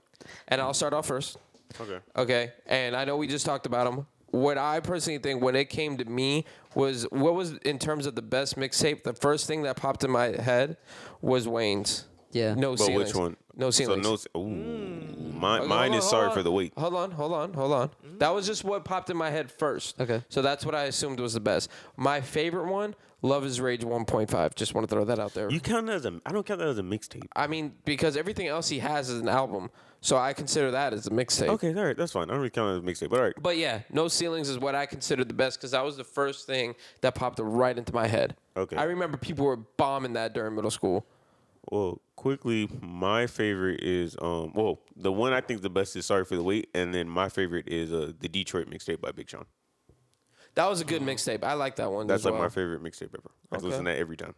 And I'll start off first.
Okay.
Okay. And I know we just talked about them. What I personally think when it came to me was what was in terms of the best mixtape. The first thing that popped in my head was Wayne's.
Yeah.
No
But
ceilings.
which one?
No
So
ceilings.
no. ce- Ooh. Mi-
Okay,
mine
Mm. hold
is
on,
sorry
hold
for
on.
the wait.
Hold on, hold on, hold on. That was just what popped in my head first.
Okay.
So that's what I assumed was the best. My favorite one, Love is Rage 1.5. Just want to throw that out there.
You count that as a? I don't count that as a mixtape.
I mean, because everything else he has is an album. So I consider that as a mixtape.
Okay, all right, that's fine. I don't really count it as a mixtape, but all right.
But yeah, No Ceilings is what I consider the best because that was the first thing that popped right into my head.
Okay.
I remember people were bombing that during middle school.
Well, quickly, my favorite is um. Well, the one I think the best is sorry for the wait, and then my favorite is uh the Detroit mixtape by Big Sean.
That was a good mixtape. I like that one.
Mm. That's
as
like
well.
my favorite mixtape ever. I listen to that every time.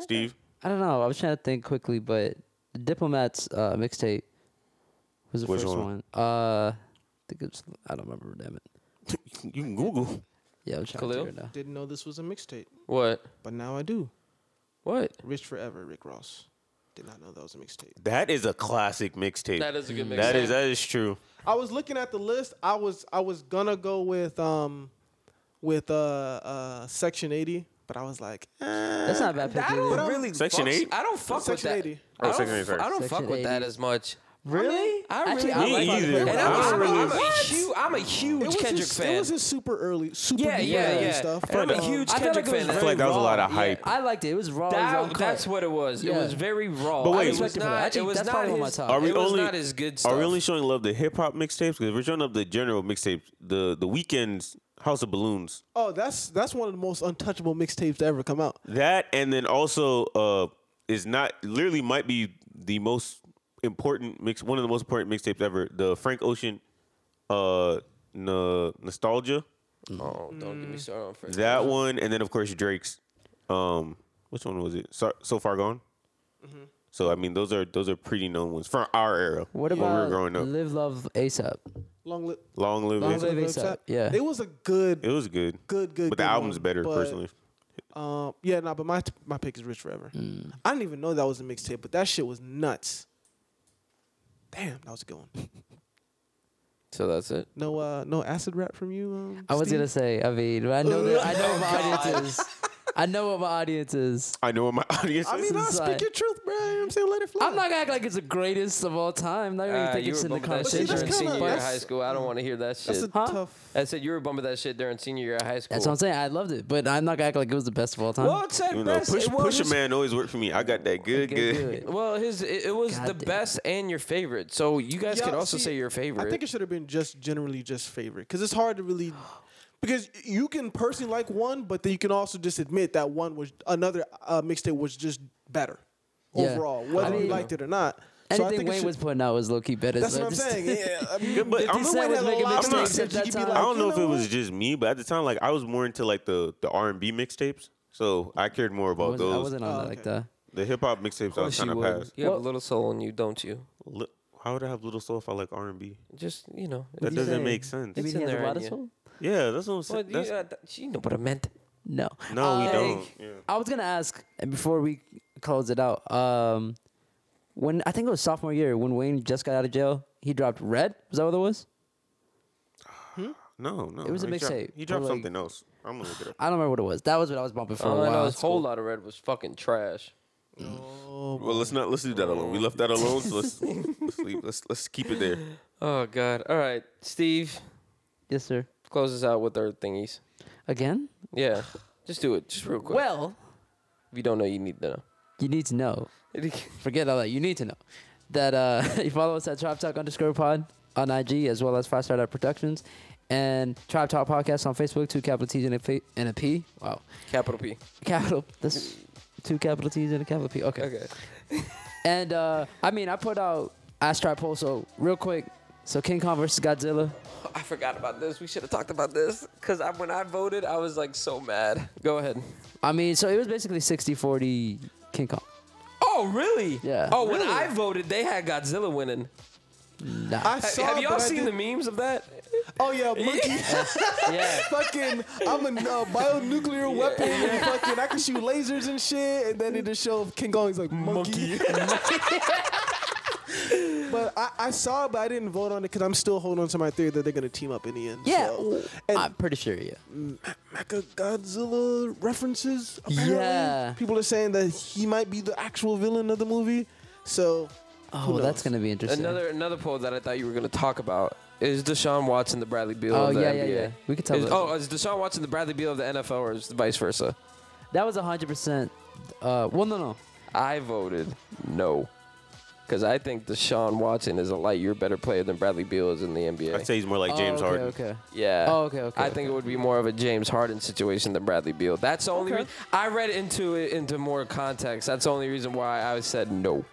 Steve,
I don't know. I was trying to think quickly, but the Diplomats uh, mixtape was the
Which
first
one?
one. Uh, I think it's I don't remember. Damn it.
you can Google.
Yeah, I'm trying
Khalil?
to figure it out.
Didn't know this was a mixtape,
What?
but now I do.
What?
Rich Forever, Rick Ross. Did not know that was a mixtape.
That is a classic mixtape.
That is a good
That is
mixtape.
that is true.
I was looking at the list. I was I was gonna go with um with uh uh Section 80, but I was like, eh.
That's not a bad pick. either.
really
Section
fucks-
eight?
I don't fuck
Section
with that.
80.
I
Oh,
don't,
Section 80,
f-
sorry.
I don't fuck
Section
with that
80.
as much.
Really?
I
Actually,
really-
I
Me
like
either.
it.
And
I
I'm,
don't
I'm,
really.
I'm a huge, I'm a
It
huge
was
Kendrick
his- It
fan.
was his super early, super
Yeah,
deep
yeah,
early
yeah.
stuff. uh,
And I'm a huge
I feel like
Kendrick
it was
fan.
very
I feel like that was a lot
raw.
of hype.
I liked it. It was raw. it was
That,
uncut.
that's what it was. It
Yeah.
was very raw.
But wait.
it was not.
Actually,
it was
that's
not
probably
his,
one of my top.
Are we
it was
only
not as good stuff.
Are we only showing love the hip hop mixtapes? Because we're showing up the general mixtapes, the the weekends House of Balloons,
Oh, that's that's one of the most untouchable mixtapes to ever come out.
that, and then also uh is not literally might be the most important mix, one of the most important mixtapes ever. The Frank Ocean, uh, n- nostalgia,
Oh, don't get me started on first.
that one, and then of course Drake's. Um, which one was it? So, so far gone.
Mm-hmm.
So I mean, those are those are pretty known ones from our era.
What
when we
about
were growing up?
Live Love ASAP?
Long live
Long live,
Long
it.
Live ASAP, yeah.
It was a good
It was good.
Good, good,
But the
good
album's
one,
better,
but-
personally.
um yeah, nah, but my my pick is Rich Forever.
Mm.
I didn't even know that was a mixtape, but that shit was nuts. Damn, that was a good one.
So that's it.
No, uh, no acid rap from you. Um,
I was
Steve?
gonna say. I mean, I know that. I know what my audience is. I know what my audience is.
I know what my audience
I
is.
mean, I
inside.
speak your truth, bro.
I'm saying? Let it fly.
I'm not gonna act like it's the greatest of all time. Not even
Uh,
think
you
it's
were
in the
bumping that shit during
that's
conversation.
kinda-
senior year of
that's-
high school. I don't want to hear that shit.
That's a
Huh?
tough.
I said you were bumping that shit during senior year of high school.
That's what I'm saying. I loved it, but I'm not gonna act like it was the best of all time.
Well, it said
You know,
best.
push
it was
push a man always worked for me. I got that good, good.
Well, his it, it was
God
the
damn.
best and your favorite. So you guys
Yeah,
could also
see,
say your favorite.
I think it should have been just generally just favorite because it's hard to really. Because you can personally like one, but then you can also just admit that one was another uh, mixtape was just better
Yeah.
overall,
I
whether you
mean-
liked it or not. so I
Anything
think it
Wayne
should-
was putting out was low key better.
That's
so
what I'm
just-
saying. Yeah, I mean,
Good, but I'm-
Fifty Cent was making
I'm
not-
mistakes at that time.
I don't know if
you
it
know
was
what?
just me, but at the time, like I was more into like the the R and B mixtapes, so I cared more
I
about
wasn't,
those.
I wasn't on
Oh,
that
okay.
like that.
the hip hop mixtapes I was kind
you
of past.
You have
Well-
a little soul in you, don't you?
Li- How would I have little soul if I like R and B?
Just you know.
That
you
doesn't
say?
make sense.
You mean
It's
he
in
has a
there,
lot of
yeah.
soul?
Yeah, that's what I'm saying.
Well, you,
That's-
uh, th- you know what I meant.
No.
no, we
Uh,
don't. Yeah.
I was gonna ask, and before we close it out, um, when I think it was sophomore year when Wayne just got out of jail, he dropped Red. Was that what it was?
No, no.
It was a
no, he dropped-
mixtape,
He
but,
dropped
like-
something else. I'm gonna look it up.
I don't remember what it was. That was what I was bumping for a
All Oh, I
while.
know
in
is whole
school.
lot of red was fucking trash.
Well, let's not let's do that alone. We left that alone, so let's let's leave. Let's let's keep it there.
Oh God! All right, Steve,
Yes, sir.
close us out with our thingies.
Again?
Yeah, just do it, just real quick.
Well,
if you don't know, you need to
you need to know.
know.
Forget all that. You need to know that uh, you follow us at Tribe Talk underscore pod on IG as well as Five Star Dot Productions and Tribe Talk Podcast on Facebook. Two capital T's and a P. And a P. Wow.
Capital P.
Capital. That's two capital T's and a capital P. Okay.
Okay.
And uh, I mean, I put out Ask Tribe poll. So real quick. So King Kong versus Godzilla.
I forgot about this. We should have talked about this because I, when I voted, I was like so mad. Go ahead.
I mean, so it was basically 60-40 King Kong.
Oh really?
Yeah.
Oh, when I voted, they had Godzilla winning.
I
Have,
saw,
have y'all
but I
seen the
didn't-
memes of that?
Oh yeah, monkey.
Yeah.
fucking, I'm a uh, bionuclear weapon. And fucking, I can shoot lasers and shit. And then it just show King Kong. He's like monkey. but I, I saw, it, but I didn't vote on it because I'm still holding on to my theory that they're gonna team up in the end.
Yeah.
So.
I'm pretty sure. Yeah.
Mecha Godzilla references. Apparently.
Yeah.
People are saying that he might be the actual villain of the movie. So.
Oh,
who
well, that's
knows?
gonna be interesting.
Another another poll that I thought you were going to talk about is Deshaun Watson the Bradley Beal
Oh,
of the
yeah, yeah,
NBA.
yeah. We could talk
Is,
about
oh, is Deshaun Watson the Bradley Beal of the NFL or is vice versa?
That was 100%. Uh, well, no, no.
I voted no because I think Deshaun Watson is a light year better player than Bradley Beal is in the NBA.
I'd say he's more like James
oh, okay,
Harden.
Okay.
yeah.
Oh, okay, okay,
I think it would be more of a James Harden situation than Bradley Beal. That's the only.
Okay.
Re- I read into it into more context. That's the only reason why I said no.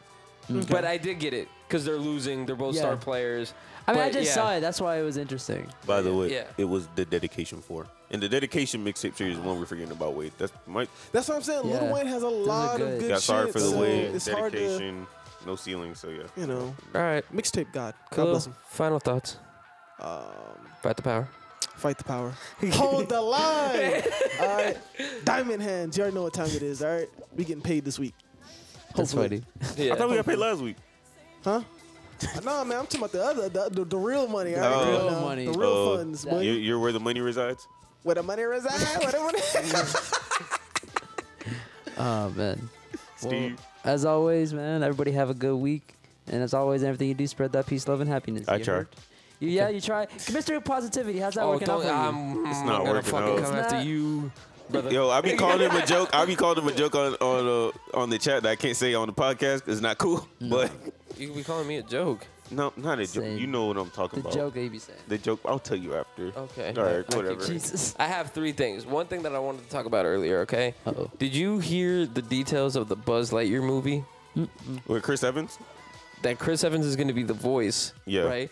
But I did get it because they're losing. They're both
Mm-hmm. Yeah.
star players.
I mean, I
But,
just
yeah.
saw it. That's why it was interesting.
By the way,
Yeah.
it was the dedication for, and the dedication mixtape series is one we're forgetting about. Wait, that's Mike.
That's what I'm saying. Lil
Yeah.
Wayne has a
Those are
lot of
good.
good
Got
shit.
sorry for the
so
way.
It's hard to,
Dedication, no ceiling. So yeah.
you know,
All right.
mixtape God. God
Cool.
bless him.
Final thoughts
Um,
about the power.
fight the power. Hold the line. all right. Diamond hands. You already know what time it is. All right. We getting paid this week.
That's
Hopefully.
funny.
Yeah.
I thought we got paid last week.
Huh? no, man. I'm talking about the other, the, the, the real money. all right?
The
real
You know,
money.
The real
Uh,
funds.
You-
boy.
You're where the money resides.
Where the money resides. Where the money.
Oh, man.
Steve,
As always, man, everybody have a good week. And as always, everything you do, spread that peace, love, and happiness.
I
You
tried.
heard? You, yeah, you try. Mr. Positivity, how's that
Oh,
working out
don't,
for you?
I'm,
It's
I'm
not
gonna
working
fucking
out.
come
It's
after
not-
you, brother.
yo, I be calling him a joke. I be calling him a joke on on uh, on the chat that I can't say on the podcast. 'cause It's not cool, but
You can be calling me a joke.
no, not a joke.
Same.
You know what I'm talking
the
about.
joke that you be saying.
The joke. I'll tell you after.
Okay.
All right.
I- I
Whatever.
keep-
Jesus.
I have three things. One thing that I wanted to talk about earlier. Okay.
Uh-oh.
Did you hear the details of the Buzz Lightyear movie?
With Chris Evans.
That Chris Evans is going to be the voice.
Yeah.
Right.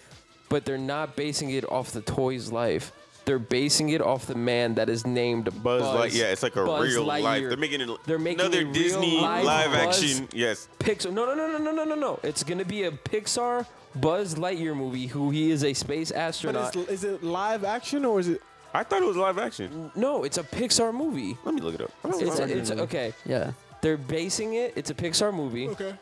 But they're not basing it off the toy's life. They're basing it off the man that is named Buzz,
Buzz, Light, yeah, it's like a
Buzz
real life.
Lightyear.
They're making it
They're making
another
a real
Disney
life
live
Buzz
action. Yes,
Pixar. No, no, no, no, no, no, no, no. It's gonna be a Pixar Buzz Lightyear movie. Who he is a space
But
astronaut.
is, is it live action or is it?
I thought it was live action.
no, it's a Pixar movie.
Let me look it up.
It's, a, it's a- okay.
Yeah.
They're basing it. It's a Pixar movie.
Okay.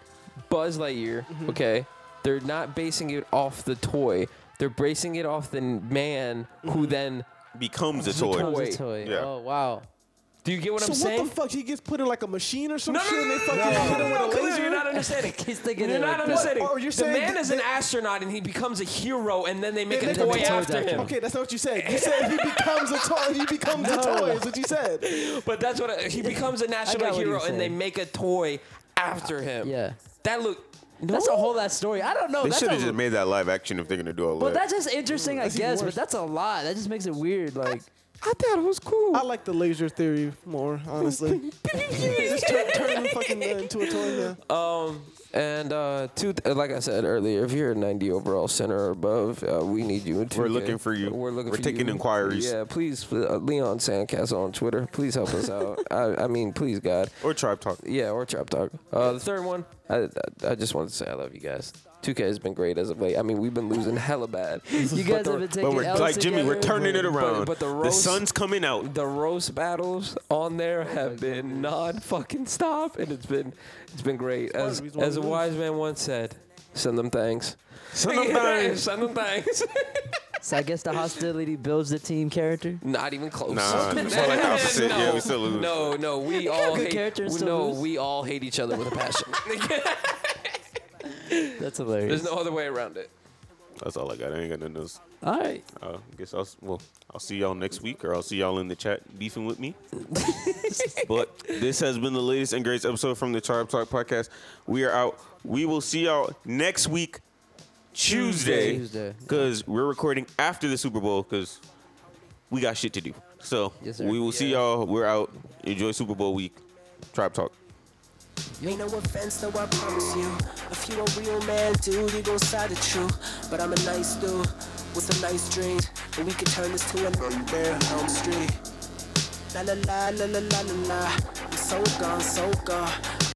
Buzz Lightyear.
Mm-hmm.
Okay. They're not basing it off the toy. They're basing it
Mm-hmm.
off the man who then
Becomes a
Becomes
toy.
a toy.
Yeah.
Oh, wow.
Do you get what
So
I'm
what
saying?
the fuck? He gets put in like a machine or some
No, no,
shit,
no, no,
and they
no,
fucking
no,
hit him with a
clearly
laser.
You're not understanding.
He's thinking
You're
it
not
like that.
understanding.
Oh, you're
the
saying
man
that-
is an
that-
astronaut and he becomes a hero, and then they make
They
a
make a
toy
toy
after
after
him.
Okay, that's not what you said. You said he becomes a toy. He becomes a toy. Is what you said.
But that's what I, he becomes a
got
national
what
hero,
he's
and they
saying.
make a toy after
Ah,
him.
yeah.
that look. No.
That's a whole ass story. I don't know.
They
that's
should
a,
have just made that live action if they're gonna do all
But
that.
that's just interesting, I guess. But
worse.
that's a lot. That just makes it weird. Like
I thought it was cool.
I like the laser theory more, honestly. Just turn, turn him fucking uh, into a toy. Yeah.
Um, and uh, two, uh, like I said earlier, if you're a 90 overall center or above, uh, we need you. In 2K.
We're looking for you.
We're looking.
We're
for
taking
you.
inquiries.
Yeah, please, uh, Leon Sandcastle on Twitter. Please help us out. I, I mean, please, God.
Or tribe talk.
Yeah, or Trap Talk. Uh, the third one, I, I, I just wanted to say I love you guys. 2K has been great as of late. I mean, we've been losing hella bad.
you
But
guys
the-
have been taking
But we're
L's
like Jimmy, we're
together.
turning it around.
but the
the
roast-
sun's coming out.
the roast battles on there
Oh
have been non fucking stop, and it's been it's been great. As
reason why
as a
we lose.
wise man once said, send them thanks.
Son of a-
send them thanks.
So I guess the hostility builds the team character.
Not even close.
Nah, it's more like opposite. Yeah, we still lose.
No, no, we all
good
hate.
character and
we-
still
no,
lose.
we all hate each other with a passion.
That's hilarious.
There's no other way around it.
That's all I got. I ain't got nothing else.
All right.
Uh, I guess I'll s- well, I'll see y'all next week, or I'll see y'all in the chat beefing with me. but this has been the latest and greatest episode from the Tribe Talk podcast. We are out. We will see y'all next week, Tuesday,
Tuesday.
because we're recording after the Super Bowl because we got shit to do. So
Yes, sir.
we will see
Yeah.
y'all. We're out. Enjoy Super Bowl week. Tribe Talk.
Ain't no offense, though I promise you. If you a real man, dude, you gon' side the truth. But I'm a nice dude with some nice dreams, and we could turn this to a nightmare on Elm Street. La la la la la la la la. I'm so gone, so gone.